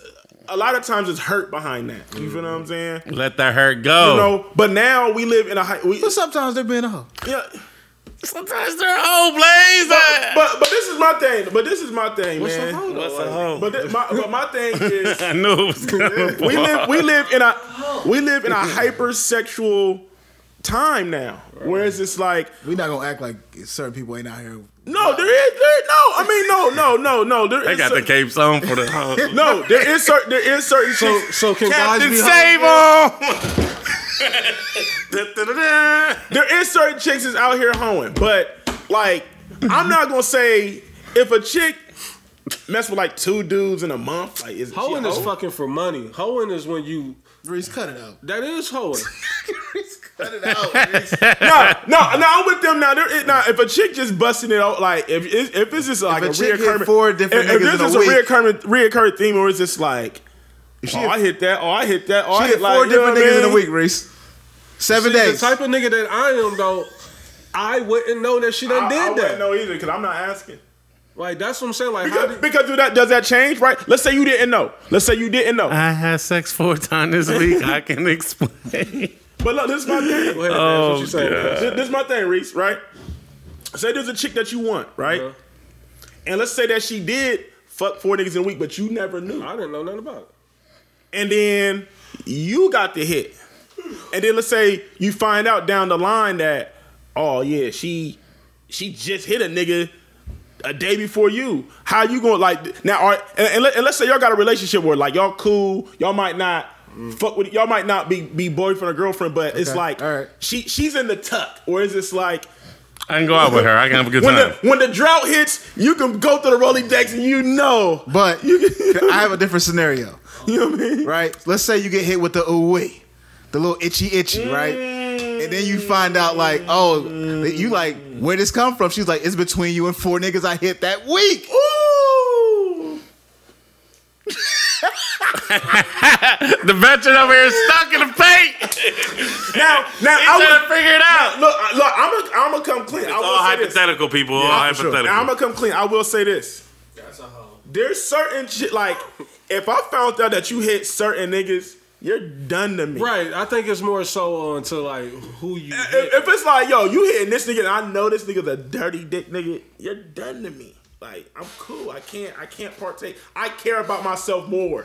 Speaker 2: a lot of times it's hurt behind that. You feel what I'm saying?
Speaker 3: Let that hurt go.
Speaker 2: You know, but now we live in a high. We,
Speaker 4: But sometimes they're being a hoe.
Speaker 2: yeah,
Speaker 3: Sometimes they're old blaze. But,
Speaker 2: but but this is my thing. But this is my thing, man.
Speaker 3: What's a hoe?
Speaker 2: But th- my but my thing is
Speaker 3: I knew it was coming.
Speaker 2: we live we live in a we live in a hypersexual time now, whereas it's like
Speaker 4: We're not gonna act like certain people ain't out here.
Speaker 2: no, there is there, no. I mean no no no no. There
Speaker 3: They
Speaker 2: is
Speaker 3: got the
Speaker 2: cer-
Speaker 3: capes on for the hoe.
Speaker 2: no. There is certain there is certain
Speaker 6: So,
Speaker 2: chicks-
Speaker 6: so can guys
Speaker 3: Captain
Speaker 6: be
Speaker 3: Save 'em. Da-da-da-da.
Speaker 2: there is certain chicks that's out here hoeing, but like I'm not gonna say if a chick mess with like two dudes in a month, like is she a
Speaker 6: hoeing is
Speaker 2: hoe?
Speaker 6: fucking for money. Hoeing is when you
Speaker 4: Reese, cut it out.
Speaker 6: that is hoeing.
Speaker 4: Cut it out. Reese.
Speaker 2: no, no, no. I'm with them now. There, it, now, if a chick just busting it out, like if if, if it's just like
Speaker 4: a
Speaker 2: a,
Speaker 4: chick hit
Speaker 2: reoccurring,
Speaker 4: four different
Speaker 2: if, if
Speaker 4: niggas
Speaker 2: there's
Speaker 4: in a
Speaker 2: just a,
Speaker 4: week.
Speaker 2: reoccurring reoccurring theme, or it's just like,
Speaker 4: She
Speaker 2: oh,
Speaker 4: hit-
Speaker 2: I hit that, oh, I hit that, oh, I
Speaker 4: she
Speaker 2: hit
Speaker 4: hit
Speaker 2: like,
Speaker 4: four
Speaker 2: you know
Speaker 4: different
Speaker 2: what I
Speaker 4: niggas in a
Speaker 2: mean?
Speaker 4: week, Reese. Seven
Speaker 6: See,
Speaker 4: days.
Speaker 6: The type of nigga that I am though, I wouldn't know that she
Speaker 2: I,
Speaker 6: done
Speaker 2: I
Speaker 6: did
Speaker 2: wouldn't
Speaker 6: that.
Speaker 2: know either because I'm not asking.
Speaker 6: Like that's what I'm saying. Like how
Speaker 2: Because,
Speaker 6: did,
Speaker 2: because do that does that change? Right? Let's say you didn't know. Let's say you didn't know.
Speaker 3: I had sex four times this week. I can explain.
Speaker 2: But look, this is my thing.
Speaker 6: Go ahead, man, that's what you saying.
Speaker 2: Th- this is my thing, Reese. Right? Say there's a chick that you want, right?
Speaker 6: Uh-huh.
Speaker 2: And let's say that she did fuck four niggas in a week, but you never knew.
Speaker 6: I didn't know nothing about it.
Speaker 2: and then you got the hit. And then let's say you find out down the line that, oh yeah, she she just hit a nigga a day before you. How you going to like now? Are and, and let, and let's say y'all got a relationship where like y'all cool, y'all might not fuck with y'all might not be be boyfriend or girlfriend, but it's
Speaker 4: Mm. Okay,
Speaker 2: like
Speaker 4: all right.
Speaker 2: she she's in the tuck, or is this like
Speaker 3: I can go out with her. I can have a good
Speaker 2: when
Speaker 3: time.
Speaker 2: the when the drought hits, you can go through the rolling decks and you know,
Speaker 4: But
Speaker 2: you can,
Speaker 4: I have a different scenario,
Speaker 2: you know what I mean?
Speaker 4: right? Let's say you get hit with the ooey, the little itchy itchy, right? And then you find out like, oh, that you like where this come from? She's like, it's between you and four niggas I hit that week.
Speaker 2: Ooh.
Speaker 3: The veteran over here is stuck in the paint.
Speaker 2: Now, now
Speaker 3: He's
Speaker 2: I
Speaker 3: trying
Speaker 2: would
Speaker 3: to figure it out.
Speaker 2: Look, I- look, I'm gonna I'm gonna come clean. I
Speaker 3: All
Speaker 2: will say this.
Speaker 3: hypothetical, people. All
Speaker 4: for sure.
Speaker 3: hypothetical.
Speaker 2: Now, I'm gonna come clean. I will say this.
Speaker 7: That's a hoe.
Speaker 2: There's certain shit like if I found out that you hit certain niggas, you're done to me.
Speaker 6: Right. I think it's more so on to like who you.
Speaker 2: Eh,
Speaker 6: hit.
Speaker 2: If, if it's like yo, you hitting this nigga, and I know this nigga's a dirty dick nigga, you're done to me. Like I'm cool. I can't. I can't partake. I care about myself more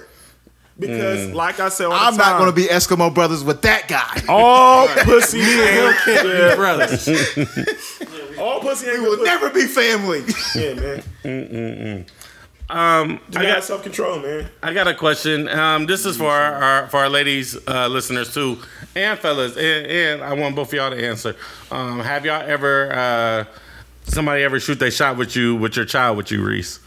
Speaker 2: because, like I said, all the
Speaker 4: Mm. I'm not
Speaker 2: time,
Speaker 4: gonna be Eskimo brothers with that guy.
Speaker 2: all pussy. ain't good.
Speaker 6: Brothers.
Speaker 2: All pussy. Ain't
Speaker 4: We will
Speaker 2: good
Speaker 4: never be family.
Speaker 2: pussy, man.
Speaker 3: Um,
Speaker 2: You
Speaker 3: I
Speaker 2: got
Speaker 3: got
Speaker 2: self control, man.
Speaker 3: I got a question. Um, this is for our, our for our ladies uh, listeners too, and fellas, and, and I want both of y'all to answer. Um, have y'all ever uh, somebody ever shoot their shot with you with your child with you, Reese,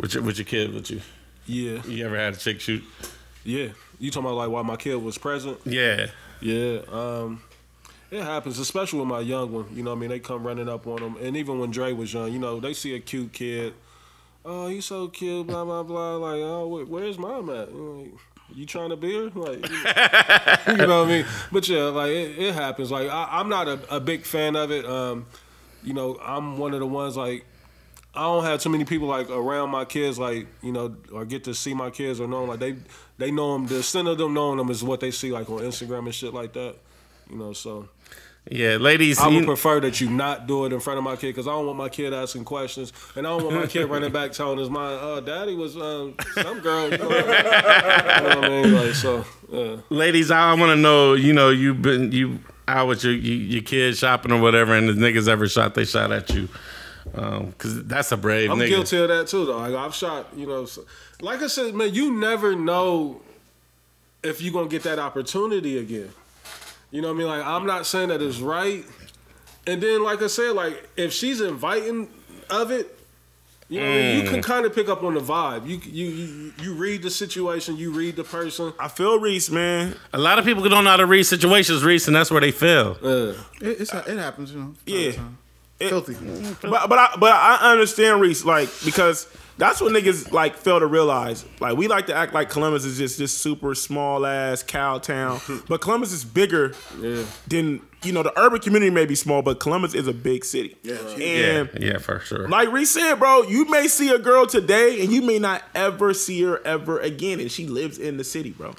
Speaker 3: with your with your kid with you?
Speaker 6: Yeah.
Speaker 3: You ever had a chick shoot?
Speaker 6: Yeah. You talking about like why my kid was present?
Speaker 3: Yeah.
Speaker 6: Yeah. Um, it happens, especially with my young one. You know, what I mean, they come running up on them, and even when Dre was young, you know, they see a cute kid. Oh, he's so cute. Blah blah blah. Like, oh, wh- where's mom at? You, know, like, you trying to be here? Like, you you know what I mean? But yeah, like it, it happens. Like, I, I'm not a, a big fan of it. Um, you know, I'm one of the ones like. I don't have too many people like around my kids, like you know, or get to see my kids or know 'em. like they they know them. The extent of them knowing them is what they see like on Instagram and shit like that. You know, so
Speaker 3: Yeah, ladies.
Speaker 6: I
Speaker 3: you-
Speaker 6: would prefer that you not do it in front of my kid because I don't want my kid asking questions and I don't want my kid running back telling his mom, "Oh, daddy was um, some girl." You know what I mean? Like so, yeah.
Speaker 3: ladies, I want to know. You know, you've been you out with your you, your kids shopping or whatever, and the niggas ever shot they shot at you. Um, cause that's a brave
Speaker 6: I'm
Speaker 3: nigga.
Speaker 6: guilty of that too, though. Like, I've shot, you know, so- like I said, man, you never know if you're gonna get that opportunity again. You know what I mean? Like, I'm not saying that it's right. And then, like I said, like if she's inviting of it, You know what I mean? You can kind of pick up on the vibe. You you you, you read the situation. You read the person.
Speaker 2: I feel Reese, man.
Speaker 3: A lot of people don't know how to read situations, Reese, and that's where they fail.
Speaker 4: It, it's, it happens, you know.
Speaker 2: Yeah. It-
Speaker 4: Filthy.
Speaker 2: But but I, but I understand Reese like because that's what niggas like fail to realize. Like we like to act like Columbus is just this super small ass cow town, but Columbus is bigger than you know. The urban community may be small, but Columbus is a big city. Yeah,
Speaker 3: yeah,
Speaker 2: and
Speaker 3: yeah, for sure.
Speaker 2: like Reese said, bro, you may see a girl today and you may not ever see her ever again, and she lives in the city, bro.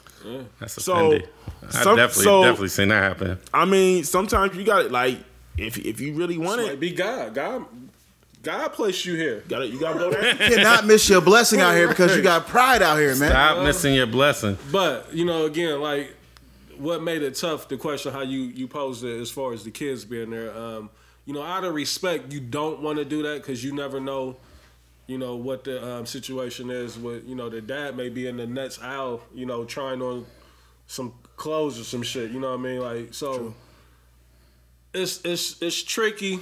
Speaker 3: That's a
Speaker 2: so-
Speaker 3: Fendi. I
Speaker 2: some-
Speaker 3: definitely
Speaker 2: so-
Speaker 3: definitely seen that happen.
Speaker 2: I mean, sometimes you got to like if if you really want
Speaker 6: Like,
Speaker 2: it,
Speaker 6: be God. God. God placed you here.
Speaker 2: gotta you gotta go there.
Speaker 4: Cannot miss your blessing out here because you got pride out here, man.
Speaker 3: Stop missing your blessing.
Speaker 6: But you know, again, like what made it tough? The question how you you posed it as far as the kids being there. Um, you know, out of respect, you don't want to do that because you never know. You know what the um, situation is. What you know, the dad may be in the next aisle. You know, trying on some clothes or some shit. You know what I mean? Like so. It's it's it's tricky,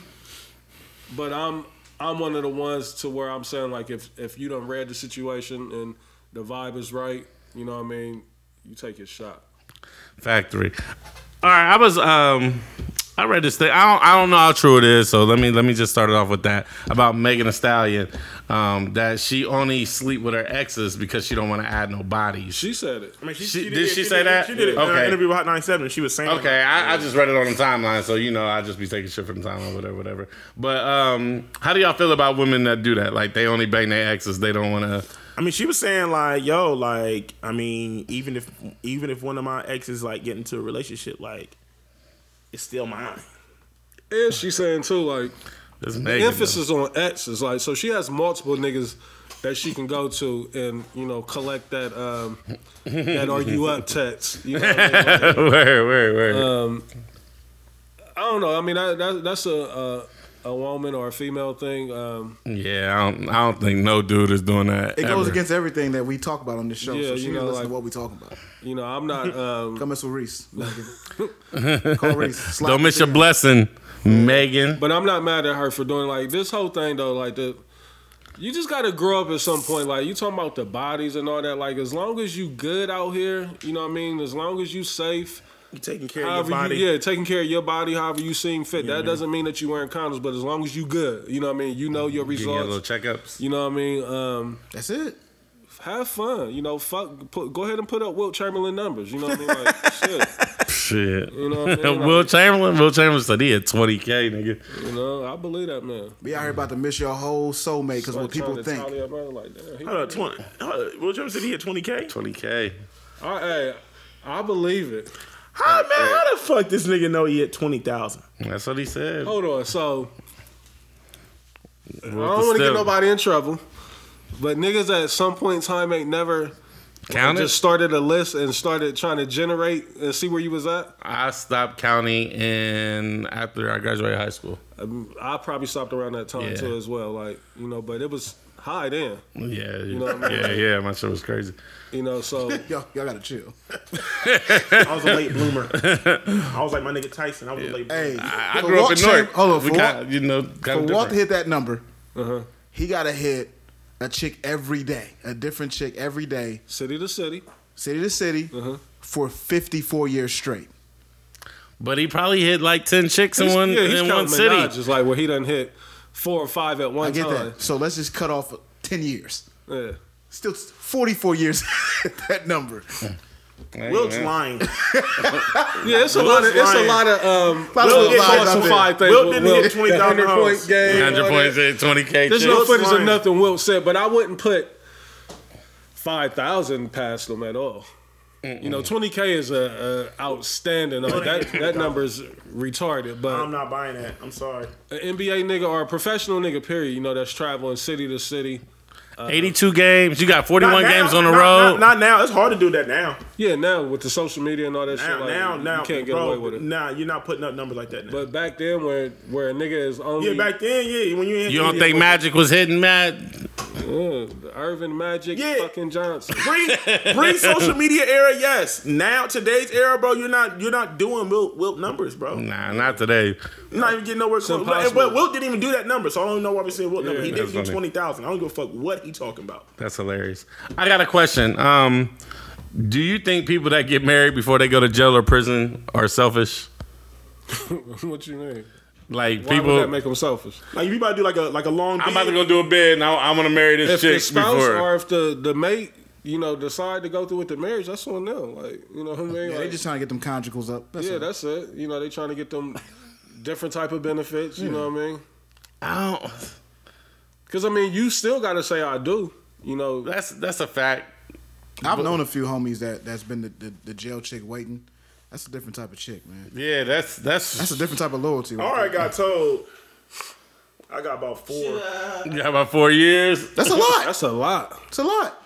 Speaker 6: but I'm I'm one of the ones to where I'm saying like if if you done read the situation and the vibe is right, you know what I mean, you take your shot.
Speaker 3: Factory. All right, I was um I read this thing. I don't I don't know how true it is, so let me let me just start it off with that about Megan Thee Stallion. Um, that she only sleep with her exes because she don't want to add no bodies.
Speaker 6: She said it.
Speaker 2: I mean, she,
Speaker 3: She-
Speaker 2: she
Speaker 3: did she say
Speaker 2: did it-
Speaker 3: that?
Speaker 2: She did it in an
Speaker 3: Okay.
Speaker 2: interview with Hot 97. She was saying like,
Speaker 3: Okay, I, I just read it on the timeline, so you know I just be taking shit from the timeline, whatever, whatever. But um, how do y'all feel about women that do that? Like they only bang their exes, they don't want to.
Speaker 2: I mean, she was saying like, "Yo, like, I mean, even if even if one of my exes like get into a relationship, like, it's still mine."
Speaker 6: And she's saying too, like
Speaker 3: This Megan, though.
Speaker 6: emphasis on exes, like so she has multiple niggas that she can go to and you know collect that um that are you up text. You know what I mean? Like,
Speaker 3: word, word, word.
Speaker 6: Uh, I don't know. I mean, I, that, that's a, a a woman or a female thing. Um,
Speaker 3: yeah, I don't, I don't think no dude is doing that.
Speaker 4: It
Speaker 3: ever.
Speaker 4: goes against everything that we talk about on this show.
Speaker 6: Yeah,
Speaker 4: so she
Speaker 6: you
Speaker 4: you
Speaker 6: know,
Speaker 4: know, listen
Speaker 6: like-
Speaker 4: to what we talking about.
Speaker 6: You know, I'm not. Um,
Speaker 4: Come mess with Reese. Call Reese. Slap
Speaker 3: Don't miss
Speaker 4: the
Speaker 3: your blessing, Megan.
Speaker 6: but I'm not mad at her for doing like this whole thing though. Like the, you just gotta grow up at some point. Like you talking about the bodies and all that. Like as long as you good out here, you know what I mean. As long as you safe.
Speaker 2: You taking care of
Speaker 6: However,
Speaker 2: your body.
Speaker 6: You, yeah, taking care of your body, however you seem fit. that doesn't mean that you wearing condoms, but as long as you good, you know what I mean. You
Speaker 2: Mm-hmm.
Speaker 6: know your
Speaker 3: You get little
Speaker 6: results.
Speaker 3: checkups.
Speaker 6: You know what I mean. Um,
Speaker 4: That's it.
Speaker 6: have fun. You know, fuck. Put, go ahead and put up Wilt Chamberlain numbers. You know what I mean. Like shit.
Speaker 3: Shit.
Speaker 6: You know what I mean.
Speaker 3: Will Chamberlain, Will Chamberlain said he had 20k, nigga.
Speaker 6: you know, I believe that man.
Speaker 4: We out here about to miss your whole soulmate because
Speaker 6: Like,
Speaker 4: what
Speaker 6: trying
Speaker 4: people
Speaker 6: to
Speaker 4: think.
Speaker 6: tally up, I was like, damn, he
Speaker 2: Hold on, twenty. Hold on, Will Jefferson said he had twenty k.
Speaker 3: 20k.
Speaker 6: I, hey, I believe it.
Speaker 2: How man? How the fuck this nigga know he had twenty thousand?
Speaker 3: That's what he said.
Speaker 6: Hold on. So
Speaker 3: I
Speaker 6: I don't want to get nobody in trouble, but niggas at some point in time ain't never
Speaker 3: counted.
Speaker 6: just started a list and started trying to generate and see where you was at.
Speaker 3: I stopped counting in after I graduated high school.
Speaker 6: Um, I probably stopped around that time
Speaker 3: Yeah.
Speaker 6: too as well. Like you know, but it was high then.
Speaker 3: Yeah,
Speaker 6: know what I mean?
Speaker 3: yeah, yeah. My shit was crazy.
Speaker 6: You know, so
Speaker 4: Y'all, y'all gotta chill.
Speaker 2: I was a late bloomer. I was like my nigga Tyson. I was a late. Bloomer.
Speaker 4: Hey,
Speaker 3: I, I
Speaker 4: for
Speaker 3: grew up
Speaker 4: Walt
Speaker 3: in North.
Speaker 4: Cham- Hold on,
Speaker 3: we
Speaker 4: for
Speaker 3: kind,
Speaker 4: Walt-
Speaker 3: you know, kind
Speaker 4: for
Speaker 3: of
Speaker 4: Walt to
Speaker 3: different.
Speaker 4: hit that number,
Speaker 6: uh-huh.
Speaker 4: he gotta hit a chick every day, a different chick every day,
Speaker 6: city to city.
Speaker 4: city to city,
Speaker 3: Uh-huh.
Speaker 4: for 54 years straight.
Speaker 3: But he probably hit like ten chicks in
Speaker 6: He's-
Speaker 3: one
Speaker 6: yeah, he's
Speaker 3: in one
Speaker 6: counting Minaj,
Speaker 3: city.
Speaker 6: Just like where he done hit four or five at one
Speaker 4: I get
Speaker 6: time.
Speaker 4: that. So let's just cut off 10 years.
Speaker 6: Yeah.
Speaker 4: Still 44 years at that number.
Speaker 3: Hey,
Speaker 2: Will's
Speaker 3: man.
Speaker 2: lying.
Speaker 6: Yeah, it's a
Speaker 2: Will's
Speaker 6: lot of it's a
Speaker 2: lying.
Speaker 6: lot of um
Speaker 4: Lot of
Speaker 6: Will
Speaker 4: lies
Speaker 6: caught
Speaker 4: out
Speaker 6: some
Speaker 4: there.
Speaker 6: five things.
Speaker 2: Will
Speaker 6: with
Speaker 2: didn't
Speaker 6: Will.
Speaker 2: hit twenty thousand dollars.
Speaker 3: Hundred points in twenty k.
Speaker 6: There's no
Speaker 2: Will's
Speaker 6: footage
Speaker 2: lying.
Speaker 6: of nothing Will said, but I wouldn't put five thousand past him at all. You know, twenty k is a, a outstanding. uh, that that number is retarded.
Speaker 2: I'm
Speaker 6: But
Speaker 2: not buying that. I'm sorry.
Speaker 6: an NBA nigga or a professional nigga, period. You know, that's traveling city to city.
Speaker 3: Eighty-two games. You got
Speaker 2: Not
Speaker 3: forty-one
Speaker 2: now.
Speaker 3: games on the
Speaker 2: Not-
Speaker 3: road.
Speaker 2: Not, not now. It's hard to do that now.
Speaker 6: Yeah, now with the social media and all that shit,
Speaker 2: Now,
Speaker 6: like,
Speaker 2: now,
Speaker 6: you
Speaker 2: now.
Speaker 6: can't get
Speaker 2: bro,
Speaker 6: away with it.
Speaker 2: Nah, you're not putting up numbers like that now.
Speaker 6: But back then, where where a nigga is only
Speaker 2: yeah, back then, yeah. When you
Speaker 3: you don't think Magic was hitting Matt?
Speaker 6: Yeah, Irvin Magic
Speaker 2: Yeah.
Speaker 6: fucking Johnson.
Speaker 2: bring bring social media era. Yes, now today's era, bro. You're not you're not doing wilt, wilt numbers, bro.
Speaker 3: Nah, not today.
Speaker 2: You're not even getting nowhere close.
Speaker 6: impossible.
Speaker 2: But Wilt didn't even do that number, so I don't know why we said Wilt number. He
Speaker 3: Yeah,
Speaker 2: did
Speaker 3: that's
Speaker 2: do
Speaker 3: funny.
Speaker 2: twenty thousand. I don't give a fuck what he talking about.
Speaker 3: That's hilarious. I got a question. Um, do you think people that get married before they go to jail or prison are selfish?
Speaker 6: what you mean?
Speaker 3: Like
Speaker 6: Why
Speaker 3: people,
Speaker 6: would that make them selfish?
Speaker 2: Like if you about to do like a like a long.
Speaker 3: I'm about to
Speaker 2: bid,
Speaker 3: go do a bid, and I, am gonna marry this
Speaker 6: If
Speaker 3: chick
Speaker 6: the spouse
Speaker 3: before.
Speaker 6: or if the the mate, you know, decide to go through with the marriage, that's on them. Like, you know what I mean? Like,
Speaker 4: Yeah, they just trying to get them conjugals up. That's
Speaker 6: yeah,
Speaker 4: all.
Speaker 6: that's it. You know, they trying to get them different type of benefits. You know what I mean?
Speaker 3: I don't.
Speaker 6: Because I mean, you still gotta say I do. You know,
Speaker 3: That's that's a fact.
Speaker 4: I've known a few homies that that's been the, the, the jail chick waiting. That's a different type of chick, man.
Speaker 3: Yeah, that's that's.
Speaker 4: That's a different type of loyalty. right
Speaker 2: All right, got told. I got about four.
Speaker 3: yeah, about four years.
Speaker 4: there. that's a lot.
Speaker 6: that's a lot.
Speaker 4: That's a lot.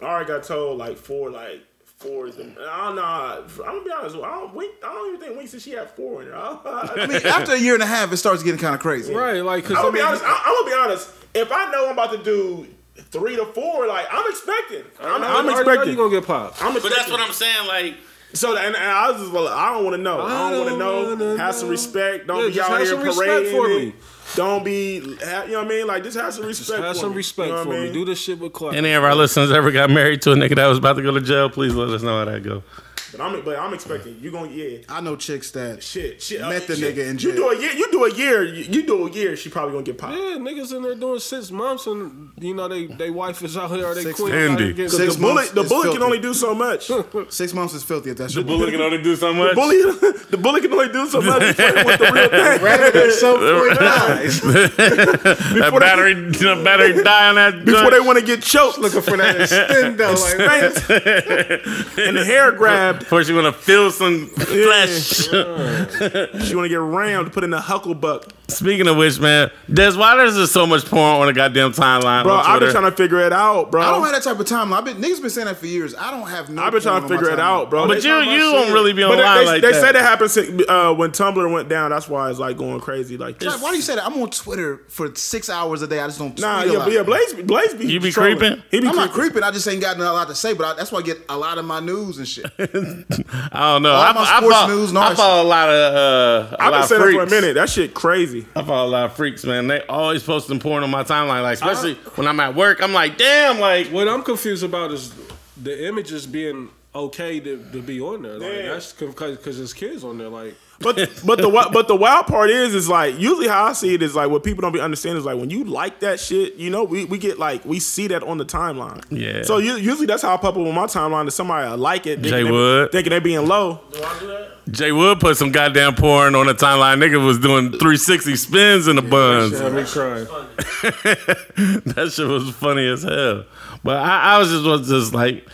Speaker 2: I already got told like four, like four is the. I don't know. I'm gonna be honest. I don't, Wink, I don't even think Winks said she had four in her. I
Speaker 4: I mean, after a year and a half, it starts getting kind of crazy.
Speaker 6: Right, like, cause
Speaker 2: I'm
Speaker 6: I
Speaker 2: gonna
Speaker 6: mean,
Speaker 2: be honest. I, I'm gonna be honest. If I know I'm about to do three to four, like I'm expecting, I'm,
Speaker 6: I
Speaker 2: I'm
Speaker 6: already know
Speaker 2: expecting.
Speaker 6: you gonna get popped.
Speaker 2: I'm
Speaker 3: But that's what I'm saying. Like,
Speaker 2: So and, and I was just well, I don't want to know. I
Speaker 6: I
Speaker 2: don't,
Speaker 6: don't
Speaker 2: want to know.
Speaker 6: wanna
Speaker 2: Have some
Speaker 6: know.
Speaker 2: respect. Don't
Speaker 6: Yeah,
Speaker 2: be
Speaker 6: just
Speaker 2: out
Speaker 6: have
Speaker 2: here
Speaker 6: some respect
Speaker 2: parading.
Speaker 6: for
Speaker 2: it.
Speaker 6: me.
Speaker 2: Don't be. ha- You know what I mean? Like just have some respect.
Speaker 6: Have
Speaker 2: for
Speaker 6: some
Speaker 2: me.
Speaker 6: respect
Speaker 2: You know
Speaker 6: for
Speaker 2: what I
Speaker 6: me.
Speaker 2: mean?
Speaker 6: Do this shit with class.
Speaker 3: any of our listeners ever got married to a nigga that was about to go to jail? Please let us know how that go.
Speaker 2: But I'm but I'm expecting you gonna yeah.
Speaker 4: I know chicks that
Speaker 2: Shit, shit. uh,
Speaker 4: Met the
Speaker 2: shit.
Speaker 4: nigga in
Speaker 2: You
Speaker 4: jail.
Speaker 2: do a year. You do a year. You, you do a year. She probably gonna get popped.
Speaker 6: Yeah, niggas in there doing six months, and you know they they wife is out here, or they
Speaker 4: Six
Speaker 6: queen
Speaker 3: months.
Speaker 6: out here
Speaker 3: Handy.
Speaker 6: getting-
Speaker 4: Six
Speaker 2: the bullet. The
Speaker 4: months is
Speaker 2: bullet can
Speaker 4: filthy.
Speaker 2: only do so much. the
Speaker 4: six months is filthy. If that's your
Speaker 3: Bullet can only do so much.
Speaker 2: bullet. The bullet can only do so much. You playing with the real thing.
Speaker 3: that battery, the battery die on that.
Speaker 2: Before they
Speaker 3: joint.
Speaker 2: want to get choked, looking for that extendo, like and the hair grabbed.
Speaker 3: First, you want to feel some flesh.
Speaker 2: She want to get rammed, put in the huckle buck.
Speaker 3: Speaking of which, man, Des, why there's just so much porn on the goddamn timeline?
Speaker 2: Bro,
Speaker 3: on
Speaker 2: I've been
Speaker 3: Twitter?
Speaker 2: trying to figure it out, bro.
Speaker 4: I don't have that type of timeline. I've been niggas been saying that for years. I don't have no.
Speaker 2: I've been trying to
Speaker 4: porn on my
Speaker 2: figure it
Speaker 4: timeline.
Speaker 2: out, bro.
Speaker 3: But
Speaker 2: They-
Speaker 3: you, you don't really be
Speaker 2: But
Speaker 3: online
Speaker 2: they, they,
Speaker 3: like
Speaker 2: they
Speaker 3: that.
Speaker 2: said that happened si- uh, when Tumblr went down. That's why it's like going crazy. Like,
Speaker 4: Like, why do you say that? I'm on Twitter for six hours a day. I just don't.
Speaker 2: Nah,
Speaker 4: tweet a
Speaker 2: yeah,
Speaker 4: lot.
Speaker 2: but yeah, Blaze, be- Blaze be
Speaker 3: You be
Speaker 2: trolling.
Speaker 3: creeping?
Speaker 2: He be
Speaker 4: I'm
Speaker 2: creeping.
Speaker 4: not creeping. I just ain't got a lot to say, but I, that's why I get a lot of my news and shit.
Speaker 3: I don't know. I,
Speaker 4: my
Speaker 3: I,
Speaker 4: sports
Speaker 3: follow,
Speaker 4: news and all
Speaker 3: I
Speaker 4: that
Speaker 3: follow a lot of. Uh, a
Speaker 2: I've
Speaker 3: lot
Speaker 2: been
Speaker 3: of
Speaker 2: saying
Speaker 3: freaks.
Speaker 2: that for a minute. That shit crazy.
Speaker 3: I follow a lot of freaks, man. They always posting porn on my timeline, like especially when I'm at work. I'm like, damn, like
Speaker 6: What I'm confused about is the images being okay to, to be on there. Like
Speaker 2: Yeah.
Speaker 6: that's because there's kids on there. Like
Speaker 2: But but the wi- but the wild part is is like usually how I see it is like what people don't be understanding is like when you like that shit, you know, we, we get like we see that on the timeline.
Speaker 3: Yeah.
Speaker 2: So u- usually that's how I pop up on my timeline is somebody I like it,
Speaker 3: Jay
Speaker 2: thinking they-
Speaker 3: Wood.
Speaker 2: thinking they being low.
Speaker 3: Jay Wood put some goddamn porn on the timeline. Nigga was doing 360 spins in the buns.
Speaker 6: had me crying.
Speaker 3: that shit was funny as hell. But I, I was just was just like,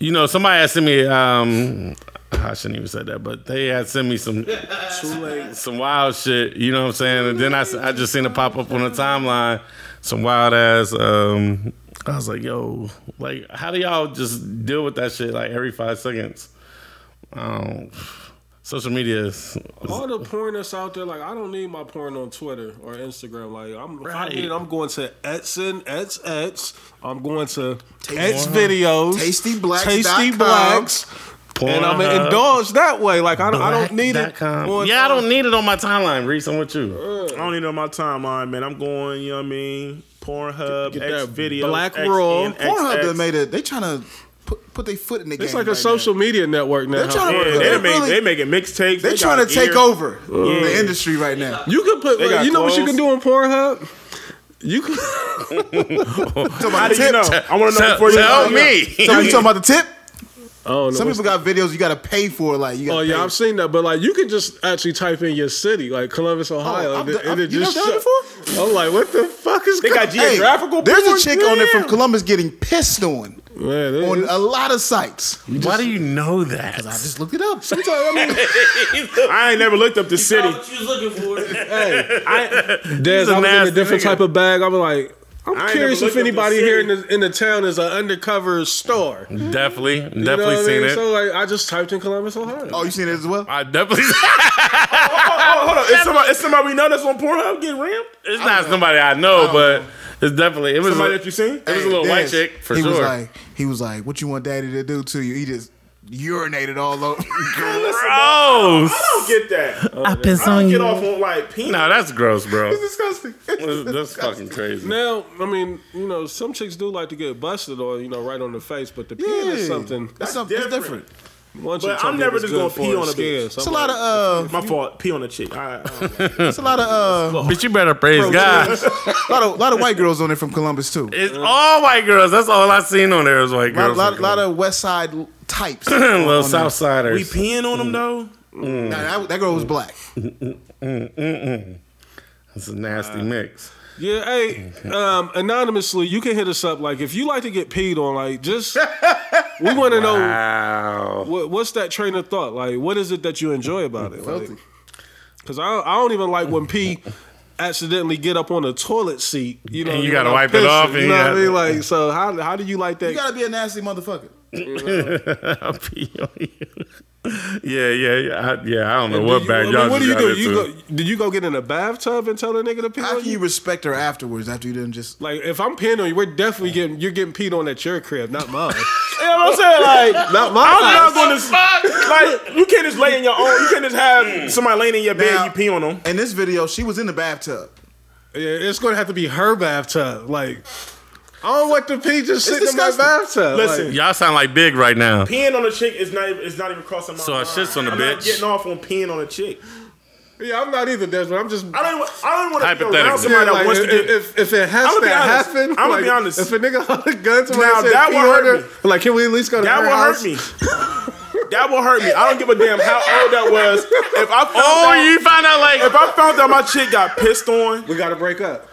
Speaker 3: you know, somebody had sent me. Um, I shouldn't even say that, but they had sent me some some wild shit. You know what I'm saying? And then I, s- I just seen it pop up on the timeline. Some wild ass. Um, I was like, yo, like, how do y'all just deal with that shit like every five seconds? Um, social media is.
Speaker 6: All the porn that's out there, like I don't need my porn on Twitter or Instagram. Like I'm, if I
Speaker 3: Right.
Speaker 6: need it, I'm going to Etsy, Ets, Ets. I'm going to Ets videos,
Speaker 4: Tastyblacks.com.
Speaker 6: Tasty Blacks, and I'm gonna indulge that way. Like I don't, I don't need it. Uh, on-
Speaker 3: Yeah, I don't need it on my timeline. Reese, I'm with you.
Speaker 2: I don't even know my timeline, man. I'm going, you know what I mean? Pornhub,
Speaker 6: Get- get
Speaker 2: X
Speaker 6: that
Speaker 2: video,
Speaker 6: Black
Speaker 2: X,
Speaker 6: Raw.
Speaker 2: N, X,
Speaker 4: Pornhub
Speaker 2: X.
Speaker 4: done made it. They trying to put, put their foot in the game.
Speaker 6: It's like a
Speaker 4: right
Speaker 6: social media network now.
Speaker 4: They're trying to-
Speaker 2: Yeah,
Speaker 4: They
Speaker 2: they, done make,
Speaker 4: really-
Speaker 2: they making mixtapes.
Speaker 4: Now. They trying to take over the industry right now.
Speaker 6: You can put.
Speaker 2: got
Speaker 6: you know what you can
Speaker 2: clothes.
Speaker 6: do on Pornhub. You can.
Speaker 2: How do you know? I want to know
Speaker 3: Tell-
Speaker 2: before you know.
Speaker 3: tell me.
Speaker 4: So you talking about the tip?
Speaker 6: I don't know.
Speaker 4: Some
Speaker 6: what's-
Speaker 4: people got videos you got to pay for. Like you got.
Speaker 6: Oh yeah, I've seen that, but like you can just actually type in your city, like Columbus, Ohio,
Speaker 4: I've
Speaker 6: and,
Speaker 4: done-
Speaker 6: it- and it
Speaker 4: I've- you
Speaker 6: just.
Speaker 4: done it
Speaker 6: before? I'm like, what the fuck is?
Speaker 2: They got
Speaker 4: Hey,
Speaker 2: geographical
Speaker 4: there's
Speaker 2: porn?
Speaker 4: a chick on there from
Speaker 2: Damn.
Speaker 4: Columbus getting pissed on
Speaker 6: man, it-
Speaker 4: on
Speaker 6: it's-
Speaker 4: a lot of sites.
Speaker 3: Why do you know that?
Speaker 4: I just looked it up.
Speaker 6: sometimes, I mean,
Speaker 2: I ain't never looked up the city.
Speaker 7: What you was looking for?
Speaker 6: Dez,
Speaker 3: a
Speaker 6: I was in a
Speaker 3: nasty
Speaker 6: different
Speaker 3: nigga.
Speaker 6: type of bag. I'm like,
Speaker 2: I
Speaker 6: I'm
Speaker 2: ain't
Speaker 6: curious
Speaker 2: never
Speaker 6: if
Speaker 2: looked up
Speaker 6: anybody
Speaker 2: the
Speaker 6: here in
Speaker 2: city.
Speaker 6: the, in the town is an undercover star. You
Speaker 3: Definitely,
Speaker 6: know
Speaker 3: definitely
Speaker 6: what I
Speaker 3: seen
Speaker 6: mean?
Speaker 3: it.
Speaker 6: So like, I just typed in Columbus, Ohio.
Speaker 4: Oh, you seen it as well?
Speaker 3: I definitely.
Speaker 2: Oh, hold on. It's somebody, it's somebody we know that's on Pornhub getting rammed?
Speaker 3: it's not somebody I know, but It's definitely it was
Speaker 2: Somebody
Speaker 3: a-
Speaker 2: that you seen?
Speaker 3: It was a little white
Speaker 4: Yes.
Speaker 3: chick for
Speaker 4: he
Speaker 3: sure.
Speaker 4: Was like, he was like, "What you want daddy to do to you?" He just urinated all over.
Speaker 3: gross. Oh,
Speaker 2: I don't get that. I don't get off on like peanuts.
Speaker 3: No, that's gross, bro.
Speaker 2: It's disgusting.
Speaker 3: That's, that's fucking crazy.
Speaker 6: Now, I mean, you know, some chicks do like to get busted or you know, right on the face, but the pee is something.
Speaker 4: That's something that's
Speaker 2: different.
Speaker 4: different.
Speaker 6: Once
Speaker 2: But
Speaker 6: you tell
Speaker 2: I'm
Speaker 6: me
Speaker 2: never
Speaker 6: it's
Speaker 2: just
Speaker 6: good
Speaker 2: gonna
Speaker 6: for
Speaker 2: pee
Speaker 6: her
Speaker 2: on a
Speaker 6: skin,
Speaker 2: bitch.
Speaker 6: so
Speaker 4: It's a
Speaker 6: I'm
Speaker 4: lot
Speaker 6: like,
Speaker 4: of uh,
Speaker 2: My fault. Pee on a chick. I, I
Speaker 4: it's a lot of uh,
Speaker 3: But you better praise God.
Speaker 4: a lot of lot of white girls on there from Columbus too.
Speaker 3: It's all white girls. That's all I seen on there is white
Speaker 4: A lot,
Speaker 3: girls.
Speaker 4: lot, lot of West Side types.
Speaker 3: little
Speaker 4: on there.
Speaker 2: we
Speaker 3: Southsiders.
Speaker 2: peeing on them though.
Speaker 4: Nah, that, that girl was black.
Speaker 3: It's a nasty mix.
Speaker 6: yeah. Hey, um, anonymously, you can hit us up. Like, if you like to get peed on, like, just we want to know
Speaker 3: Wow.
Speaker 6: what, what's that train of thought. Like, what is it that you enjoy about it? Like, Because I, I don't even like when pee accidentally get up on the toilet seat. You know,
Speaker 3: And
Speaker 6: when
Speaker 3: you gotta
Speaker 6: I'm
Speaker 3: wipe it off
Speaker 6: You
Speaker 3: and
Speaker 6: know
Speaker 3: you
Speaker 6: what I
Speaker 3: gotta-
Speaker 6: mean? Like, so how how do you like that?
Speaker 4: You gotta be a nasty motherfucker.
Speaker 3: I'll pee on you. Yeah, yeah, yeah. I, yeah, I don't know
Speaker 6: Do
Speaker 3: what
Speaker 6: you-
Speaker 3: back
Speaker 6: I mean,
Speaker 3: y'all
Speaker 6: What do you
Speaker 3: just
Speaker 6: do?
Speaker 3: got
Speaker 6: You
Speaker 3: into.
Speaker 6: go, do you go get in a bathtub and tell a nigga to pee
Speaker 4: How
Speaker 6: on
Speaker 4: can you
Speaker 6: you?
Speaker 4: respect her afterwards after you didn't just?
Speaker 6: Like if I'm peeing on you, we're definitely getting you're getting peed on at your crib, not mine. you know what I'm saying? Like not mine.
Speaker 2: I'm not going to like. You can't just lay in your own. You can't just have somebody laying in your bed.
Speaker 4: Now-
Speaker 2: you pee on them.
Speaker 4: In this video, she was in the bathtub.
Speaker 6: Yeah, it's gonna have to be her bathtub. Like I don't want the pee just sitting
Speaker 4: disgusting.
Speaker 6: in my bathtub.
Speaker 2: Listen,
Speaker 6: Like,
Speaker 3: Y'all sound like big right now.
Speaker 2: Peeing on a chick is not. even- It's not even crossing my
Speaker 3: So I
Speaker 2: mind.
Speaker 3: shits on a
Speaker 2: I'm
Speaker 3: bitch.
Speaker 2: Not getting off on peeing on a chick.
Speaker 6: yeah, I'm not either, Desmond. I'm just
Speaker 2: I don't. Even, I don't want to be
Speaker 3: Hypothetically.
Speaker 2: around somebody
Speaker 6: Yeah,
Speaker 2: that
Speaker 6: like,
Speaker 2: wants to
Speaker 6: if,
Speaker 2: get.
Speaker 6: if, if it has
Speaker 2: I'ma
Speaker 6: to
Speaker 2: be honest.
Speaker 6: happen,
Speaker 2: I'ma
Speaker 6: like,
Speaker 2: be honest.
Speaker 6: If a nigga hold a gun to
Speaker 2: Now,
Speaker 6: her and said,
Speaker 2: that
Speaker 6: pee on
Speaker 2: would hurt
Speaker 6: her, like can we at least go to
Speaker 2: that
Speaker 6: her
Speaker 2: will
Speaker 6: house?
Speaker 2: hurt me. that will hurt me. I don't give a damn how old that was. If I found
Speaker 3: Oh,
Speaker 2: out,
Speaker 3: you find out like
Speaker 2: if I found out my chick got pissed on,
Speaker 6: We gotta break up.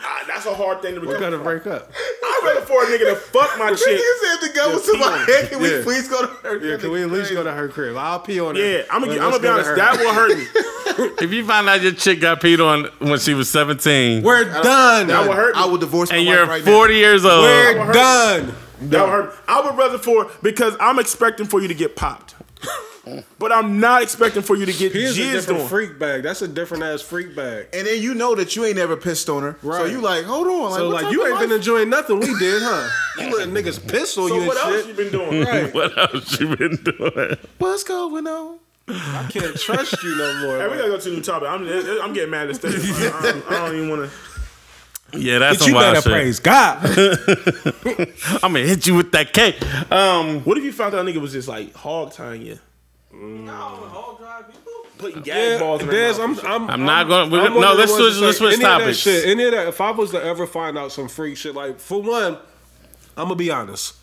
Speaker 2: ah, that's a hard thing to
Speaker 6: We
Speaker 2: become.
Speaker 6: gotta break up.
Speaker 2: I'd rather for a nigga to fuck my chick.
Speaker 4: You said to go to my head. Can
Speaker 6: Yeah.
Speaker 4: we please go to her?
Speaker 6: Yeah, can we at least go to her crib? I'll pee on her.
Speaker 2: Yeah, I'm gonna.
Speaker 6: Let-
Speaker 2: get- I'm
Speaker 6: let's go to
Speaker 2: gonna be honest.
Speaker 6: her
Speaker 2: That
Speaker 6: house.
Speaker 2: will hurt me.
Speaker 3: if you find out your chick got peed on when she was 17
Speaker 6: We're done.
Speaker 2: That will hurt me.
Speaker 4: I would divorce my
Speaker 3: and
Speaker 4: wife
Speaker 3: you're
Speaker 4: right
Speaker 3: 40 years old.
Speaker 6: We're
Speaker 2: hurt.
Speaker 6: done.
Speaker 2: That would hurt. I would rather for because I'm expecting for you to get popped, but I'm not expecting for you to get
Speaker 6: Here's a
Speaker 2: jizzed
Speaker 6: different
Speaker 2: on.
Speaker 6: freak bag. That's a different ass freak bag.
Speaker 4: now. And then you know that you ain't never pissed on her. So
Speaker 6: Right.
Speaker 4: you like, hold on. Like,
Speaker 6: So
Speaker 4: what
Speaker 6: like
Speaker 4: type
Speaker 6: you
Speaker 4: of
Speaker 6: ain't been
Speaker 4: life-
Speaker 6: enjoying nothing we did, huh? You let niggas piss on
Speaker 2: So
Speaker 6: you and
Speaker 2: what else you
Speaker 6: shit.
Speaker 2: been doing?
Speaker 6: Right.
Speaker 3: What else you been doing?
Speaker 4: What's going on?
Speaker 6: I can't trust you no more.
Speaker 2: Hey, we gotta go to a new topic. I'm, I'm getting mad at this thing. I, don't- I don't even want to.
Speaker 3: Yeah, that's some wild shit.
Speaker 6: God.
Speaker 3: I'm gonna hit you with that cake. Um,
Speaker 2: What if you found out a nigga was just like hog tying you,
Speaker 7: Y'all wanna hog drive people?
Speaker 2: putting gag
Speaker 6: Yeah,
Speaker 2: balls in
Speaker 6: Des,
Speaker 2: her
Speaker 6: I'm,
Speaker 2: mouth?
Speaker 6: I'm,
Speaker 3: I'm not gonna- we-
Speaker 6: I'm one
Speaker 3: no,
Speaker 6: of the
Speaker 3: let's
Speaker 6: ones
Speaker 3: switch-
Speaker 6: that
Speaker 3: let's
Speaker 6: say
Speaker 3: switch
Speaker 6: any of that
Speaker 3: topics.
Speaker 6: shit, any of that. If I was to ever find out some freak shit, like for one, I'm gonna be honest.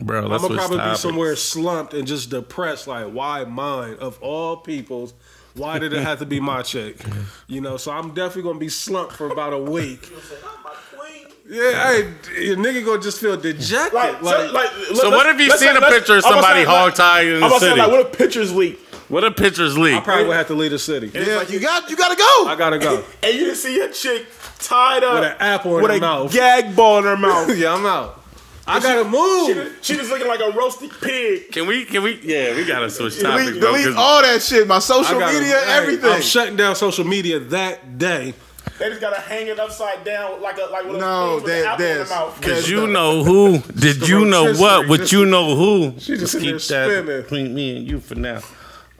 Speaker 3: bro,
Speaker 6: I'm
Speaker 3: that's
Speaker 6: gonna
Speaker 3: what's
Speaker 6: probably be
Speaker 3: topic.
Speaker 6: somewhere slumped and just depressed. Like, why mine of all people's? Why did it have to be my chick? You know, so I'm definitely gonna be slumped for about a week.
Speaker 7: Not my queen.
Speaker 6: Yeah, hey, d- your nigga gonna just feel dejected.
Speaker 2: Like,
Speaker 6: Like,
Speaker 2: so, like,
Speaker 3: So what if you seen a picture of somebody hog tied in
Speaker 2: I'm
Speaker 3: the
Speaker 2: about to say,
Speaker 3: city?
Speaker 2: like, what if pictures leak?
Speaker 3: What a pictures leak.
Speaker 6: I probably would have to leave the city.
Speaker 4: Yeah, you got you gotta go.
Speaker 6: I gotta go.
Speaker 2: And you didn't see your chick tied up
Speaker 6: With an apple in
Speaker 2: with
Speaker 6: her
Speaker 2: a
Speaker 6: mouth.
Speaker 2: gag ball in her mouth.
Speaker 6: yeah, I'm out. I gotta move.
Speaker 2: she just looking like a roasted pig.
Speaker 3: Can we? Can we? Yeah, we gotta switch topics,
Speaker 4: delete,
Speaker 3: bro.
Speaker 4: delete
Speaker 3: 'cause-
Speaker 4: all that shit. My
Speaker 6: I
Speaker 4: social
Speaker 6: gotta-
Speaker 4: media,
Speaker 6: hey,
Speaker 4: everything.
Speaker 6: I'm shutting down social media that day.
Speaker 2: They just gotta hang it upside down like a like with
Speaker 4: No,
Speaker 2: a pig with an
Speaker 4: that-
Speaker 2: apple in her
Speaker 4: that's-
Speaker 2: mouth.
Speaker 3: Did you know who? Did you know what? Would you know who?
Speaker 6: She just in
Speaker 3: keep
Speaker 6: there spinning.
Speaker 3: that between me and you for now.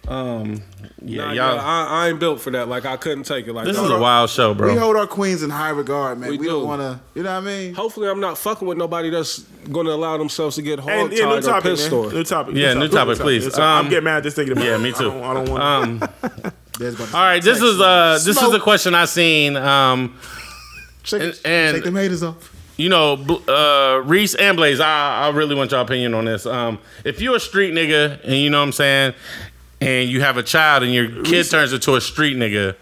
Speaker 3: Um, yeah,
Speaker 6: Nah,
Speaker 3: y'all.
Speaker 6: yeah, I, I ain't built for that. Like, I couldn't take it. Like,
Speaker 3: this
Speaker 6: that.
Speaker 3: is a wild show, bro.
Speaker 4: we hold our queens in high regard, man.
Speaker 6: We
Speaker 4: We, don't
Speaker 6: do.
Speaker 4: want to, you know what I mean?
Speaker 6: Hopefully, I'm not fucking with nobody that's going to allow themselves to get hog
Speaker 2: And yeah, new
Speaker 6: tied or
Speaker 2: topic,
Speaker 6: pissed
Speaker 2: man.
Speaker 6: on.
Speaker 2: New topic.
Speaker 3: Yeah, new topic, please.
Speaker 2: I'm
Speaker 3: Um,
Speaker 2: getting mad at this thinking about.
Speaker 3: yeah,
Speaker 2: it.
Speaker 3: me
Speaker 2: I
Speaker 3: too.
Speaker 2: don't, I don't want.
Speaker 3: um,
Speaker 4: That's about to-
Speaker 3: all right, this is uh, this is
Speaker 4: Smoke.
Speaker 3: a question I seen. Um,
Speaker 4: Shake,
Speaker 3: and- and-
Speaker 4: shake them haters off.
Speaker 3: you know, bl- uh, Reese and Blaze, I, I really want your opinion on this. Um, if you're a street nigga and you know what I'm saying, and you have a child and your kid turns into a street nigga,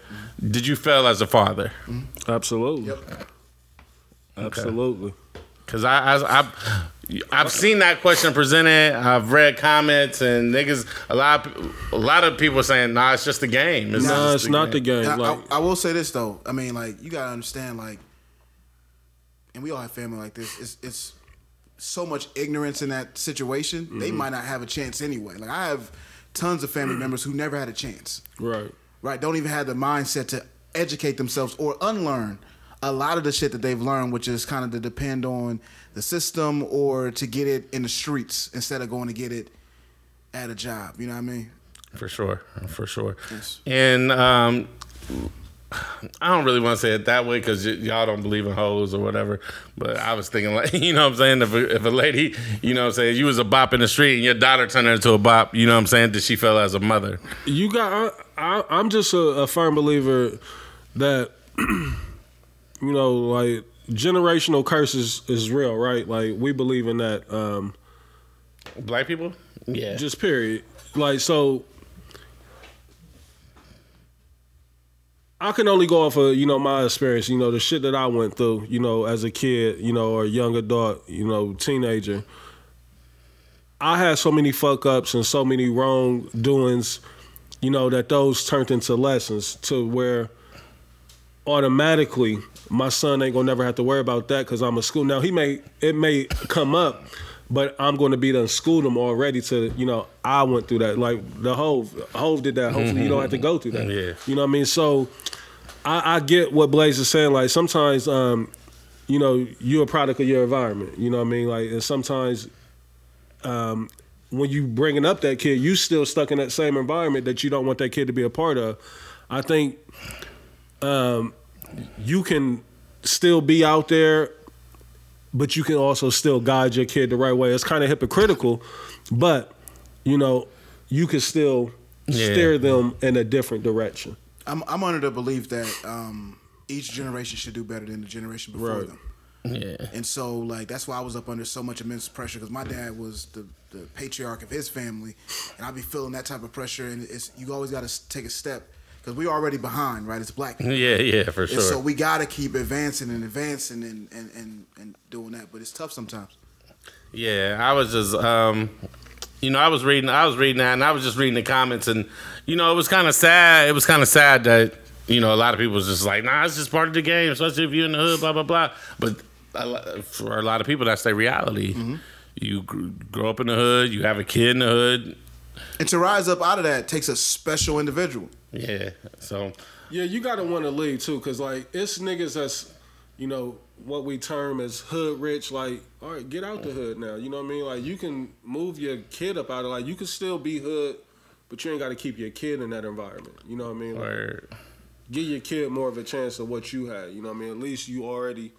Speaker 3: did you fail as a father?
Speaker 6: Absolutely. Absolutely.
Speaker 3: Because I, I, I, I've seen that question presented. I've read comments and niggas. A lot, of, a lot of people saying, "Nah, it's just a game." It's
Speaker 6: Nah,
Speaker 3: just
Speaker 6: it's
Speaker 3: a
Speaker 6: not
Speaker 3: game.
Speaker 6: the game.
Speaker 4: And I,
Speaker 6: Like,
Speaker 4: I, I will say this though. I mean, like you gotta understand, like, and we all have family like this. It's it's so much ignorance in that situation. They might not have a chance anyway. Like I have tons of family members who never had a chance.
Speaker 6: right.
Speaker 4: Right? Don't even have the mindset to educate themselves or unlearn a lot of the shit that they've learned, which is kind of to depend on the system or to get it in the streets instead of going to get it at a job. You know what I mean?
Speaker 3: For sure, for sure. And um, I don't really want to say it that way because y- y'all don't believe in hoes or whatever. But I was thinking, like, you know what I'm saying? If a, if a lady, you know what I'm saying, you was a bop in the street and your daughter turned her into a bop, you know what I'm saying? Did she feel as a mother?
Speaker 6: You got. I, I, I'm just a, a firm believer that you know, like generational curses is real, right? Like we believe in that. Um,
Speaker 3: Black people? Yeah.
Speaker 6: just period. Like so. I can only go off of you know my experience, you know the shit that I went through, you know as a kid, you know or young adult, you know teenager. I had so many fuck ups and so many wrong doings, you know that those turned into lessons to where automatically my son ain't gonna never have to worry about that because I'm a school. Now he may it may come up, but I'm gonna be done schooled him already to you know I went through that like the Hove Hove did that. Hopefully you don't have to go through that.
Speaker 3: Yeah.
Speaker 6: you know what I mean. So I, I get what Blaze is saying. Like sometimes um, you know you're a product of your environment. You know what I mean. Like and sometimes when you bringing up that kid, you still stuck in that same environment that you don't want that kid to be a part of. I think um, you can still be out there, but you can also still guide your kid the right way. It's kind of hypocritical, but you know you can still
Speaker 3: Yeah.
Speaker 6: steer them in a different direction.
Speaker 4: I'm I'm under the belief that um, each generation should do better than the generation before
Speaker 6: Right.
Speaker 4: them.
Speaker 3: Yeah.
Speaker 4: And so, like, that's why I was up under so much immense pressure because my dad was the, the patriarch of his family, and I'd be feeling that type of pressure. And it's you always got to take a step because we're already behind, right? It's black people,
Speaker 3: Yeah, yeah, for Mm-hmm. sure.
Speaker 4: and so we got to keep advancing and advancing and, and and and doing that. But it's tough sometimes.
Speaker 3: Yeah, I was just um you know, I was reading I was reading that and I was just reading the comments and you know, it was kinda sad. It was kinda sad that, you know, a lot of people was just like, nah, it's just part of the game, especially if you're in the hood, blah, blah, blah. But a lo- for a lot of people that's their reality.
Speaker 6: Mm-hmm.
Speaker 3: You gr- grow up in the hood, you have a kid in the hood.
Speaker 4: And to rise up out of that takes a special individual.
Speaker 3: Yeah. So
Speaker 6: Yeah, you gotta want to lead too, cause like it's niggas that's, you know, what we term as hood rich. Like, all right, get out the hood now. You know what I mean? Like, you can move your kid up out of like you can still be hood, but you ain't got to keep your kid in that environment. You know what I mean? Like,
Speaker 3: or
Speaker 6: give your kid more of a chance of what you had. You know what I mean? At least you already,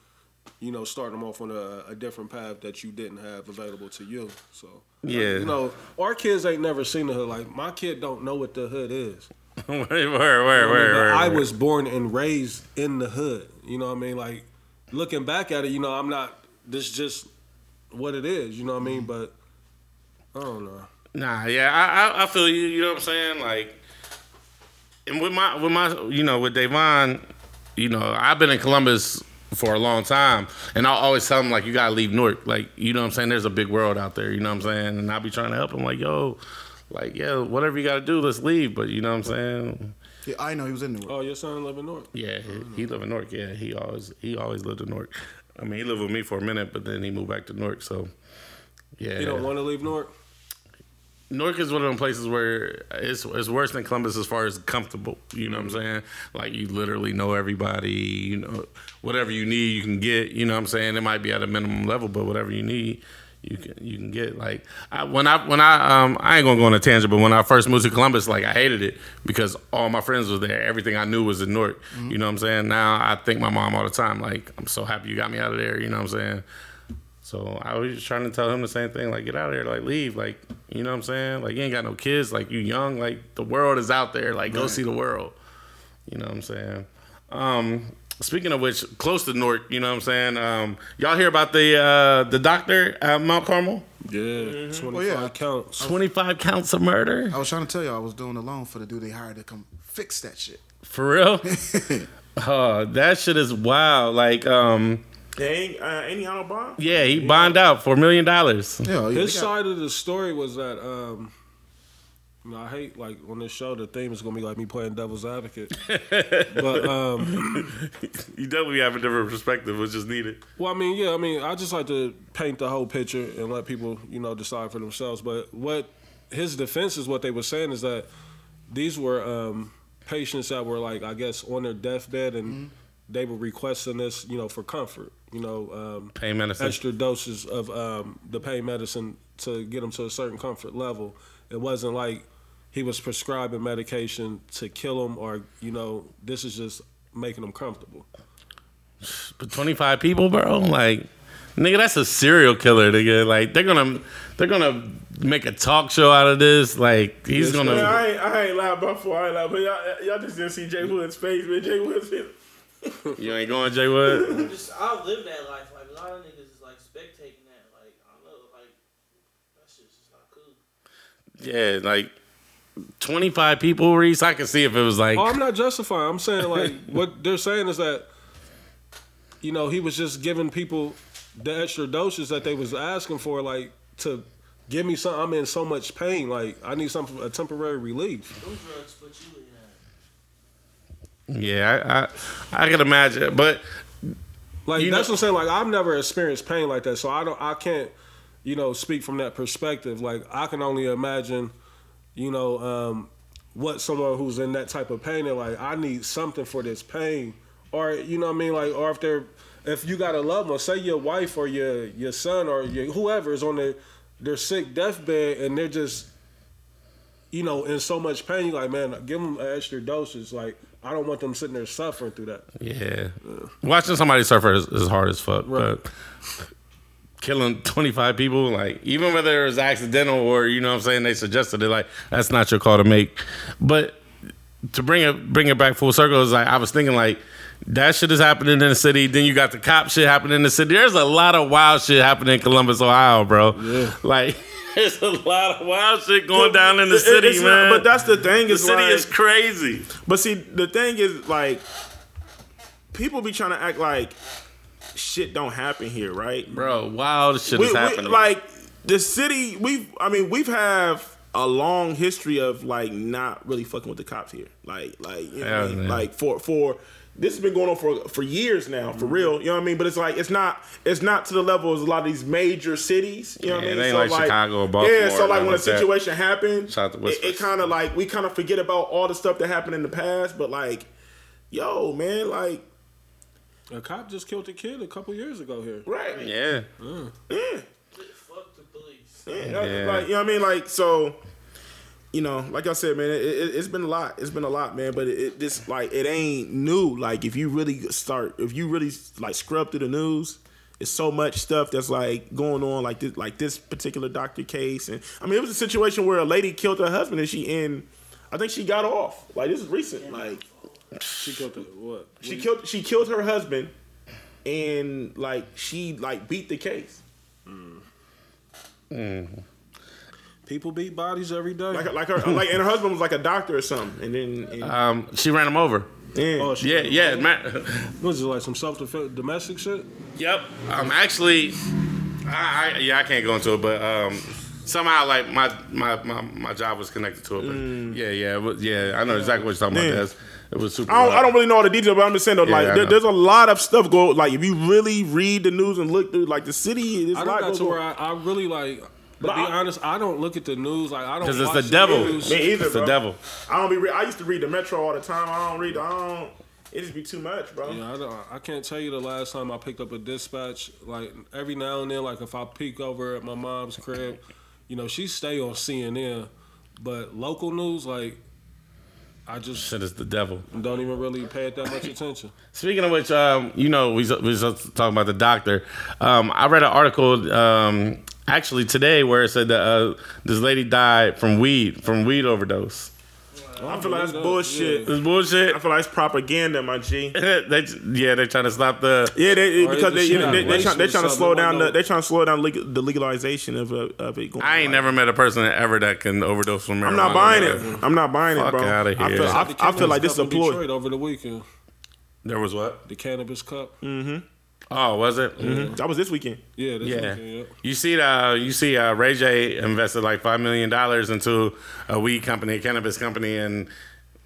Speaker 6: you know, start them off on a, a different path that you didn't have available to you. So
Speaker 3: Yeah.
Speaker 6: you know, our kids ain't never seen the hood. Like my kid don't know what the hood is.
Speaker 3: where where
Speaker 6: I mean,
Speaker 3: where where,
Speaker 6: but
Speaker 3: where
Speaker 6: I was born and raised in the hood. You know what I mean? Like looking back at it, you know, I'm not. This just what it is. You know what I mean?
Speaker 4: Mm-hmm.
Speaker 6: But I don't know.
Speaker 3: Nah, yeah, I, I I feel you. You know what I'm saying? Like, and with my with my you know with Davon, you know I've been in Columbus for a long time, and I always tell him like you gotta leave Newark. Like you know what I'm saying? There's a big world out there. You know what I'm saying? And I be trying to help him like yo, like yeah, whatever you gotta do, let's leave. But you know what I'm saying?
Speaker 4: Yeah, I know he was in Newark.
Speaker 6: Oh, your son live in North.
Speaker 3: Yeah, he, he live in Newark. Yeah, he always he always lived in Newark. I mean, he lived with me for a minute, but then he moved back to Newark. So yeah,
Speaker 6: You don't want to leave North.
Speaker 3: Newark is one of them places where it's, it's worse than Columbus as far as comfortable. You know what I'm saying? Like you literally know everybody. You know whatever you need, you can get. You know what I'm saying? It might be at a minimum level, but whatever you need, you can you can get. Like I, when I when I um I ain't gonna go on a tangent, but when I first moved to Columbus, like I hated it because all my friends were there. Everything I knew was in Newark. You know what I'm saying? Now I thank my mom all the time. Like I'm so happy you got me out of there. You know what I'm saying? So I was just trying to tell him the same thing, like get out of there, like leave, like you know what I'm saying, like you ain't got no kids, like you young, like the world is out there, like go see the world, you know what I'm saying. Um, speaking of which, close to Newark, you know what I'm saying. Um, y'all hear about the uh, the doctor at Mount Carmel?
Speaker 6: Yeah, twenty-five
Speaker 4: yeah.
Speaker 6: counts.
Speaker 3: 25 counts of murder
Speaker 4: I was trying to tell you all I was doing a loan for the dude they hired to come fix that shit.
Speaker 3: for real. oh, that shit is wild. Like, um,
Speaker 2: Dang, uh, any out bomb?
Speaker 3: yeah, he bond out for a million dollars.
Speaker 4: Yeah, yeah,
Speaker 6: His
Speaker 4: they got-
Speaker 6: side of the story was that. um you know, I hate like on this show the theme is gonna be like me playing devil's advocate, but um,
Speaker 3: You definitely have a different perspective, which is needed.
Speaker 6: Well, I mean, yeah, I mean, I just like to paint the whole picture and let people, you know, decide for themselves. But what his defense is, what they were saying is that these were um, patients that were like, I guess, on their deathbed and they were requesting this, you know, for comfort, you know, um,
Speaker 3: Pain medicine.
Speaker 6: extra doses of um, the pain medicine to get him to a certain comfort level. It wasn't like he was prescribing medication to kill him, or you know, this is just making him comfortable.
Speaker 3: But 25 people, bro, like nigga, that's a serial killer, nigga. Like they're gonna they're gonna make a talk show out of this. Like he's gonna
Speaker 2: Man, I ain't, I ain't loud Buffalo. I ain't loud, but y'all, y'all just didn't see Jay Wood's face, man. Jay Wood's face.
Speaker 3: You ain't going Jay Wood.
Speaker 7: I'm just I've lived that life. Like a lot of niggas is like spectating that. Like I don't know. Like that shit's just not cool.
Speaker 3: yeah, like 25 people, Reese. I can see if it was like
Speaker 6: Oh, I'm not justifying. I'm saying like what they're saying is that you know he was just giving people the extra doses that they was asking for, like to give me some. I'm in so much pain, like I need some a temporary relief.
Speaker 7: Them drugs put you in that.
Speaker 3: yeah, I, I I can imagine, but
Speaker 6: Like
Speaker 3: You
Speaker 6: that's what
Speaker 3: know-
Speaker 6: I'm saying. Like I've never experienced pain like that, so I don't. I can't you know speak from that perspective. Like I can only imagine you know um, what someone who's in that type of pain and like I need something for this pain, or you know what I mean, like or if they're if you got a loved one, say your wife or your your son or your whoever is on their their sick deathbed and they're just you know in so much pain, you're like man, give them an extra dosage. Like I don't want them sitting there suffering through that.
Speaker 3: yeah, watching somebody suffer is, is hard as fuck. But killing 25 people, like even whether it was accidental or you know what I'm saying, they suggested it. Like that's not your call to make. But to bring it bring it back full circle is like I was thinking like. That shit is happening in the city. Then you got the cop shit happening in the city. There's a lot of wild shit happening in Columbus, Ohio, bro. Like, there's a lot of wild shit going down in the
Speaker 2: It-
Speaker 3: city,
Speaker 2: it's not-
Speaker 3: man.
Speaker 2: but that's the thing.
Speaker 3: the
Speaker 2: is
Speaker 3: city
Speaker 2: like-
Speaker 3: is crazy.
Speaker 2: But see, the thing is, like, people be trying to act like shit don't happen here, right?
Speaker 3: Bro, wild shit
Speaker 2: We,
Speaker 3: is
Speaker 2: we-
Speaker 3: happening.
Speaker 2: like the city, we've. I mean, we've have a long history of like not really fucking with the cops here. Like, like, you know what I
Speaker 3: Yeah,
Speaker 2: mean?
Speaker 3: man.
Speaker 2: like for for. This has been going on for for years now, for real. You know what I mean? But it's like it's not it's not to the level of a lot of these major cities. You know what
Speaker 3: Yeah,
Speaker 2: I
Speaker 3: it
Speaker 2: mean?
Speaker 3: ain't like Chicago or Baltimore
Speaker 2: Yeah,
Speaker 3: or
Speaker 2: so like when
Speaker 3: nothing
Speaker 2: a
Speaker 3: like that.
Speaker 2: situation happened,
Speaker 3: Shout out to
Speaker 2: it, it
Speaker 3: Whispers.
Speaker 2: kind of like we kind of forget about all the stuff that happened in the past. But like, yo, man, like,
Speaker 6: A cop just killed a kid a couple years ago here.
Speaker 2: right?
Speaker 3: yeah.
Speaker 7: Fuck the police.
Speaker 2: Yeah.
Speaker 3: Yeah.
Speaker 2: Like, you know what I mean? Like, so, you know, like I said, man, it, it, it's been a lot. It's been a lot, man. But it, it this like it ain't new. Like, if you really start, if you really like scrub through the news. It's so much stuff that's like going on, like this, like this particular doctor case, and I mean, it was a situation where a lady killed her husband, and she in, I think she got off. Like this is recent. Like
Speaker 6: She killed the what?
Speaker 2: she killed, she killed her husband, and like she like beat the case.
Speaker 6: People beat bodies every day.
Speaker 2: Like, like her, like, and her husband was like a doctor or something, and then, and,
Speaker 3: Um, she ran him over.
Speaker 2: yeah.
Speaker 6: oh, she
Speaker 3: Yeah, yeah. Ma-
Speaker 6: Was it like some self defense domestic shit?
Speaker 3: yep. Um, actually, I, I yeah, I can't go into it, but um, somehow like my my my, my job was connected to it. But yeah, yeah, it was, yeah. I know exactly what you're talking
Speaker 2: Yeah.
Speaker 3: about. That's, it was super.
Speaker 2: I don't, I
Speaker 3: wild.
Speaker 2: don't really know all the detail, but I'm just saying though,
Speaker 3: Yeah,
Speaker 2: like
Speaker 3: I
Speaker 2: there,
Speaker 3: know.
Speaker 2: there's a lot of stuff go. Like if you really read the news and look through, like the city, there's
Speaker 6: I
Speaker 2: a
Speaker 6: don't
Speaker 2: lot
Speaker 6: got
Speaker 2: goes
Speaker 6: to where
Speaker 2: on.
Speaker 6: I, I really like. But
Speaker 2: But
Speaker 6: be
Speaker 2: I-
Speaker 6: honest, I don't look at the news. Like I don't.
Speaker 3: 'Cause it's
Speaker 6: watch
Speaker 3: the devil.
Speaker 6: news.
Speaker 2: Me either,
Speaker 3: It's the
Speaker 2: bro.
Speaker 3: devil.
Speaker 2: I don't be. Re- I used to read the Metro all the time. I don't read. I don't. It just be too much, bro.
Speaker 6: Yeah, I, don't, I can't tell you the last time I picked up a dispatch. Like every now and then, like if I peek over at my mom's crib, you know she stay on CNN, but local news like I just
Speaker 3: Shit is the devil.
Speaker 6: don't even really pay it that much attention.
Speaker 3: Speaking of which, um, you know, we we was just talking about the doctor. Um, I read an article um, actually today where it said that uh, this lady died from weed from weed overdose.
Speaker 2: I feel like that's
Speaker 6: Yeah.
Speaker 2: bullshit.
Speaker 3: This bullshit.
Speaker 2: I feel like it's propaganda, my G.
Speaker 3: they, yeah, they're trying to stop the.
Speaker 2: Yeah, they,
Speaker 6: Or
Speaker 2: because
Speaker 6: is it
Speaker 2: they,
Speaker 6: shit
Speaker 2: they, they,
Speaker 6: on
Speaker 2: they, trying, they
Speaker 6: race or
Speaker 2: trying to
Speaker 6: something?
Speaker 2: slow down
Speaker 6: Why
Speaker 2: the
Speaker 6: not?
Speaker 2: they trying to slow down legal, the legalization of uh, of it. Going
Speaker 3: I ain't
Speaker 2: like-
Speaker 3: never met a person ever that can overdose from marijuana.
Speaker 2: I'm not buying it. I'm not buying it,
Speaker 3: Fuck
Speaker 2: bro.
Speaker 3: outta
Speaker 2: I
Speaker 3: here.
Speaker 2: feel,
Speaker 3: Stop
Speaker 2: I, I feel like this is a
Speaker 6: Cup in
Speaker 2: ploy.
Speaker 6: Detroit over the weekend.
Speaker 3: There was what?
Speaker 6: The cannabis cup.
Speaker 3: Oh, was it? Mm-hmm.
Speaker 2: That was this weekend.
Speaker 6: Yeah, this
Speaker 3: Yeah.
Speaker 6: weekend. Yep.
Speaker 3: You see, uh, you see, uh, Ray J invested like five million dollars into a weed company, a cannabis company, and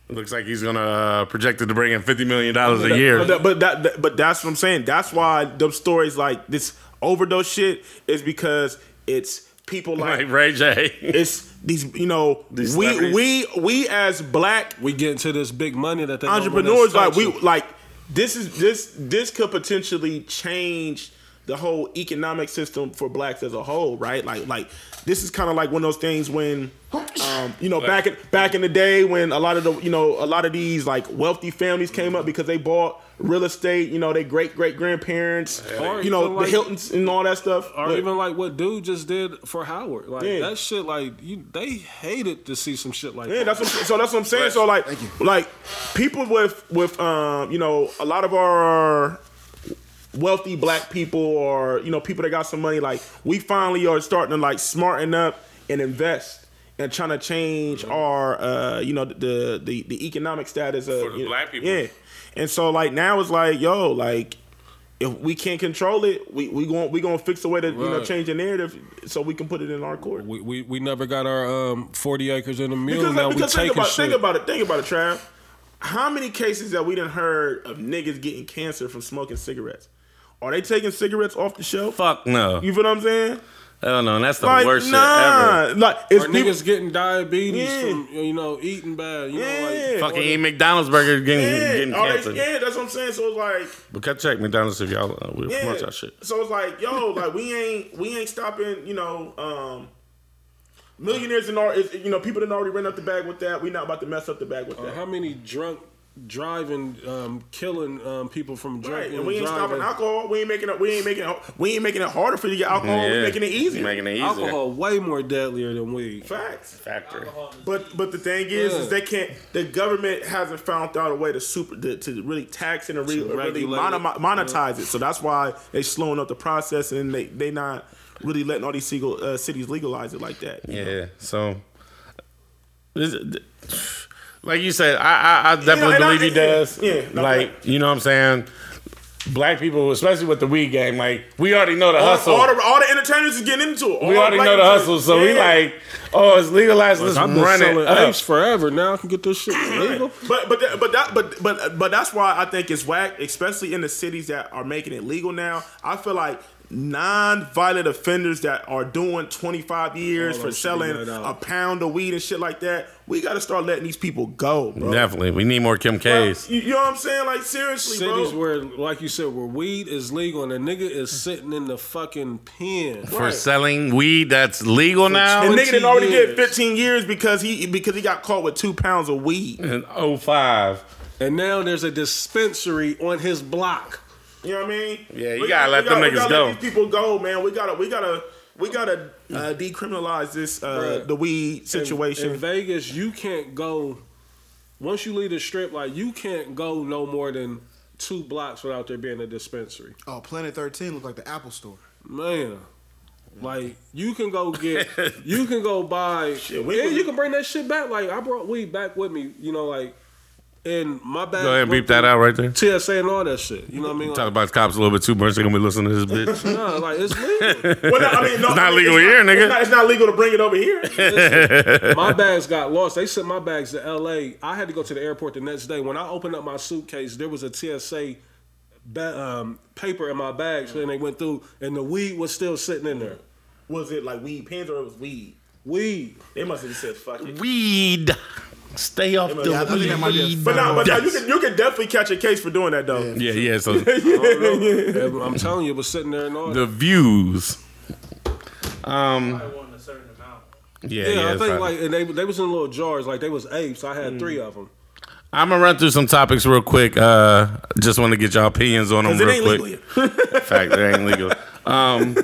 Speaker 3: it looks like he's gonna uh, projected to bring in fifty million dollars a year.
Speaker 2: But that, but that, that- but that's what I'm saying. That's why them stories like this overdose shit is because it's people like,
Speaker 3: Like Ray J.
Speaker 2: it's these you know
Speaker 3: These
Speaker 2: we
Speaker 3: celebrities.
Speaker 2: we we as black
Speaker 6: We get into this big money that they don't want in this
Speaker 2: entrepreneurs like we
Speaker 6: country.
Speaker 2: like this is this this could potentially change the whole economic system for blacks as a whole, right? Like like this is kind of like one of those things when um, you know back in, back in the day when a lot of the you know a lot of these like wealthy families came up because they bought real estate, you know, they great great grandparents,
Speaker 6: Or
Speaker 2: you know,
Speaker 6: even
Speaker 2: the
Speaker 6: like-
Speaker 2: Hiltons and all that stuff.
Speaker 6: Or
Speaker 2: But-
Speaker 6: even like what dude just did for Howard, like
Speaker 2: Yeah.
Speaker 6: that shit. Like you, they hated to see some shit like
Speaker 2: Yeah,
Speaker 6: that.
Speaker 2: that's what, so that's what I'm saying. So like, like people with with um, you know, a lot of our wealthy black people or you know people that got some money, like we finally are starting to like smarten up and invest and trying to change our uh, you know the the the economic status of
Speaker 3: For the
Speaker 2: you know,
Speaker 3: black people.
Speaker 2: Yeah, and so like now it's like yo like. If we can't control it, we we going we gonna fix a way to you know
Speaker 6: Right.
Speaker 2: change the narrative so we can put it in our court.
Speaker 6: we, we we never got our um forty acres and a mule.
Speaker 2: Because,
Speaker 6: now
Speaker 2: like, because
Speaker 6: we
Speaker 2: think
Speaker 6: taking
Speaker 2: about
Speaker 6: shit.
Speaker 2: think about it, think about it, Trav. How many cases that we done heard of niggas getting cancer from smoking cigarettes? Are they taking cigarettes off the shelf?
Speaker 3: Fuck no.
Speaker 2: You feel what I'm saying?
Speaker 3: I don't know. And that's the
Speaker 2: Like,
Speaker 3: worst
Speaker 2: nah.
Speaker 3: shit ever.
Speaker 2: Like, it's
Speaker 6: Or
Speaker 2: people-
Speaker 6: niggas getting diabetes
Speaker 2: Yeah.
Speaker 6: from you know eating bad. You know,
Speaker 2: Yeah.
Speaker 6: like,
Speaker 3: Fucking eat McDonald's burger getting,
Speaker 2: yeah,
Speaker 3: getting
Speaker 2: are they-
Speaker 3: cancer.
Speaker 2: yeah, that's what I'm saying. So it's like,
Speaker 3: But cut check McDonald's if y'all uh, we
Speaker 2: yeah.
Speaker 3: promote y'all shit.
Speaker 2: So it's like, yo, like we ain't we ain't stopping. You know, um, millionaires and all. You know, people that already ran up the bag with that. We not about to mess up the bag with
Speaker 6: uh,
Speaker 2: that.
Speaker 6: how many drunk driving, um, killing um, people from
Speaker 2: Right,
Speaker 6: drinking
Speaker 2: and we ain't
Speaker 6: driving.
Speaker 2: stopping alcohol. We ain't making it. We ain't making it. We ain't making it harder for you to get alcohol.
Speaker 3: Yeah.
Speaker 2: We making it easier.
Speaker 3: Making it easier.
Speaker 6: Alcohol way more deadlier than weed.
Speaker 2: Facts.
Speaker 3: Factory.
Speaker 2: But but the thing is,
Speaker 6: Yeah.
Speaker 2: is they can't. The government hasn't found out a way to super to, to really tax and to re, really
Speaker 6: regulate
Speaker 2: mono,
Speaker 6: it.
Speaker 2: monetize it. So that's why they slowing up the process and they they not really letting all these single, uh, cities legalize it like that.
Speaker 3: Yeah. So, this, like you said, I I, I definitely
Speaker 2: and I-
Speaker 3: believe he does.
Speaker 2: yeah, no,
Speaker 3: like you know what I'm saying. Black people, especially with the weed game, like we already know the
Speaker 2: All,
Speaker 3: hustle.
Speaker 2: all the, all the entertainers is getting into it. All
Speaker 3: we
Speaker 2: the
Speaker 3: already
Speaker 2: black
Speaker 3: know the
Speaker 2: entertainers.
Speaker 3: hustle, so we
Speaker 2: Yeah.
Speaker 3: like, oh, it's legalized. Let's
Speaker 6: I've been
Speaker 3: run it.
Speaker 6: selling
Speaker 3: up.
Speaker 6: apes forever. Now I can get this shit legal.
Speaker 2: But but that, but that but but but that's why I think it's whack, especially in the cities that are making it legal now. I feel like non-violent offenders that are doing 25 years
Speaker 6: All
Speaker 2: for
Speaker 6: those should be
Speaker 2: selling
Speaker 6: let out.
Speaker 2: a pound of weed and shit like that. We got to start letting these people go, bro.
Speaker 3: Definitely, we need more Kim K's.
Speaker 2: You, you know what I'm saying? Like seriously,
Speaker 6: Cities
Speaker 2: bro.
Speaker 6: where, like you said, where weed is legal and a nigga is sitting in the fucking pen.
Speaker 3: for selling weed that's legal now.
Speaker 2: and nigga didn't already
Speaker 6: 20
Speaker 2: get
Speaker 6: years.
Speaker 2: 15 years because he because he got caught with two pounds of weed.
Speaker 3: in 05.
Speaker 6: And now there's a dispensary on his block.
Speaker 2: You know what I mean?
Speaker 3: Yeah, you
Speaker 2: We got-
Speaker 3: gotta let
Speaker 2: we
Speaker 3: them
Speaker 2: gotta- we
Speaker 3: niggas
Speaker 2: gotta
Speaker 3: go.
Speaker 2: Let these people go, man. We gotta, we gotta, we gotta
Speaker 3: Mm.
Speaker 2: uh, decriminalize this uh,
Speaker 6: Bruh.
Speaker 2: the weed
Speaker 6: In-
Speaker 2: situation.
Speaker 6: in Vegas, you can't go. Once you leave the strip, like you can't go no more than two blocks without there being a dispensary.
Speaker 4: Oh, Planet Thirteen looked like the Apple Store.
Speaker 6: Man, like you can go get, you can go buy,
Speaker 2: we
Speaker 6: and
Speaker 2: was-
Speaker 6: you can bring that shit back. Like I brought weed back with me, you know, like in my bag.
Speaker 3: Go ahead and
Speaker 6: went
Speaker 3: beep that out right there.
Speaker 6: through TSA and all that shit. You know what I mean?
Speaker 3: Talk
Speaker 6: Like,
Speaker 3: about the cops a little bit too much. They're gonna be listening to this bitch.
Speaker 6: nah, like it's legal.
Speaker 2: Well, no, I mean, no,
Speaker 3: It's
Speaker 2: I
Speaker 3: not
Speaker 2: mean,
Speaker 3: legal here, nigga.
Speaker 2: It's not, it's not legal to bring it over here.
Speaker 6: my bags got lost. They sent my bags to LA. I had to go to the airport the next day. When I opened up my suitcase, there was a TSA ba- um, paper in my bag. So then they went through, and the weed was still sitting in there.
Speaker 2: was it like weed pens or it was weed?
Speaker 6: Weed.
Speaker 2: They must have just said fuck it.
Speaker 3: weed. Stay off the
Speaker 4: I think that might be a
Speaker 3: weed.
Speaker 2: But no, but no, you
Speaker 3: Yes.
Speaker 2: can you can definitely catch a case for doing that though.
Speaker 3: Yeah, yeah. So
Speaker 6: I'm telling you, it was sitting there and all. that.
Speaker 3: the views. Um.
Speaker 7: I want a certain amount.
Speaker 3: Yeah, yeah.
Speaker 6: yeah, I
Speaker 3: it's
Speaker 6: think
Speaker 3: fine.
Speaker 6: like and they they was in little jars. Like they was apes. I had three of them.
Speaker 3: I'm gonna run through some topics real quick. Uh, just want to get your opinions on them
Speaker 2: Cause it
Speaker 3: real
Speaker 2: ain't
Speaker 3: quick.
Speaker 2: legal here.
Speaker 3: Fact, they ain't legal. Um,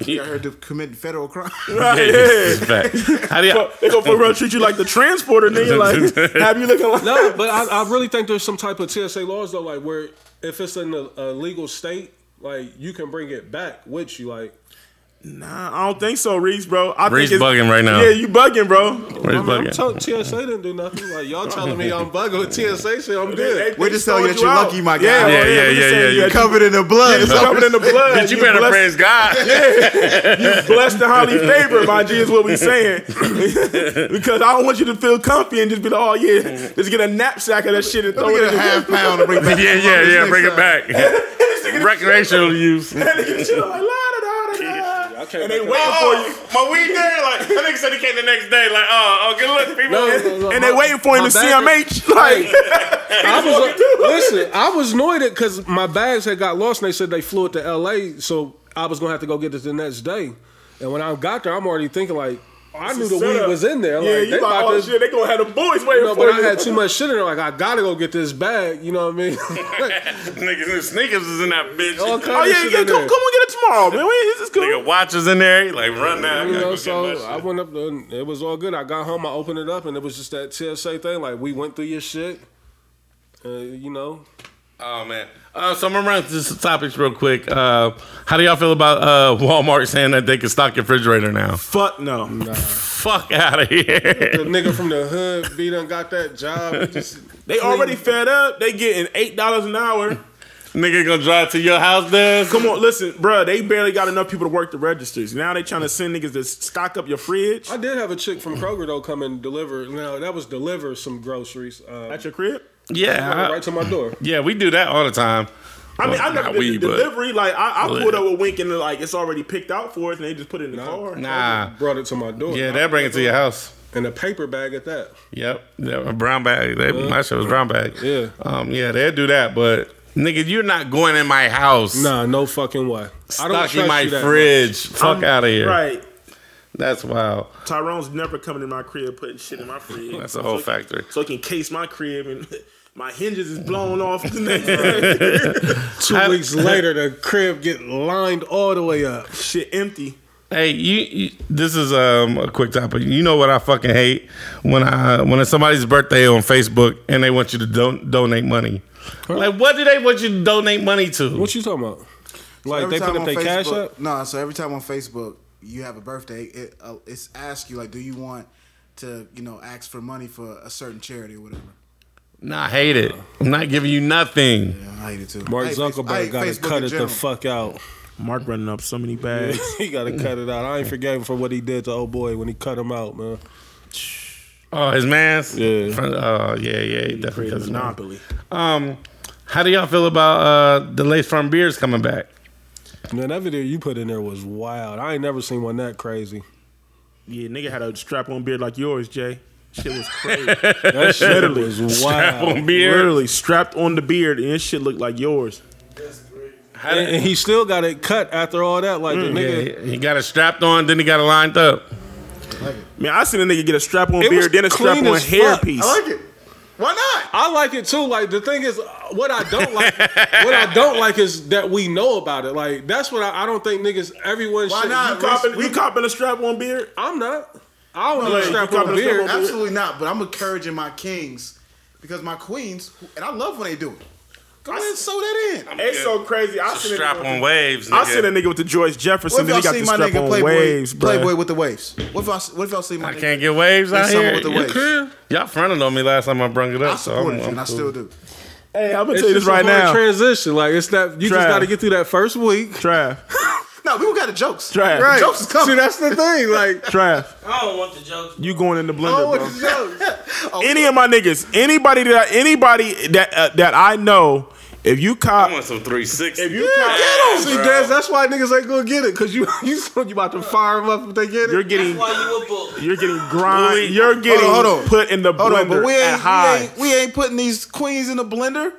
Speaker 4: I heard to commit federal crime.
Speaker 3: it's a fact. How do you?
Speaker 2: They go for real treat you like the transporter, nigga. Like have you looking like
Speaker 6: No, but I, I really think there's some type of TSA laws though, like where if it's in a, a legal state, like you can bring it back with you. Like
Speaker 2: Nah, I don't think so, Reese, bro. I
Speaker 3: Reese
Speaker 2: think it's,
Speaker 3: bugging right now.
Speaker 2: Yeah, you bugging, bro.
Speaker 6: I
Speaker 3: Where's
Speaker 6: mean, I'm
Speaker 3: Bucket?
Speaker 6: telling TSA didn't do nothing. Like y'all telling me I'm bugging with TSA shit. I'm good.
Speaker 4: We're just telling you
Speaker 2: sold
Speaker 4: that you're
Speaker 2: out.
Speaker 4: lucky, my guy.
Speaker 2: Yeah,
Speaker 4: Yeah,
Speaker 2: well,
Speaker 3: yeah,
Speaker 2: we just
Speaker 3: yeah,
Speaker 2: saying
Speaker 3: yeah,
Speaker 2: you
Speaker 3: yeah.
Speaker 2: had
Speaker 4: Covered in the blood.
Speaker 2: It's covered in the blood.
Speaker 3: Bitch, you better
Speaker 2: blessed-
Speaker 3: praise God.
Speaker 2: Blessed and highly favored, my G, is what we saying. because I don't want you to feel comfy and just be like, oh, yeah, let's get a knapsack of that shit and throw
Speaker 4: Let me
Speaker 2: it
Speaker 4: get
Speaker 2: in
Speaker 4: a half pound to bring back.
Speaker 3: yeah,
Speaker 4: to
Speaker 3: yeah,
Speaker 4: Columbus
Speaker 3: yeah.
Speaker 4: next
Speaker 3: Bring it
Speaker 4: time.
Speaker 3: back. Recreational use.
Speaker 2: the shit. I'm like, la, da, da, da, da. And they waiting for you.
Speaker 3: Oh, my weed there. Like that nigga said he came the next day. Like oh, oh good luck, people.
Speaker 6: No, no, no,
Speaker 2: And
Speaker 6: my-
Speaker 2: they waiting for him
Speaker 6: my
Speaker 2: to
Speaker 6: bag-
Speaker 2: CMH. Like,
Speaker 6: I was listen. I was annoyed because my bags had got lost, and they said they flew it to L.A. So I was gonna have to go get it the next day. And when I got there, I'm already thinking like I knew the
Speaker 2: Set
Speaker 6: weed
Speaker 2: up.
Speaker 6: was in there.
Speaker 2: Yeah,
Speaker 6: like,
Speaker 2: you
Speaker 6: they
Speaker 2: like,
Speaker 6: about
Speaker 2: oh
Speaker 6: to,
Speaker 2: shit, they gonna have the boys waiting
Speaker 6: no,
Speaker 2: for
Speaker 6: but I
Speaker 2: you.
Speaker 6: had too much shit in there. Like I gotta go get this bag. You know what I mean?
Speaker 3: Niggas, sneakers is in that bitch.
Speaker 6: All kind
Speaker 2: Oh
Speaker 6: of
Speaker 2: yeah,
Speaker 6: shit
Speaker 2: yeah,
Speaker 6: in
Speaker 2: come,
Speaker 6: there.
Speaker 2: come and get it tomorrow, man. Wait, this is cool.
Speaker 3: Nigga, watches in there. He Like, run now. I
Speaker 6: You
Speaker 3: gotta go
Speaker 6: know,
Speaker 3: get my
Speaker 6: so
Speaker 3: shit.
Speaker 6: I went up there and it was all good. I got home, I opened it up, and it was just that TSA thing. Like, we went through your shit. Uh, you know,
Speaker 3: Oh man. Uh, so I'm gonna run through some topics real quick. Uh, how do y'all feel about uh, Walmart saying that they can stock your refrigerator now?
Speaker 2: Fuck no.
Speaker 3: Fuck out of
Speaker 6: the
Speaker 3: here.
Speaker 6: nigga from the hood, B done got that job. It just-
Speaker 2: They already fed up. They getting eight dollars an hour.
Speaker 3: Nigga gonna drive to your house then.
Speaker 2: Come on, listen, bruh, They barely got enough people to work the registers. Now they trying to send niggas to stock up your fridge
Speaker 6: I did have a chick from Kroger, though, come and deliver. Now, that was deliver some groceries. Um,
Speaker 2: at your crib.
Speaker 3: Yeah.
Speaker 6: right to my door.
Speaker 3: yeah, we do that all the time.
Speaker 2: I mean, I
Speaker 3: Well,
Speaker 2: never
Speaker 3: not
Speaker 2: did
Speaker 3: we,
Speaker 2: the
Speaker 3: but-
Speaker 2: delivery. Like I, I
Speaker 3: Well,
Speaker 2: pulled
Speaker 3: yeah.
Speaker 2: up with Wink and like it's already picked out for us, and they just put it in the car.
Speaker 3: Nah.
Speaker 6: Brought it to my door.
Speaker 3: Yeah, they'll bring it to your house.
Speaker 6: And a paper bag at that.
Speaker 3: Yep. Yeah, a brown bag. They, my shit was brown bag.
Speaker 6: Yeah.
Speaker 3: Um, yeah, they'll do that, but nigga, you're not going in my house.
Speaker 6: Nah, no fucking way. I don't
Speaker 3: Stocking
Speaker 6: trust
Speaker 3: my
Speaker 6: you that
Speaker 3: fridge. Fuck out of here.
Speaker 2: Right.
Speaker 3: That's wild.
Speaker 2: Tyrone's never coming in my crib putting shit in my fridge.
Speaker 3: That's a whole
Speaker 2: so,
Speaker 3: factory.
Speaker 2: So he can case my crib and my hinges is blown off the next day.
Speaker 6: much. Two weeks later, the crib get lined all the way up.
Speaker 2: Shit empty.
Speaker 3: Hey, you, you. This is um, a quick topic. You know what I fucking hate when I when it's somebody's birthday on Facebook and they want you to don- donate money. Like, what do they want you to donate money to?
Speaker 6: What you talking about? Like,
Speaker 4: Every
Speaker 6: they put
Speaker 4: time
Speaker 6: up
Speaker 4: on
Speaker 6: their
Speaker 4: Facebook,
Speaker 6: cash up?
Speaker 4: No, so every time on Facebook you have a birthday, it, uh, it's ask you like, do you want to, you know, ask for money for a certain charity or whatever.
Speaker 3: Nah, I hate it. I'm not giving you nothing.
Speaker 4: Yeah, I hate it too.
Speaker 6: Mark
Speaker 4: I hate Face- I
Speaker 6: Zuckerberg
Speaker 4: hate
Speaker 6: got to
Speaker 4: Facebook in
Speaker 6: cut it the
Speaker 4: general.
Speaker 6: fuck out.
Speaker 2: Mark running up so many bags.
Speaker 6: he got to cut it out. I ain't forgave him for what he did to old boy when he cut him out, man.
Speaker 3: Oh, his man's.
Speaker 6: Yeah.
Speaker 3: Friend- Oh, yeah, yeah. He definitely does not.
Speaker 2: Monopoly.
Speaker 3: Um, how do y'all feel about uh the Lace Front beers coming back?
Speaker 6: Man, that video you put in there was wild. I ain't never seen one that crazy.
Speaker 2: Yeah, nigga had a strap on beard like yours, Jay. Shit was crazy.
Speaker 6: That shit
Speaker 2: Literally.
Speaker 6: was
Speaker 3: Strap
Speaker 6: wild.
Speaker 3: on beer.
Speaker 2: Literally strapped on the beard, and this shit looked like yours.
Speaker 3: How
Speaker 6: And,
Speaker 3: did-
Speaker 6: and he still got it cut after all that. Like the nigga,
Speaker 3: Mm, yeah, he he got it strapped on, then he got it lined up.
Speaker 2: Man, I seen a nigga get a strap on
Speaker 6: It was
Speaker 2: beard, then a
Speaker 6: clean
Speaker 2: strap on
Speaker 6: as fuck.
Speaker 2: hairpiece.
Speaker 4: I like it. Why not?
Speaker 6: I like it too. Like the thing is, uh, what I don't like, what I don't like is that we know about it. Like that's what I, I don't think niggas. Everyone
Speaker 4: Why
Speaker 6: should.
Speaker 4: not?
Speaker 6: you cop-
Speaker 2: Copping, you copping a strap on beard?
Speaker 6: I'm not. I don't
Speaker 2: like,
Speaker 6: like
Speaker 2: you
Speaker 6: strap
Speaker 2: copping
Speaker 6: on
Speaker 2: a strap
Speaker 6: beer.
Speaker 2: on
Speaker 4: Absolutely not. But I'm encouraging my kings because my queens, and I love when they do it. Go ahead and sew that in.
Speaker 2: It's so crazy. I
Speaker 3: It's a
Speaker 2: seen a
Speaker 3: strap
Speaker 2: nigga
Speaker 3: on
Speaker 2: with-
Speaker 3: waves.
Speaker 2: I
Speaker 3: nigga.
Speaker 2: seen a nigga with the George Jefferson,
Speaker 4: What
Speaker 2: then he
Speaker 4: if y'all
Speaker 2: got
Speaker 4: see
Speaker 2: the
Speaker 4: my
Speaker 2: strap
Speaker 4: nigga
Speaker 2: on
Speaker 4: Playboy,
Speaker 2: waves, bruh.
Speaker 4: Playboy with the waves? What if y'all, what if y'all see my
Speaker 3: I
Speaker 4: nigga?
Speaker 3: can't get waves out
Speaker 4: someone
Speaker 3: here.
Speaker 4: with the
Speaker 3: You
Speaker 4: waves.
Speaker 3: could. Y'all fronted on me last time I brung it up. so
Speaker 4: I supported
Speaker 3: I'm-
Speaker 4: you,
Speaker 3: I'm
Speaker 4: and I
Speaker 3: cool.
Speaker 4: still do.
Speaker 2: Hey, I'm gonna
Speaker 6: It's
Speaker 2: tell you this
Speaker 6: just a
Speaker 2: right
Speaker 6: hard
Speaker 2: now.
Speaker 6: Transition. Like it's that you just
Speaker 2: Trav.
Speaker 6: got to get through that first week.
Speaker 2: Trav,
Speaker 4: No, people got the jokes.
Speaker 2: Trash.
Speaker 4: The
Speaker 2: Right.
Speaker 4: Jokes is coming.
Speaker 6: See, that's the thing. Like
Speaker 2: Trav,
Speaker 7: I don't want the jokes.
Speaker 2: you going in the blender, bro.
Speaker 4: Oh,
Speaker 2: Any of my niggas, anybody that anybody that uh, that I know, if you
Speaker 3: I
Speaker 2: cop,
Speaker 3: want some 360.
Speaker 2: if you cop,
Speaker 6: see, Des, that's why niggas ain't gonna get it because you you you about to fire them up if they get it.
Speaker 2: you're
Speaker 7: That's
Speaker 2: getting
Speaker 7: why you a book.
Speaker 2: you're getting grind,
Speaker 3: Louis,
Speaker 2: you're getting
Speaker 4: hold on.
Speaker 2: put in the blender
Speaker 4: Hold on, but we
Speaker 2: at
Speaker 4: ain't,
Speaker 2: high.
Speaker 4: we, ain't, we ain't putting these queens in the blender.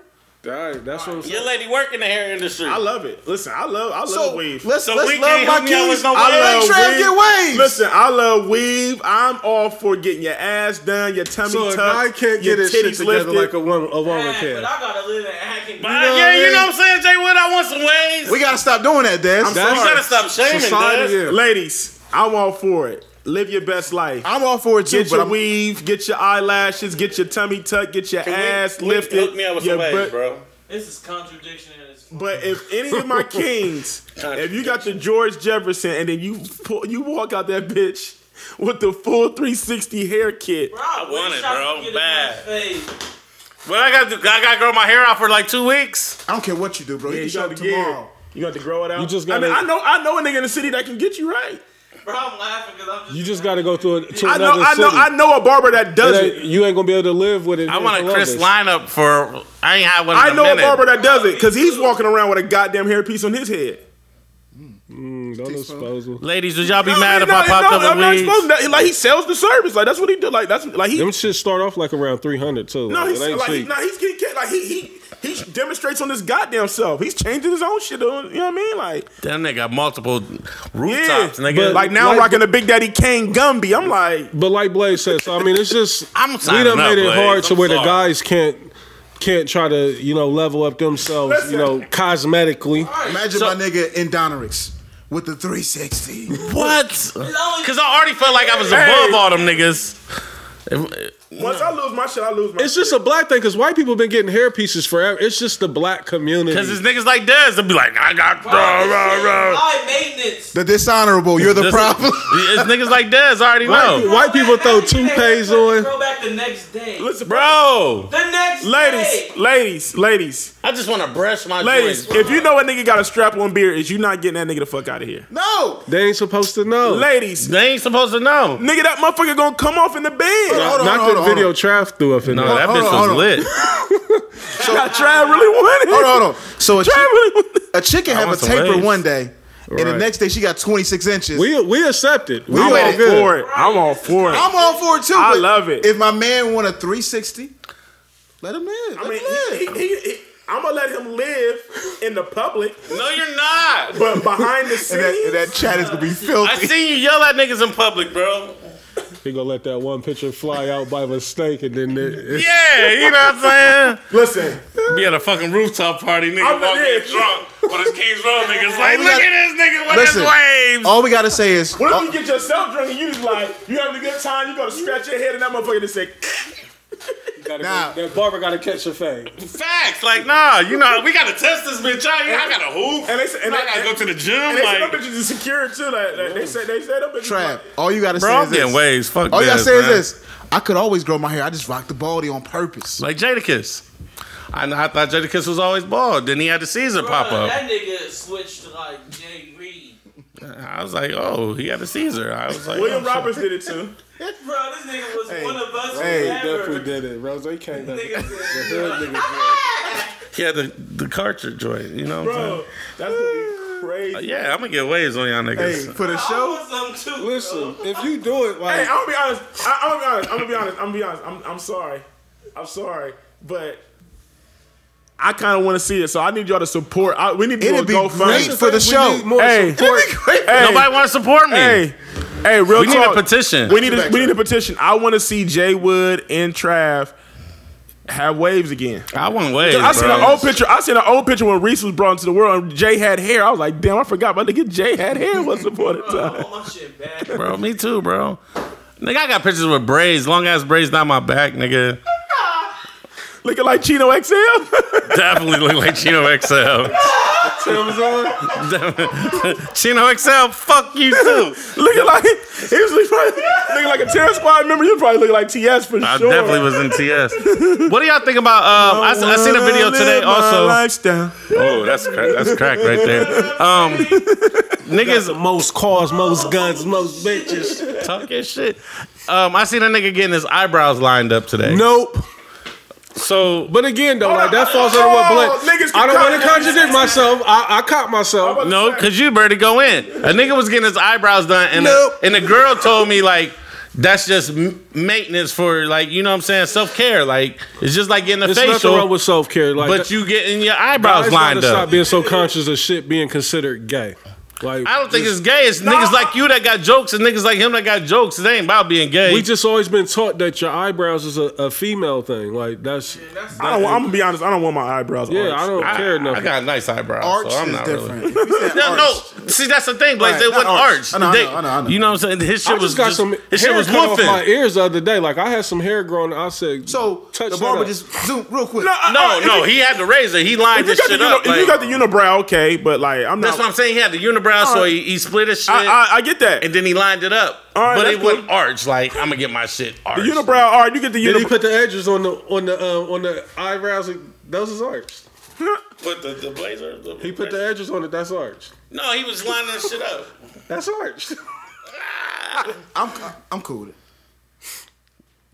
Speaker 6: Alright, that's what I'm saying.
Speaker 3: Your lady work in the hair industry.
Speaker 2: I love it. Listen, I love I love
Speaker 4: So
Speaker 2: weave.
Speaker 4: let's
Speaker 3: So we
Speaker 4: let's
Speaker 3: can't
Speaker 4: love
Speaker 3: help
Speaker 4: my
Speaker 3: y'all with
Speaker 4: kings.
Speaker 3: no
Speaker 4: I
Speaker 3: waves.
Speaker 4: let Trav get waves.
Speaker 2: Listen, I love weave. I'm all for getting your ass done, your tummy
Speaker 6: So if
Speaker 2: tucked,
Speaker 6: I can't
Speaker 2: your
Speaker 6: get his shit
Speaker 2: titties
Speaker 6: together
Speaker 2: lifted.
Speaker 6: like a woman, a woman
Speaker 7: Man,
Speaker 6: can.
Speaker 7: but I gotta live in Atkins.
Speaker 3: But yeah, you know what I'm saying, Jay Wood? I want some waves.
Speaker 4: we gotta stop doing that, Des. I'm,
Speaker 3: you gotta
Speaker 6: That's
Speaker 3: stop shaming,
Speaker 6: society.
Speaker 3: dude.
Speaker 6: Yeah.
Speaker 2: Ladies, I'm all for it. Live your best life.
Speaker 4: all for it too,
Speaker 2: Get
Speaker 4: but
Speaker 2: your
Speaker 4: I'm,
Speaker 2: weave, get your eyelashes, get your tummy tucked, get your ass lifted.
Speaker 3: Hook me up with
Speaker 2: your
Speaker 3: some waves,
Speaker 2: butt-
Speaker 3: bro.
Speaker 7: This is contradiction and it's
Speaker 2: But if any of my kings, if you got the George Jefferson and then you pull, you walk out that bitch with the full 360 hair kit,
Speaker 7: Bro, I,
Speaker 3: want
Speaker 7: wish
Speaker 3: it,
Speaker 7: I
Speaker 3: bro.
Speaker 7: could get
Speaker 3: Bad.
Speaker 7: in that phase.
Speaker 3: What I gotta do? I gotta grow my hair out for like two weeks.
Speaker 4: I don't care what you do, bro.
Speaker 2: Yeah,
Speaker 4: you
Speaker 2: you
Speaker 4: can show
Speaker 2: got
Speaker 4: up
Speaker 2: to get
Speaker 4: tomorrow.
Speaker 2: You got to grow it out.
Speaker 6: You just
Speaker 2: I mean,
Speaker 6: gotta-
Speaker 2: I know, I know a nigga in the city that can get you right.
Speaker 7: Bro, I'm laughing because I'm just.
Speaker 6: You just gotta go to, a, to
Speaker 2: I know,
Speaker 6: another
Speaker 2: I know,
Speaker 6: city.
Speaker 2: I know a barber that does
Speaker 6: It
Speaker 2: it.
Speaker 6: ain't- you ain't gonna be able to live with it.
Speaker 3: I
Speaker 6: in
Speaker 3: want a Chris
Speaker 6: Columbus.
Speaker 3: lineup for. I ain't had one. In
Speaker 2: I know a
Speaker 3: minute.
Speaker 2: barber that does it because he's walking around with a goddamn hairpiece on his head.
Speaker 6: Mm, don't disposal.
Speaker 3: Ladies, would y'all be
Speaker 2: I
Speaker 3: mad
Speaker 2: mean,
Speaker 3: if I
Speaker 2: no,
Speaker 3: popped
Speaker 2: no,
Speaker 3: up
Speaker 2: I'm
Speaker 3: with
Speaker 2: not
Speaker 3: weeds?
Speaker 2: exposing that. Like he sells the service. Like that's what he do. Like that's like he.
Speaker 6: Them shit start off like around three hundred too.
Speaker 2: No,
Speaker 6: Like,
Speaker 2: he's
Speaker 6: it ain't
Speaker 2: like,
Speaker 6: cheap.
Speaker 2: nah, he's getting Like he he he demonstrates on his goddamn self. He's changing his own shit. On, you know what I mean? Like
Speaker 3: Damn, they got multiple
Speaker 2: yeah,
Speaker 3: rooftops, nigga.
Speaker 6: but-
Speaker 2: like now
Speaker 6: Like-
Speaker 2: rocking a Big Daddy Kane Gumby. I'm like,
Speaker 6: But like Blaze said, so I mean, it's just
Speaker 3: I'm
Speaker 6: we
Speaker 3: signing
Speaker 6: done
Speaker 3: up,
Speaker 6: made it
Speaker 3: Blaze.
Speaker 6: hard to
Speaker 3: I'm
Speaker 6: where the
Speaker 3: sorry.
Speaker 6: guys can't can't try to you know level up themselves, you know, cosmetically.
Speaker 4: Imagine my nigga in Donorix with the 360.
Speaker 3: what? Because I already felt like I was
Speaker 2: Hey.
Speaker 3: above all them niggas. If-
Speaker 2: once I lose my shit, I lose my.
Speaker 6: It's just a black thing because white people been getting hair pieces forever. It's just the black community.
Speaker 3: Cause it's niggas like this, they'll be like, I got raw, raw, raw.
Speaker 7: High maintenance.
Speaker 4: The dishonorable, you're the
Speaker 3: This-
Speaker 4: problem.
Speaker 3: It's niggas like this. I already
Speaker 6: White,
Speaker 3: know,
Speaker 6: white people throw toupees on.
Speaker 7: Throw back the next day. The
Speaker 2: listen,
Speaker 3: bro.
Speaker 7: next day.
Speaker 2: ladies, ladies, ladies,
Speaker 3: I just want to brush my
Speaker 2: ladies.
Speaker 3: joints.
Speaker 2: If you know a nigga got a strap on beard, is you not getting that nigga the fuck out of here?
Speaker 4: no.
Speaker 6: They ain't supposed to know.
Speaker 2: Ladies,
Speaker 3: They ain't supposed to know.
Speaker 2: nigga, that motherfucker gonna come off in the bed.
Speaker 4: Hold on,
Speaker 6: Not
Speaker 4: hold
Speaker 6: the
Speaker 4: on, hold
Speaker 6: video
Speaker 4: on.
Speaker 6: trap threw up in
Speaker 3: No,
Speaker 6: there.
Speaker 3: that
Speaker 4: hold
Speaker 3: bitch
Speaker 4: on,
Speaker 3: was
Speaker 4: hold on.
Speaker 3: lit.
Speaker 2: I tried really wanted.
Speaker 4: Hold on, hold on. So a,
Speaker 2: Tried
Speaker 4: chick,
Speaker 2: really wanted.
Speaker 4: a chicken have a
Speaker 3: want some
Speaker 4: taper
Speaker 3: waves.
Speaker 4: one day, and the
Speaker 6: Right.
Speaker 4: next day she got 26 inches.
Speaker 6: We we accept it. We
Speaker 2: I'm
Speaker 6: all
Speaker 2: all
Speaker 6: good.
Speaker 2: for it. I'm all for it.
Speaker 4: I'm all for it too.
Speaker 2: I
Speaker 4: but
Speaker 2: love it.
Speaker 4: If my man want a 360, let him live. Let
Speaker 2: I mean,
Speaker 4: him live.
Speaker 2: he, he, he, he, I'm gonna let him live in the public,
Speaker 3: No, you're not.
Speaker 2: but behind the scenes,
Speaker 4: and, that, and that chat is gonna be filthy.
Speaker 3: I seen you yell at niggas in public, bro.
Speaker 6: He gonna let that one picture fly out by mistake, and then it, it's
Speaker 3: Yeah, you know what I'm
Speaker 2: listen,
Speaker 3: saying? Be at a fucking rooftop party, nigga.
Speaker 2: I'm
Speaker 3: walking
Speaker 2: lit.
Speaker 3: drunk with his Kings Road niggas. Like,
Speaker 4: we
Speaker 3: look
Speaker 4: got-
Speaker 3: at this nigga with
Speaker 4: Listen. Oh.
Speaker 3: his waves.
Speaker 4: All we gotta say is,
Speaker 2: what if
Speaker 4: all,
Speaker 2: you get yourself drunk and you just like you having a good time? You go to scratch your head and that motherfucker just say,
Speaker 6: gotta
Speaker 4: Nah.
Speaker 6: go, that barber gotta catch a fade.
Speaker 3: Facts, like, nah, you know, we gotta test this bitch out. You know, I gotta hoop.
Speaker 2: and they say, and,
Speaker 3: I gotta
Speaker 2: they,
Speaker 3: go to the gym.
Speaker 2: and they say
Speaker 3: like,
Speaker 2: them bitches is secure too. Like, like they say, they say them bitches.
Speaker 4: trap.
Speaker 2: Like,
Speaker 4: All you gotta
Speaker 3: Bro,
Speaker 4: say
Speaker 3: I'm
Speaker 4: is
Speaker 3: getting
Speaker 4: this.
Speaker 3: waves. Fuck
Speaker 4: All you gotta
Speaker 3: this,
Speaker 4: say is
Speaker 3: man.
Speaker 4: this. I could always grow my hair. I just rock the baldy on purpose.
Speaker 3: Like Jadakiss. I, I thought Jadakiss was always bald. Then he had the Caesar pop up.
Speaker 7: That nigga switched to like Jay Reed.
Speaker 3: I was like, oh, he had a Caesar. I was like,
Speaker 2: William
Speaker 3: oh,
Speaker 2: Roberts did it too.
Speaker 7: Bro, this nigga was one of us
Speaker 4: hey,
Speaker 7: forever.
Speaker 6: did it. Rose came back.
Speaker 3: he had the, the cartridge joint. You know what I'm
Speaker 2: Bro, Oh, that's gonna be crazy.
Speaker 3: saying? Yeah, I'm gonna get waves on y'all
Speaker 4: Hey,
Speaker 3: niggas.
Speaker 4: for the
Speaker 7: I
Speaker 4: show,
Speaker 7: want some too.
Speaker 6: Listen, if you do it
Speaker 2: Hey,
Speaker 6: like
Speaker 2: I'm gonna be honest. I, I'm gonna be honest. I'm gonna be honest. I'm gonna be honest. I'm, I'm sorry. I'm sorry, but I kind of want to see it. So I need y'all to support. I, we need to
Speaker 4: it'd be
Speaker 2: go
Speaker 4: great for
Speaker 6: We
Speaker 4: the
Speaker 6: need
Speaker 4: show.
Speaker 6: more
Speaker 2: Hey.
Speaker 6: support.
Speaker 2: Hey,
Speaker 3: Nobody wanna support me.
Speaker 2: Hey, hey, real
Speaker 3: we need
Speaker 2: talk.
Speaker 3: a petition.
Speaker 2: We need a, we need a petition. I want to see Jay Wood and Trav have waves again.
Speaker 3: I want waves.
Speaker 2: I seen
Speaker 3: bro.
Speaker 2: an old picture. I seen an old picture when Reese was brought into the world and Jay had hair. I was like, damn, I forgot. My nigga Jay had hair once upon a time.
Speaker 7: All my shit back.
Speaker 3: bro. Me too, bro. Nigga, I got pictures with braids, long ass braids down my back, nigga.
Speaker 2: Looking like Chino XL.
Speaker 3: Definitely look like Chino XL. Chino XL, fuck you too.
Speaker 2: looking like he was probably looking like a terror squad member. You probably looking like TS for
Speaker 3: I
Speaker 2: sure.
Speaker 3: definitely was in TS. What do y'all think about? Um, I, s- I seen a video today also.
Speaker 2: Lifestyle.
Speaker 3: Oh, that's crack, that's crack right there. Um, niggas
Speaker 6: Most cars, most guns, most bitches.
Speaker 3: talking shit. Um, I seen a nigga getting his eyebrows lined up today.
Speaker 6: Nope.
Speaker 3: So
Speaker 6: But again, though, like that falls
Speaker 2: Hold
Speaker 6: under what
Speaker 2: on.
Speaker 6: Blake.
Speaker 2: Niggas can
Speaker 6: I don't want
Speaker 2: cut
Speaker 6: to
Speaker 2: it.
Speaker 6: contradict myself. I, I caught myself.
Speaker 3: no, cause you barely go in. A nigga was getting his eyebrows done, and
Speaker 6: Nope.
Speaker 3: a, and the girl told me like. That's just m- maintenance for like you know what I'm saying self care like it's just like getting a
Speaker 6: There's nothing
Speaker 3: facial
Speaker 6: wrong with self care. Like,
Speaker 3: but you getting your
Speaker 6: guys
Speaker 3: eyebrows
Speaker 6: gotta
Speaker 3: lined
Speaker 6: Stop
Speaker 3: up.
Speaker 6: being so conscious of shit being considered gay. Like,
Speaker 3: I don't think it's gay. It's niggas like you that got jokes and niggas like him that got jokes. It ain't about being gay.
Speaker 6: we just always been taught that your eyebrows is a, a female thing. Like that's
Speaker 2: I don't. want- I'm gonna be honest. I don't want my eyebrows.
Speaker 6: yeah.
Speaker 2: arched.
Speaker 6: I don't
Speaker 3: I,
Speaker 6: care
Speaker 3: I
Speaker 6: nothing.
Speaker 3: got nice eyebrows,
Speaker 4: Arch
Speaker 3: so I'm
Speaker 4: is
Speaker 3: not
Speaker 4: different.
Speaker 3: really.
Speaker 4: If you said
Speaker 3: No,
Speaker 4: arch-
Speaker 3: no. See, that's the thing. Like
Speaker 4: Right,
Speaker 3: they
Speaker 4: not
Speaker 3: wasn't
Speaker 4: arch.
Speaker 3: arch.
Speaker 4: I know, I
Speaker 3: They-
Speaker 4: know, I know, I know.
Speaker 3: You know what I'm saying? His shit
Speaker 6: I
Speaker 3: was
Speaker 6: just got
Speaker 3: just,
Speaker 6: some
Speaker 3: his
Speaker 6: hair
Speaker 3: shit was
Speaker 6: cut off my
Speaker 3: woofing.
Speaker 6: ears the other day. Like I had some hair growing. I said,
Speaker 4: So
Speaker 6: touch
Speaker 4: the
Speaker 6: that
Speaker 4: barber
Speaker 6: up.
Speaker 4: just zoom real quick.
Speaker 2: No, I- I-
Speaker 3: No,
Speaker 2: if
Speaker 3: no,
Speaker 2: you-
Speaker 3: he had the razor. He lined
Speaker 2: If you,
Speaker 3: this
Speaker 2: got
Speaker 3: shit
Speaker 2: the
Speaker 3: up.
Speaker 2: uni- if you got
Speaker 3: Like,
Speaker 2: the unibrow, okay, but like I'm
Speaker 3: that's what
Speaker 2: not.
Speaker 3: I'm saying. He had the unibrow, so
Speaker 2: Alright.
Speaker 3: he, he split his shit,
Speaker 2: I, I, I get that.
Speaker 3: and then he lined it up.
Speaker 2: Alright,
Speaker 3: but
Speaker 2: that's
Speaker 3: it wasn't
Speaker 2: cool.
Speaker 3: arch. Like I'm gonna get my shit arched.
Speaker 2: the unibrow. All right, you get the
Speaker 6: Then he
Speaker 2: unibrow.
Speaker 6: put the edges on the on the uh, on the eyebrows. and Those is arched.
Speaker 3: Put the, the blazer. The
Speaker 6: He put the edges on it. That's arched.
Speaker 3: No, he was lining this shit up.
Speaker 6: That's arched.
Speaker 4: I'm I'm cool. with it.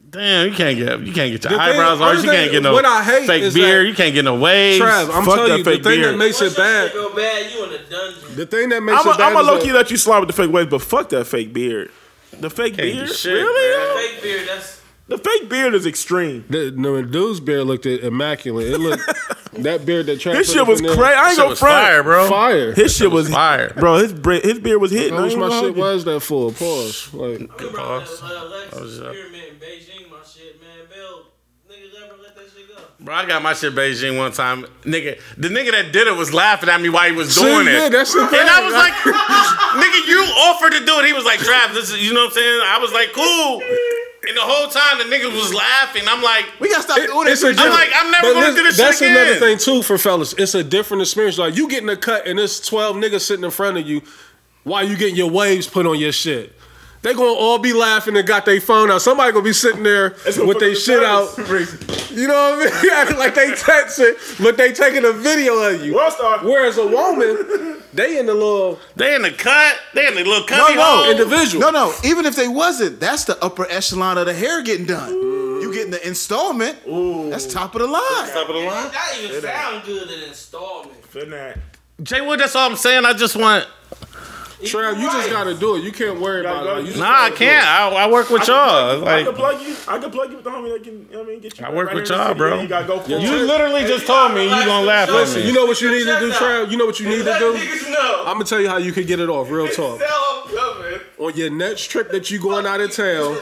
Speaker 3: Damn, you can't get you can't get your
Speaker 6: The thing-
Speaker 3: eyebrows
Speaker 6: other
Speaker 3: arched. You can't
Speaker 6: thing-
Speaker 3: get no
Speaker 6: what I hate
Speaker 3: fake
Speaker 6: is
Speaker 3: beard.
Speaker 6: that-
Speaker 3: You can't get no waves.
Speaker 6: Trav, I'm
Speaker 2: Fuck that
Speaker 6: telling you, the
Speaker 2: fake
Speaker 6: thing that
Speaker 2: beard.
Speaker 6: makes
Speaker 7: Once
Speaker 6: it
Speaker 7: your
Speaker 6: bad.
Speaker 7: shit go bad, you in a dungeon.
Speaker 6: The thing that makes
Speaker 2: I'm
Speaker 6: it bad.
Speaker 2: gonna
Speaker 6: is
Speaker 2: low key
Speaker 6: that-
Speaker 2: let you slide with the fake waves, but fuck that fake beard. The fake
Speaker 3: Can't do
Speaker 2: beard,
Speaker 3: shit,
Speaker 2: really?
Speaker 3: man.
Speaker 7: Fake beard, that's
Speaker 2: The fake beard is extreme.
Speaker 6: The, no, the dude's beard looked immaculate. It looked that beard that Trap
Speaker 2: This
Speaker 6: put
Speaker 2: shit
Speaker 6: up
Speaker 2: was
Speaker 6: in there-
Speaker 2: crazy. I ain't
Speaker 3: Shit
Speaker 2: gonna
Speaker 3: was
Speaker 2: front.
Speaker 3: fire, bro.
Speaker 6: Fire.
Speaker 2: His shit was
Speaker 3: fire.
Speaker 2: bro. His bre- his beard was hitting.
Speaker 6: I wish my shit was
Speaker 2: was.
Speaker 6: that full. Pause. Like
Speaker 7: I remember I had
Speaker 3: Pause.
Speaker 7: a Alexis
Speaker 3: Oh, yeah.
Speaker 7: experiment in Beijing, my shit, man. Bill, niggas never let that shit go.
Speaker 3: Bro, I got my shit Beijing one time. Nigga, the nigga that did it was laughing at me while he was
Speaker 6: See,
Speaker 3: doing
Speaker 6: yeah,
Speaker 3: it.
Speaker 6: that's the
Speaker 3: And I
Speaker 6: thing.
Speaker 3: was like, nigga, you offered to do it. He was like, Trav, this is, you know what I'm saying? I was like, cool. And the whole time the nigga was laughing. I'm like,
Speaker 4: We gotta stop doing
Speaker 6: It's a
Speaker 4: that.
Speaker 6: different-
Speaker 3: like, I'm never
Speaker 6: but
Speaker 3: gonna
Speaker 6: listen,
Speaker 3: do this shit
Speaker 6: That's another
Speaker 3: again.
Speaker 6: thing too for fellas. It's a different experience. Like you getting a cut and it's twelve niggas sitting in front of you while you getting your waves put on your shit. They gonna all be laughing and got their phone out. Somebody gonna be sitting there with their shit out. You know what I mean? Acting like they texting, but they taking a video of you.
Speaker 2: World star.
Speaker 6: Whereas a woman, they in the little
Speaker 3: they in the cut. They in the little cut.
Speaker 6: individual.
Speaker 4: No, no. Even if they wasn't, that's the upper echelon of the hair getting done. You getting the installment. That's top of the line.
Speaker 7: That even sound good in installment.
Speaker 3: Jay Wood, that's all I'm saying. I just want.
Speaker 6: Trav, you just gotta do it. You can't worry
Speaker 2: Gotta
Speaker 6: about
Speaker 2: go.
Speaker 6: it. You just
Speaker 3: Nah, I
Speaker 6: gotta do it.
Speaker 3: can't. I, I work with y'all.
Speaker 2: I can
Speaker 3: Like,
Speaker 2: plug you. I can plug you with the homie that can. You know what I mean, get you.
Speaker 3: I work
Speaker 2: right
Speaker 3: with
Speaker 2: here in the
Speaker 3: y'all,
Speaker 2: city.
Speaker 3: bro.
Speaker 2: You gotta go for
Speaker 3: you
Speaker 2: it.
Speaker 3: literally just told me you gonna laugh at
Speaker 6: Listen,
Speaker 3: me.
Speaker 6: you know what you need to do,
Speaker 7: Check
Speaker 6: Trav? You know what you need to
Speaker 7: Let
Speaker 6: do?
Speaker 7: niggas know.
Speaker 6: I'm gonna tell you how you could get it off. Real talk.
Speaker 7: Tell 'em I'm coming.
Speaker 6: On your next trip that you going out of town,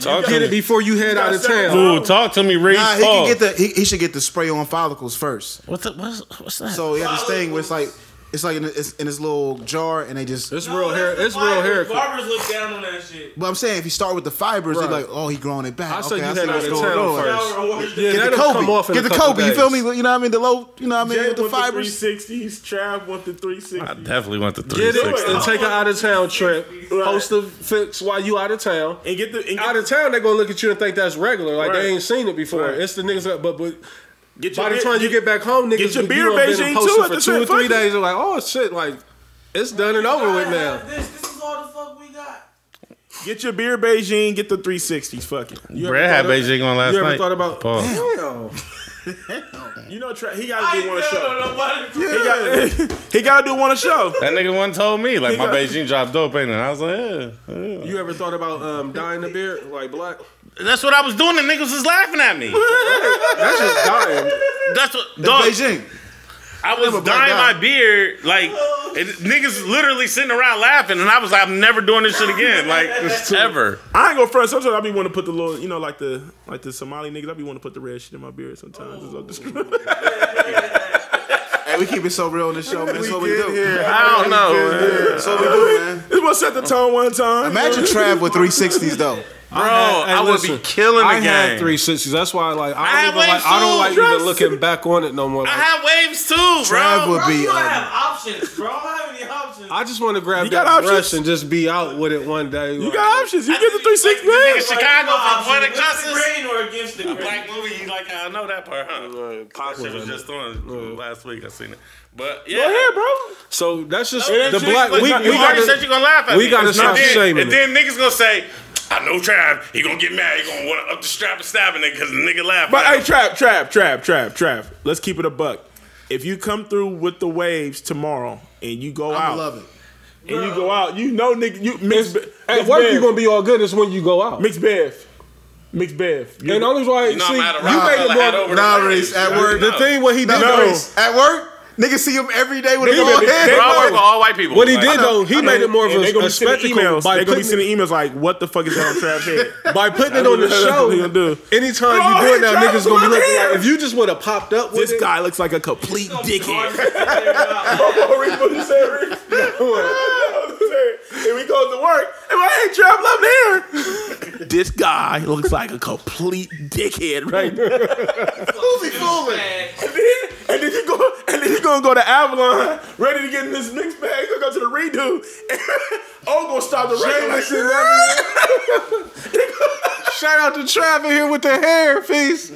Speaker 3: Talk
Speaker 6: get it
Speaker 3: to me.
Speaker 6: before you head out of town.
Speaker 3: Ooh, talk to me, Reese.
Speaker 4: Nah, he
Speaker 3: Paul.
Speaker 4: can get the. He, he should get the spray on follicles first.
Speaker 3: what's, the, what's, what's that?
Speaker 4: So he had this thing where it's like, it's like in, it's in this little jar, and they just.
Speaker 6: It's
Speaker 7: No,
Speaker 6: real
Speaker 7: that's
Speaker 6: hair.
Speaker 7: the
Speaker 6: It's real hair.
Speaker 7: fibers. Barbers look down on that shit.
Speaker 4: But I'm saying if you start with the fibers,
Speaker 6: Right.
Speaker 4: they're like, oh, he growing it back.
Speaker 6: I say
Speaker 4: okay,
Speaker 6: you
Speaker 4: I
Speaker 6: head
Speaker 4: see
Speaker 6: out
Speaker 4: what's
Speaker 6: of
Speaker 4: going
Speaker 6: town
Speaker 4: on.
Speaker 6: first.
Speaker 7: Power washes.
Speaker 6: Yeah,
Speaker 4: Get the
Speaker 6: that'll come off
Speaker 4: Kobe.
Speaker 6: in
Speaker 4: Get the
Speaker 6: a couple
Speaker 4: Kobe. You
Speaker 6: days.
Speaker 4: feel me? You know what I mean? The low. You know what I mean?
Speaker 2: Jay
Speaker 4: With the
Speaker 2: went the three
Speaker 4: fibers.
Speaker 2: sixties. Trav went the three
Speaker 3: I
Speaker 2: sixties.
Speaker 3: definitely want the
Speaker 6: Get it
Speaker 3: 360.
Speaker 6: and take an out of town trip.
Speaker 2: Right.
Speaker 6: Post a fix while you out of town.
Speaker 2: And get the and
Speaker 6: Out
Speaker 2: get,
Speaker 6: of town, they gonna look at you and think that's regular. Like
Speaker 2: Right.
Speaker 6: they ain't seen it before.
Speaker 2: Right.
Speaker 6: It's the niggas. That, but but
Speaker 2: get your
Speaker 6: by the
Speaker 2: beard-
Speaker 6: time you get back home, niggas
Speaker 2: get your
Speaker 6: you
Speaker 2: beer
Speaker 6: done been posted
Speaker 2: Beijing too
Speaker 6: for
Speaker 2: at the
Speaker 6: two or three
Speaker 2: same fucking-
Speaker 6: days. They're like, oh shit, like it's done and over with
Speaker 7: Gotta
Speaker 6: now.
Speaker 7: have This, this is all the fuck we got.
Speaker 2: get your beer Beijing. Get the three sixties. Fuck it. You,
Speaker 3: Brad had
Speaker 6: thought of-
Speaker 3: Beijing on last
Speaker 6: You ever
Speaker 3: night.
Speaker 6: thought about?
Speaker 3: Pause.
Speaker 6: Damn.
Speaker 2: you know Trav. He gotta
Speaker 7: I
Speaker 2: do
Speaker 7: ain't
Speaker 2: one a show.
Speaker 7: telling nobody.
Speaker 2: He gotta, he gotta do one a show.
Speaker 3: That nigga one told me like my
Speaker 2: got-
Speaker 3: Beijing dropped dope, ain't it? And I was like, yeah, yeah.
Speaker 6: You ever thought about um, dyeing the beard like black?
Speaker 3: That's what I was doing. and niggas was laughing at me.
Speaker 6: That's just dying.
Speaker 3: That's what dog.
Speaker 4: Beijing.
Speaker 3: I was
Speaker 4: black
Speaker 3: dyeing
Speaker 4: guy.
Speaker 3: my beard like and niggas literally sitting around laughing, and I was like, I'm never doing this shit again, like ever.
Speaker 2: I ain't gonna front. Sometimes I be want to put the little, you know, like the like the Somali niggas. I be want to put the red shit in my beard sometimes. It's up the screw.
Speaker 4: Hey, we keep it so real on this show, man. That's what we do.
Speaker 3: I don't know, man.
Speaker 4: That's what we do, man.
Speaker 2: This was set the tone one time.
Speaker 4: Imagine Trav with 360s though.
Speaker 3: bro. I would be killing the
Speaker 6: I
Speaker 3: game.
Speaker 6: had three sixties. That's why, like, I,
Speaker 3: I
Speaker 6: don't even
Speaker 3: had
Speaker 6: like, I don't like
Speaker 3: waves
Speaker 6: even
Speaker 3: too.
Speaker 6: looking back on it no more.
Speaker 3: I
Speaker 6: Like,
Speaker 3: had waves too,
Speaker 4: Trav
Speaker 3: bro.
Speaker 4: would
Speaker 7: Bro, you
Speaker 4: be.
Speaker 7: don't
Speaker 4: Um,
Speaker 7: have options, bro. I don't have any options.
Speaker 6: I just want to grab
Speaker 2: You
Speaker 6: that
Speaker 2: got options.
Speaker 6: brush and just be out with it one day.
Speaker 2: You got options. You get the three six
Speaker 3: Nigga,
Speaker 2: man.
Speaker 3: Chicago
Speaker 7: Options.
Speaker 3: for poetic
Speaker 7: With the
Speaker 3: justice.
Speaker 7: grain or against the grain.
Speaker 3: Black movie, you like I know that part, huh? That shit was just on last week. I seen it, but yeah,
Speaker 2: Go ahead, bro.
Speaker 6: So that's just
Speaker 3: It
Speaker 6: the
Speaker 3: is
Speaker 6: black.
Speaker 3: true,
Speaker 6: We,
Speaker 3: but
Speaker 6: we
Speaker 3: you already said
Speaker 6: got
Speaker 3: you're gonna laugh at
Speaker 6: we
Speaker 3: me.
Speaker 6: gotta
Speaker 3: And
Speaker 6: stop
Speaker 3: then-
Speaker 6: shaming
Speaker 3: And then niggas gonna say, I know Trav, he gonna get mad, he gonna wanna up the strap and stab a nigga because the nigga laugh.
Speaker 2: But
Speaker 3: at
Speaker 2: hey,
Speaker 3: him.
Speaker 2: trap, trap, trap, trap, trap. Let's keep it a buck. If you come through with the waves tomorrow and you go
Speaker 4: I
Speaker 2: out,
Speaker 4: love it.
Speaker 2: and you go out, you know, nigga, you mix. Be-
Speaker 6: at
Speaker 2: mix
Speaker 6: work.
Speaker 2: Bev.
Speaker 6: You gonna be all good is when you go out.
Speaker 2: mix Bev, mix Bev. You-
Speaker 6: And only why
Speaker 3: you know I'm out of
Speaker 6: see you make
Speaker 3: rock.
Speaker 6: it more.
Speaker 4: Nah, Reese, at work.
Speaker 6: The thing what he did
Speaker 2: No.
Speaker 6: though,
Speaker 4: At work, niggas see him every day with a
Speaker 2: Nigga,
Speaker 4: bald
Speaker 2: they-
Speaker 4: head.
Speaker 2: they-
Speaker 3: Bro, I
Speaker 4: bro.
Speaker 3: work with all white people.
Speaker 6: what he
Speaker 3: Like,
Speaker 6: did though, Oh, he made it more of
Speaker 2: and they
Speaker 6: a,
Speaker 2: gonna
Speaker 6: a
Speaker 2: be sending
Speaker 6: spectacle
Speaker 2: emails.
Speaker 6: by
Speaker 2: They gonna be
Speaker 6: putting
Speaker 2: sending emails like, "What the fuck is that on Trav's head?"
Speaker 6: By putting it
Speaker 2: That's
Speaker 6: on the
Speaker 2: what- that's
Speaker 6: show,
Speaker 2: what he gonna do.
Speaker 6: anytime
Speaker 2: Oh,
Speaker 6: you do it now,
Speaker 2: Travis,
Speaker 6: niggas gonna be
Speaker 2: look
Speaker 6: looking
Speaker 2: here.
Speaker 6: like, if you just would have popped up with
Speaker 2: this
Speaker 6: it,
Speaker 2: guy looks like a complete dickhead. Reese, what you say, Reese? What you say? and we go to work, and my hey, Trav, love hair. this guy looks like a complete dickhead right now.
Speaker 4: Who's he fooling?
Speaker 7: Black.
Speaker 2: and then you go, and then you gonna go to Avalon, ready to get in this mixed bag. Gonna go to the redo. And oh, gonna stop the rain. Like,
Speaker 6: Shout out to Travis here with the hair piece.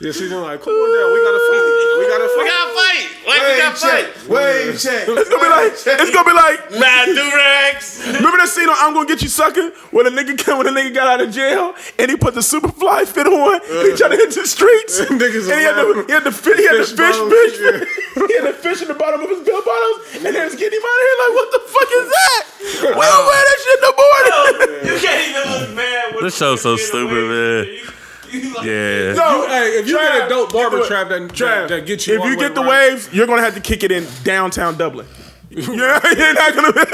Speaker 6: Yeah, she's been like, come on down, we gotta fight. We gotta
Speaker 3: We
Speaker 6: fight.
Speaker 3: gotta fight. Like, we
Speaker 4: Wave
Speaker 3: gotta fight.
Speaker 4: check. Wave check.
Speaker 2: it's gonna be like, it's gonna be like.
Speaker 3: Mad Durex.
Speaker 2: Remember that scene on "I'm Gonna Get You Sucker" when a nigga came, when a nigga got out of jail and he put the Superfly fit on, he tried to hit the streets,
Speaker 6: Uh.
Speaker 2: and he
Speaker 6: Niggas
Speaker 2: had the
Speaker 6: around.
Speaker 2: he had the, fi- he had the
Speaker 6: Fish
Speaker 2: fish,
Speaker 6: bones,
Speaker 2: fish, he had the fish in the bottom of his bell bottoms, and they was getting him out of here like, what the fuck is that? We don't wear that shit no more.
Speaker 7: You can't even look mad with
Speaker 3: this show's so stupid, man. Yeah.
Speaker 2: No,
Speaker 6: Hey, if you
Speaker 2: Trav,
Speaker 6: had a dope barber
Speaker 2: get the-
Speaker 6: trap that- that-
Speaker 2: Trav,
Speaker 6: that get you
Speaker 2: If
Speaker 6: all the
Speaker 2: you
Speaker 6: way
Speaker 2: get the
Speaker 6: around.
Speaker 2: waves, you're gonna have to kick it in downtown Dublin. you're, you're not gonna.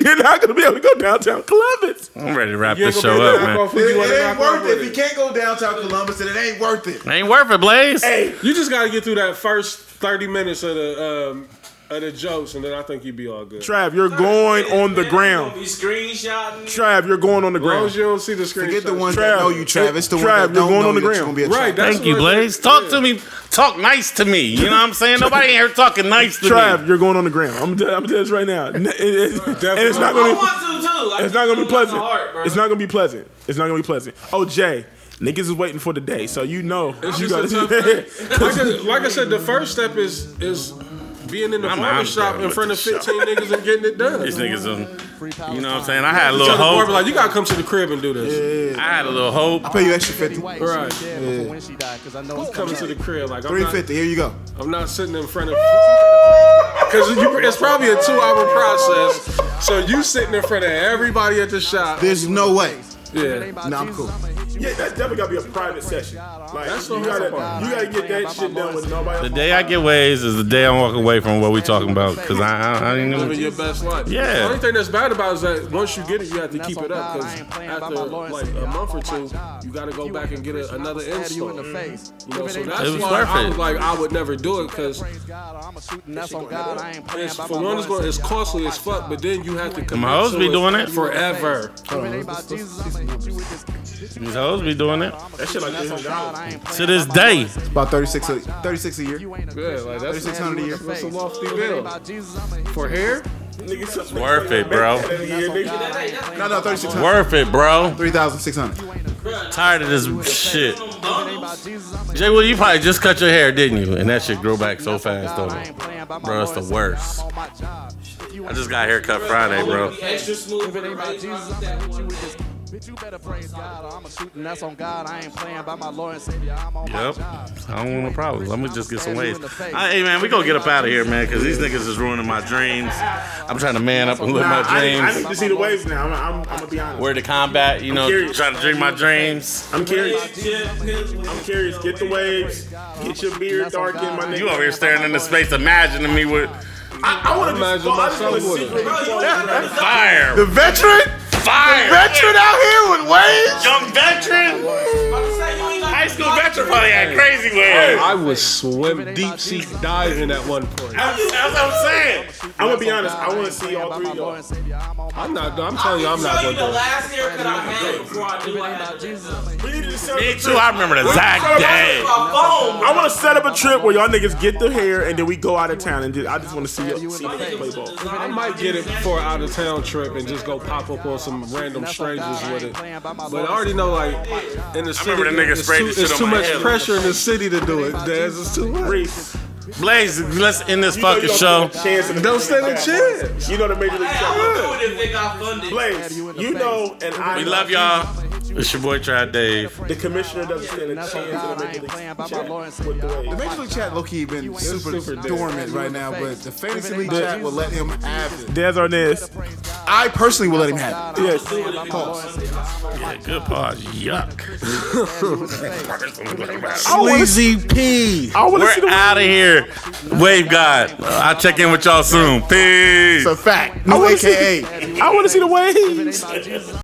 Speaker 2: You're not gonna be able to go downtown Columbus.
Speaker 3: I'm ready to wrap
Speaker 6: You ain't
Speaker 3: this
Speaker 6: gonna
Speaker 3: show
Speaker 6: be able
Speaker 3: up,
Speaker 6: to rock
Speaker 3: man.
Speaker 6: off who you wanna
Speaker 4: it
Speaker 6: rock off
Speaker 4: ain't worth
Speaker 6: with.
Speaker 4: it. If you can't go downtown Columbus, then it ain't worth it.
Speaker 3: Ain't worth it, Blaze.
Speaker 2: Hey,
Speaker 6: You just got to get through that first thirty minutes of the um, of the jokes, and then I think you'd be all good.
Speaker 2: Trav, you're going on the ground.
Speaker 7: Be screenshotting.
Speaker 2: Trav, you're going on the
Speaker 6: As long
Speaker 2: ground.
Speaker 6: as you don't see the screen.
Speaker 4: Forget the ones
Speaker 2: Trav,
Speaker 4: that know you, Trav. It's the ones
Speaker 2: Trav,
Speaker 4: that
Speaker 2: you're
Speaker 4: don't
Speaker 2: going
Speaker 4: know
Speaker 2: on the
Speaker 4: you that's
Speaker 2: ground.
Speaker 4: gonna be a
Speaker 6: Right,
Speaker 4: trap.
Speaker 6: that's
Speaker 3: Thank you,
Speaker 6: what I
Speaker 3: Blaze.
Speaker 6: said.
Speaker 3: Talk
Speaker 6: Yeah.
Speaker 3: to me. Talk nice to me. You know what I'm saying? Nobody in here talking nice to
Speaker 2: Trav,
Speaker 3: me.
Speaker 2: you're going on the ground. I'm, I'm telling this right now, N- it- it- and it's not
Speaker 7: I
Speaker 2: gonna.
Speaker 7: want to too. Like,
Speaker 2: It's not gonna be
Speaker 7: it's my
Speaker 2: pleasant.
Speaker 7: heart, bro.
Speaker 2: It's not gonna be pleasant. It's not gonna be pleasant. Oh, Jay, niggas is waiting for the day, so you know you
Speaker 6: just a tough
Speaker 2: got.
Speaker 6: like, I, like I said, the first step is is being in the
Speaker 3: I'm
Speaker 6: barber
Speaker 3: out
Speaker 6: shop
Speaker 3: there
Speaker 6: in
Speaker 3: with
Speaker 6: front of
Speaker 3: this shit.
Speaker 6: 15 niggas and getting it done.
Speaker 3: These
Speaker 6: You
Speaker 3: niggas, um,
Speaker 5: Free power
Speaker 3: you know what I'm
Speaker 5: time.
Speaker 3: saying? I had a
Speaker 6: tell
Speaker 3: little
Speaker 6: the barber
Speaker 3: hope.
Speaker 6: like, you gotta come to the crib and do this.
Speaker 3: I had a little hope.
Speaker 4: Pay you extra
Speaker 5: Betty
Speaker 4: fifty.
Speaker 5: White,
Speaker 6: Right.
Speaker 5: she was dead before when she died, 'cause I know it's
Speaker 6: Coming
Speaker 5: coming.
Speaker 6: to the crib like I'm
Speaker 4: Three
Speaker 6: not,
Speaker 4: fifty. Here you go.
Speaker 6: I'm not sitting in front of because it's probably a two hour process. So you sitting in front of everybody at the shop.
Speaker 4: There's no way.
Speaker 6: Yeah,
Speaker 4: Nah, I'm cool.
Speaker 2: Yeah, that's definitely gotta be a private session. Like
Speaker 6: That's
Speaker 2: you
Speaker 6: the
Speaker 2: gotta,
Speaker 6: hard part.
Speaker 2: you gotta get that shit done with nobody.
Speaker 3: The
Speaker 2: else.
Speaker 3: day I get ways is the day I walk away from what we talking about because I, I, I didn't
Speaker 6: living
Speaker 3: even.
Speaker 6: your best life.
Speaker 3: Yeah.
Speaker 6: The only thing that's bad about it is that once you get it, you have to
Speaker 5: That's
Speaker 6: keep
Speaker 5: on
Speaker 6: it up
Speaker 5: God. I
Speaker 6: because
Speaker 5: ain't playing by
Speaker 6: after
Speaker 5: my lawyer.
Speaker 6: like a month or two, you got to go back and get a, another
Speaker 5: stab you
Speaker 6: install.
Speaker 5: in the face.
Speaker 6: You know,
Speaker 5: If it
Speaker 6: so
Speaker 5: ain't
Speaker 6: that's
Speaker 5: my
Speaker 3: It was
Speaker 6: why I
Speaker 3: perfect.
Speaker 6: was like, I would never do it because
Speaker 5: Praise God, I'm a shooting. That's on God. I ain't playing
Speaker 6: it's,
Speaker 5: by
Speaker 6: for
Speaker 5: my
Speaker 6: one, it's,
Speaker 5: lawyer.
Speaker 6: going, it's costly as fuck. But then you have to commit
Speaker 3: hoes
Speaker 6: to
Speaker 3: be
Speaker 6: it
Speaker 3: doing it.
Speaker 6: forever.
Speaker 5: If it ain't about Jesus, I'm gonna hit you with this.
Speaker 3: These hoes be doing it
Speaker 2: That shit like
Speaker 5: That's on God. I ain't
Speaker 3: to
Speaker 5: playing
Speaker 3: this
Speaker 5: by my
Speaker 3: day.
Speaker 5: lawyer.
Speaker 4: About 36 a, 36 a year.
Speaker 5: You ain't a
Speaker 6: Yeah,
Speaker 5: Christian.
Speaker 6: like
Speaker 5: I'm
Speaker 6: that's
Speaker 4: $600
Speaker 5: gonna stab
Speaker 4: a
Speaker 5: you
Speaker 4: year.
Speaker 5: in the
Speaker 6: that's a
Speaker 5: face.
Speaker 6: lofty
Speaker 5: If it ain't
Speaker 6: bill
Speaker 5: about Jesus, I'm gonna hit
Speaker 6: for
Speaker 5: you
Speaker 6: hair.
Speaker 2: Niggas
Speaker 3: Worth it, bro.
Speaker 5: God, I ain't playing
Speaker 4: No, no, 3600.
Speaker 3: Worth it, bro.
Speaker 4: 3600.
Speaker 3: Tired of this shit.
Speaker 5: about Jesus, I'm gonna
Speaker 3: Jay, well, you probably just cut your hair, didn't you? And that shit grew back so
Speaker 5: That's on
Speaker 3: fast,
Speaker 5: God.
Speaker 3: though.
Speaker 5: I ain't playing by my
Speaker 3: Bro, it's the
Speaker 5: lawyer.
Speaker 3: worst.
Speaker 5: I'm on my job. If you
Speaker 3: I
Speaker 5: ain't
Speaker 3: just got a haircut Friday, bro.
Speaker 7: Be extra smooth.
Speaker 5: If it ain't about
Speaker 7: right?
Speaker 5: Jesus, I'm
Speaker 7: Drop that
Speaker 5: gonna hit you
Speaker 7: one
Speaker 5: with
Speaker 7: day.
Speaker 5: this. Bitch, you better praise God or I'm a shooting. That's on God. I ain't playing by my Lord and Savior. I'm on
Speaker 3: Yep.
Speaker 5: my job.
Speaker 3: I don't want no problems. Let me just get some waves.
Speaker 5: I'ma stab you in the face.
Speaker 3: I, hey, man, we gonna get up out of here, man, because these niggas is ruining my dreams. I'm trying to man up and live
Speaker 2: Nah,
Speaker 3: my
Speaker 2: I, need- I
Speaker 3: dreams.
Speaker 2: need to see the waves now. I'm, I'm, I'm gonna be honest.
Speaker 3: Where the combat, you know,
Speaker 2: curious.
Speaker 3: trying to dream my dreams.
Speaker 2: I'm
Speaker 7: Big
Speaker 2: curious.
Speaker 7: Jeff Hill.
Speaker 2: I'm curious. Get the waves. Get your beard darkened, my nigga.
Speaker 3: You over here staring into space, imagining me with
Speaker 2: I, I want to
Speaker 6: Imagine myself with it.
Speaker 3: fire,
Speaker 4: The veteran?
Speaker 3: fire,
Speaker 4: Veteran out here with waves?
Speaker 3: young veteran, high school veteran probably had crazy waves.
Speaker 6: I was swim deep sea diving at one point.
Speaker 3: That's that's what I'm saying.
Speaker 2: I'm gonna be honest. I want to see all three of y'all.
Speaker 6: I'm not. I'm telling you, I'm not
Speaker 7: Tell
Speaker 6: going to
Speaker 7: you the
Speaker 6: do it.
Speaker 7: last haircut I had before I knew I had to do it.
Speaker 2: We need to set
Speaker 3: Me too. I remember the exact day.
Speaker 7: My
Speaker 2: I want to set up a trip where y'all niggas get the hair and then we go out of town and just, I just want to see y'all see niggas play ball.
Speaker 6: I might get it for an out of town trip and just go pop up on some random strangers with it. But I already know, like, in the city,
Speaker 3: remember that nigga
Speaker 6: it's
Speaker 3: sprayed
Speaker 6: too,
Speaker 3: this shit
Speaker 6: it's
Speaker 3: on
Speaker 6: too
Speaker 3: my
Speaker 6: much
Speaker 3: head.
Speaker 6: pressure in the city to do it. There's it's too much.
Speaker 2: Reese,
Speaker 3: Blaze, let's end this
Speaker 2: you know you
Speaker 3: fucking show.
Speaker 2: don't stand a chance in the-
Speaker 6: Don't stand a chance.
Speaker 2: You know the major league.
Speaker 7: Hey,
Speaker 2: Show.
Speaker 7: I'm gonna do it if they got funded.
Speaker 2: Blaze, you know, and I.
Speaker 3: We love y'all. It's your boy Try Dave.
Speaker 2: The commissioner doesn't stand a chance in the major league. Chat with the
Speaker 4: The
Speaker 2: waves.
Speaker 4: Major League chat low key been super,
Speaker 6: super
Speaker 4: dormant right now, but the fantasy league chat will let him have it.
Speaker 2: Dez Arnaz.
Speaker 4: I personally will let him have it.
Speaker 2: Yes.
Speaker 3: Yeah, good pause. Yuck.
Speaker 4: Sleazy P.
Speaker 2: I want to see
Speaker 3: We're
Speaker 2: the.
Speaker 3: out of here. Wave God. I'll check in with y'all soon. Peace.
Speaker 4: It's a fact.
Speaker 2: I
Speaker 4: No
Speaker 2: wanna see-
Speaker 4: AKA.
Speaker 2: I want to see the waves.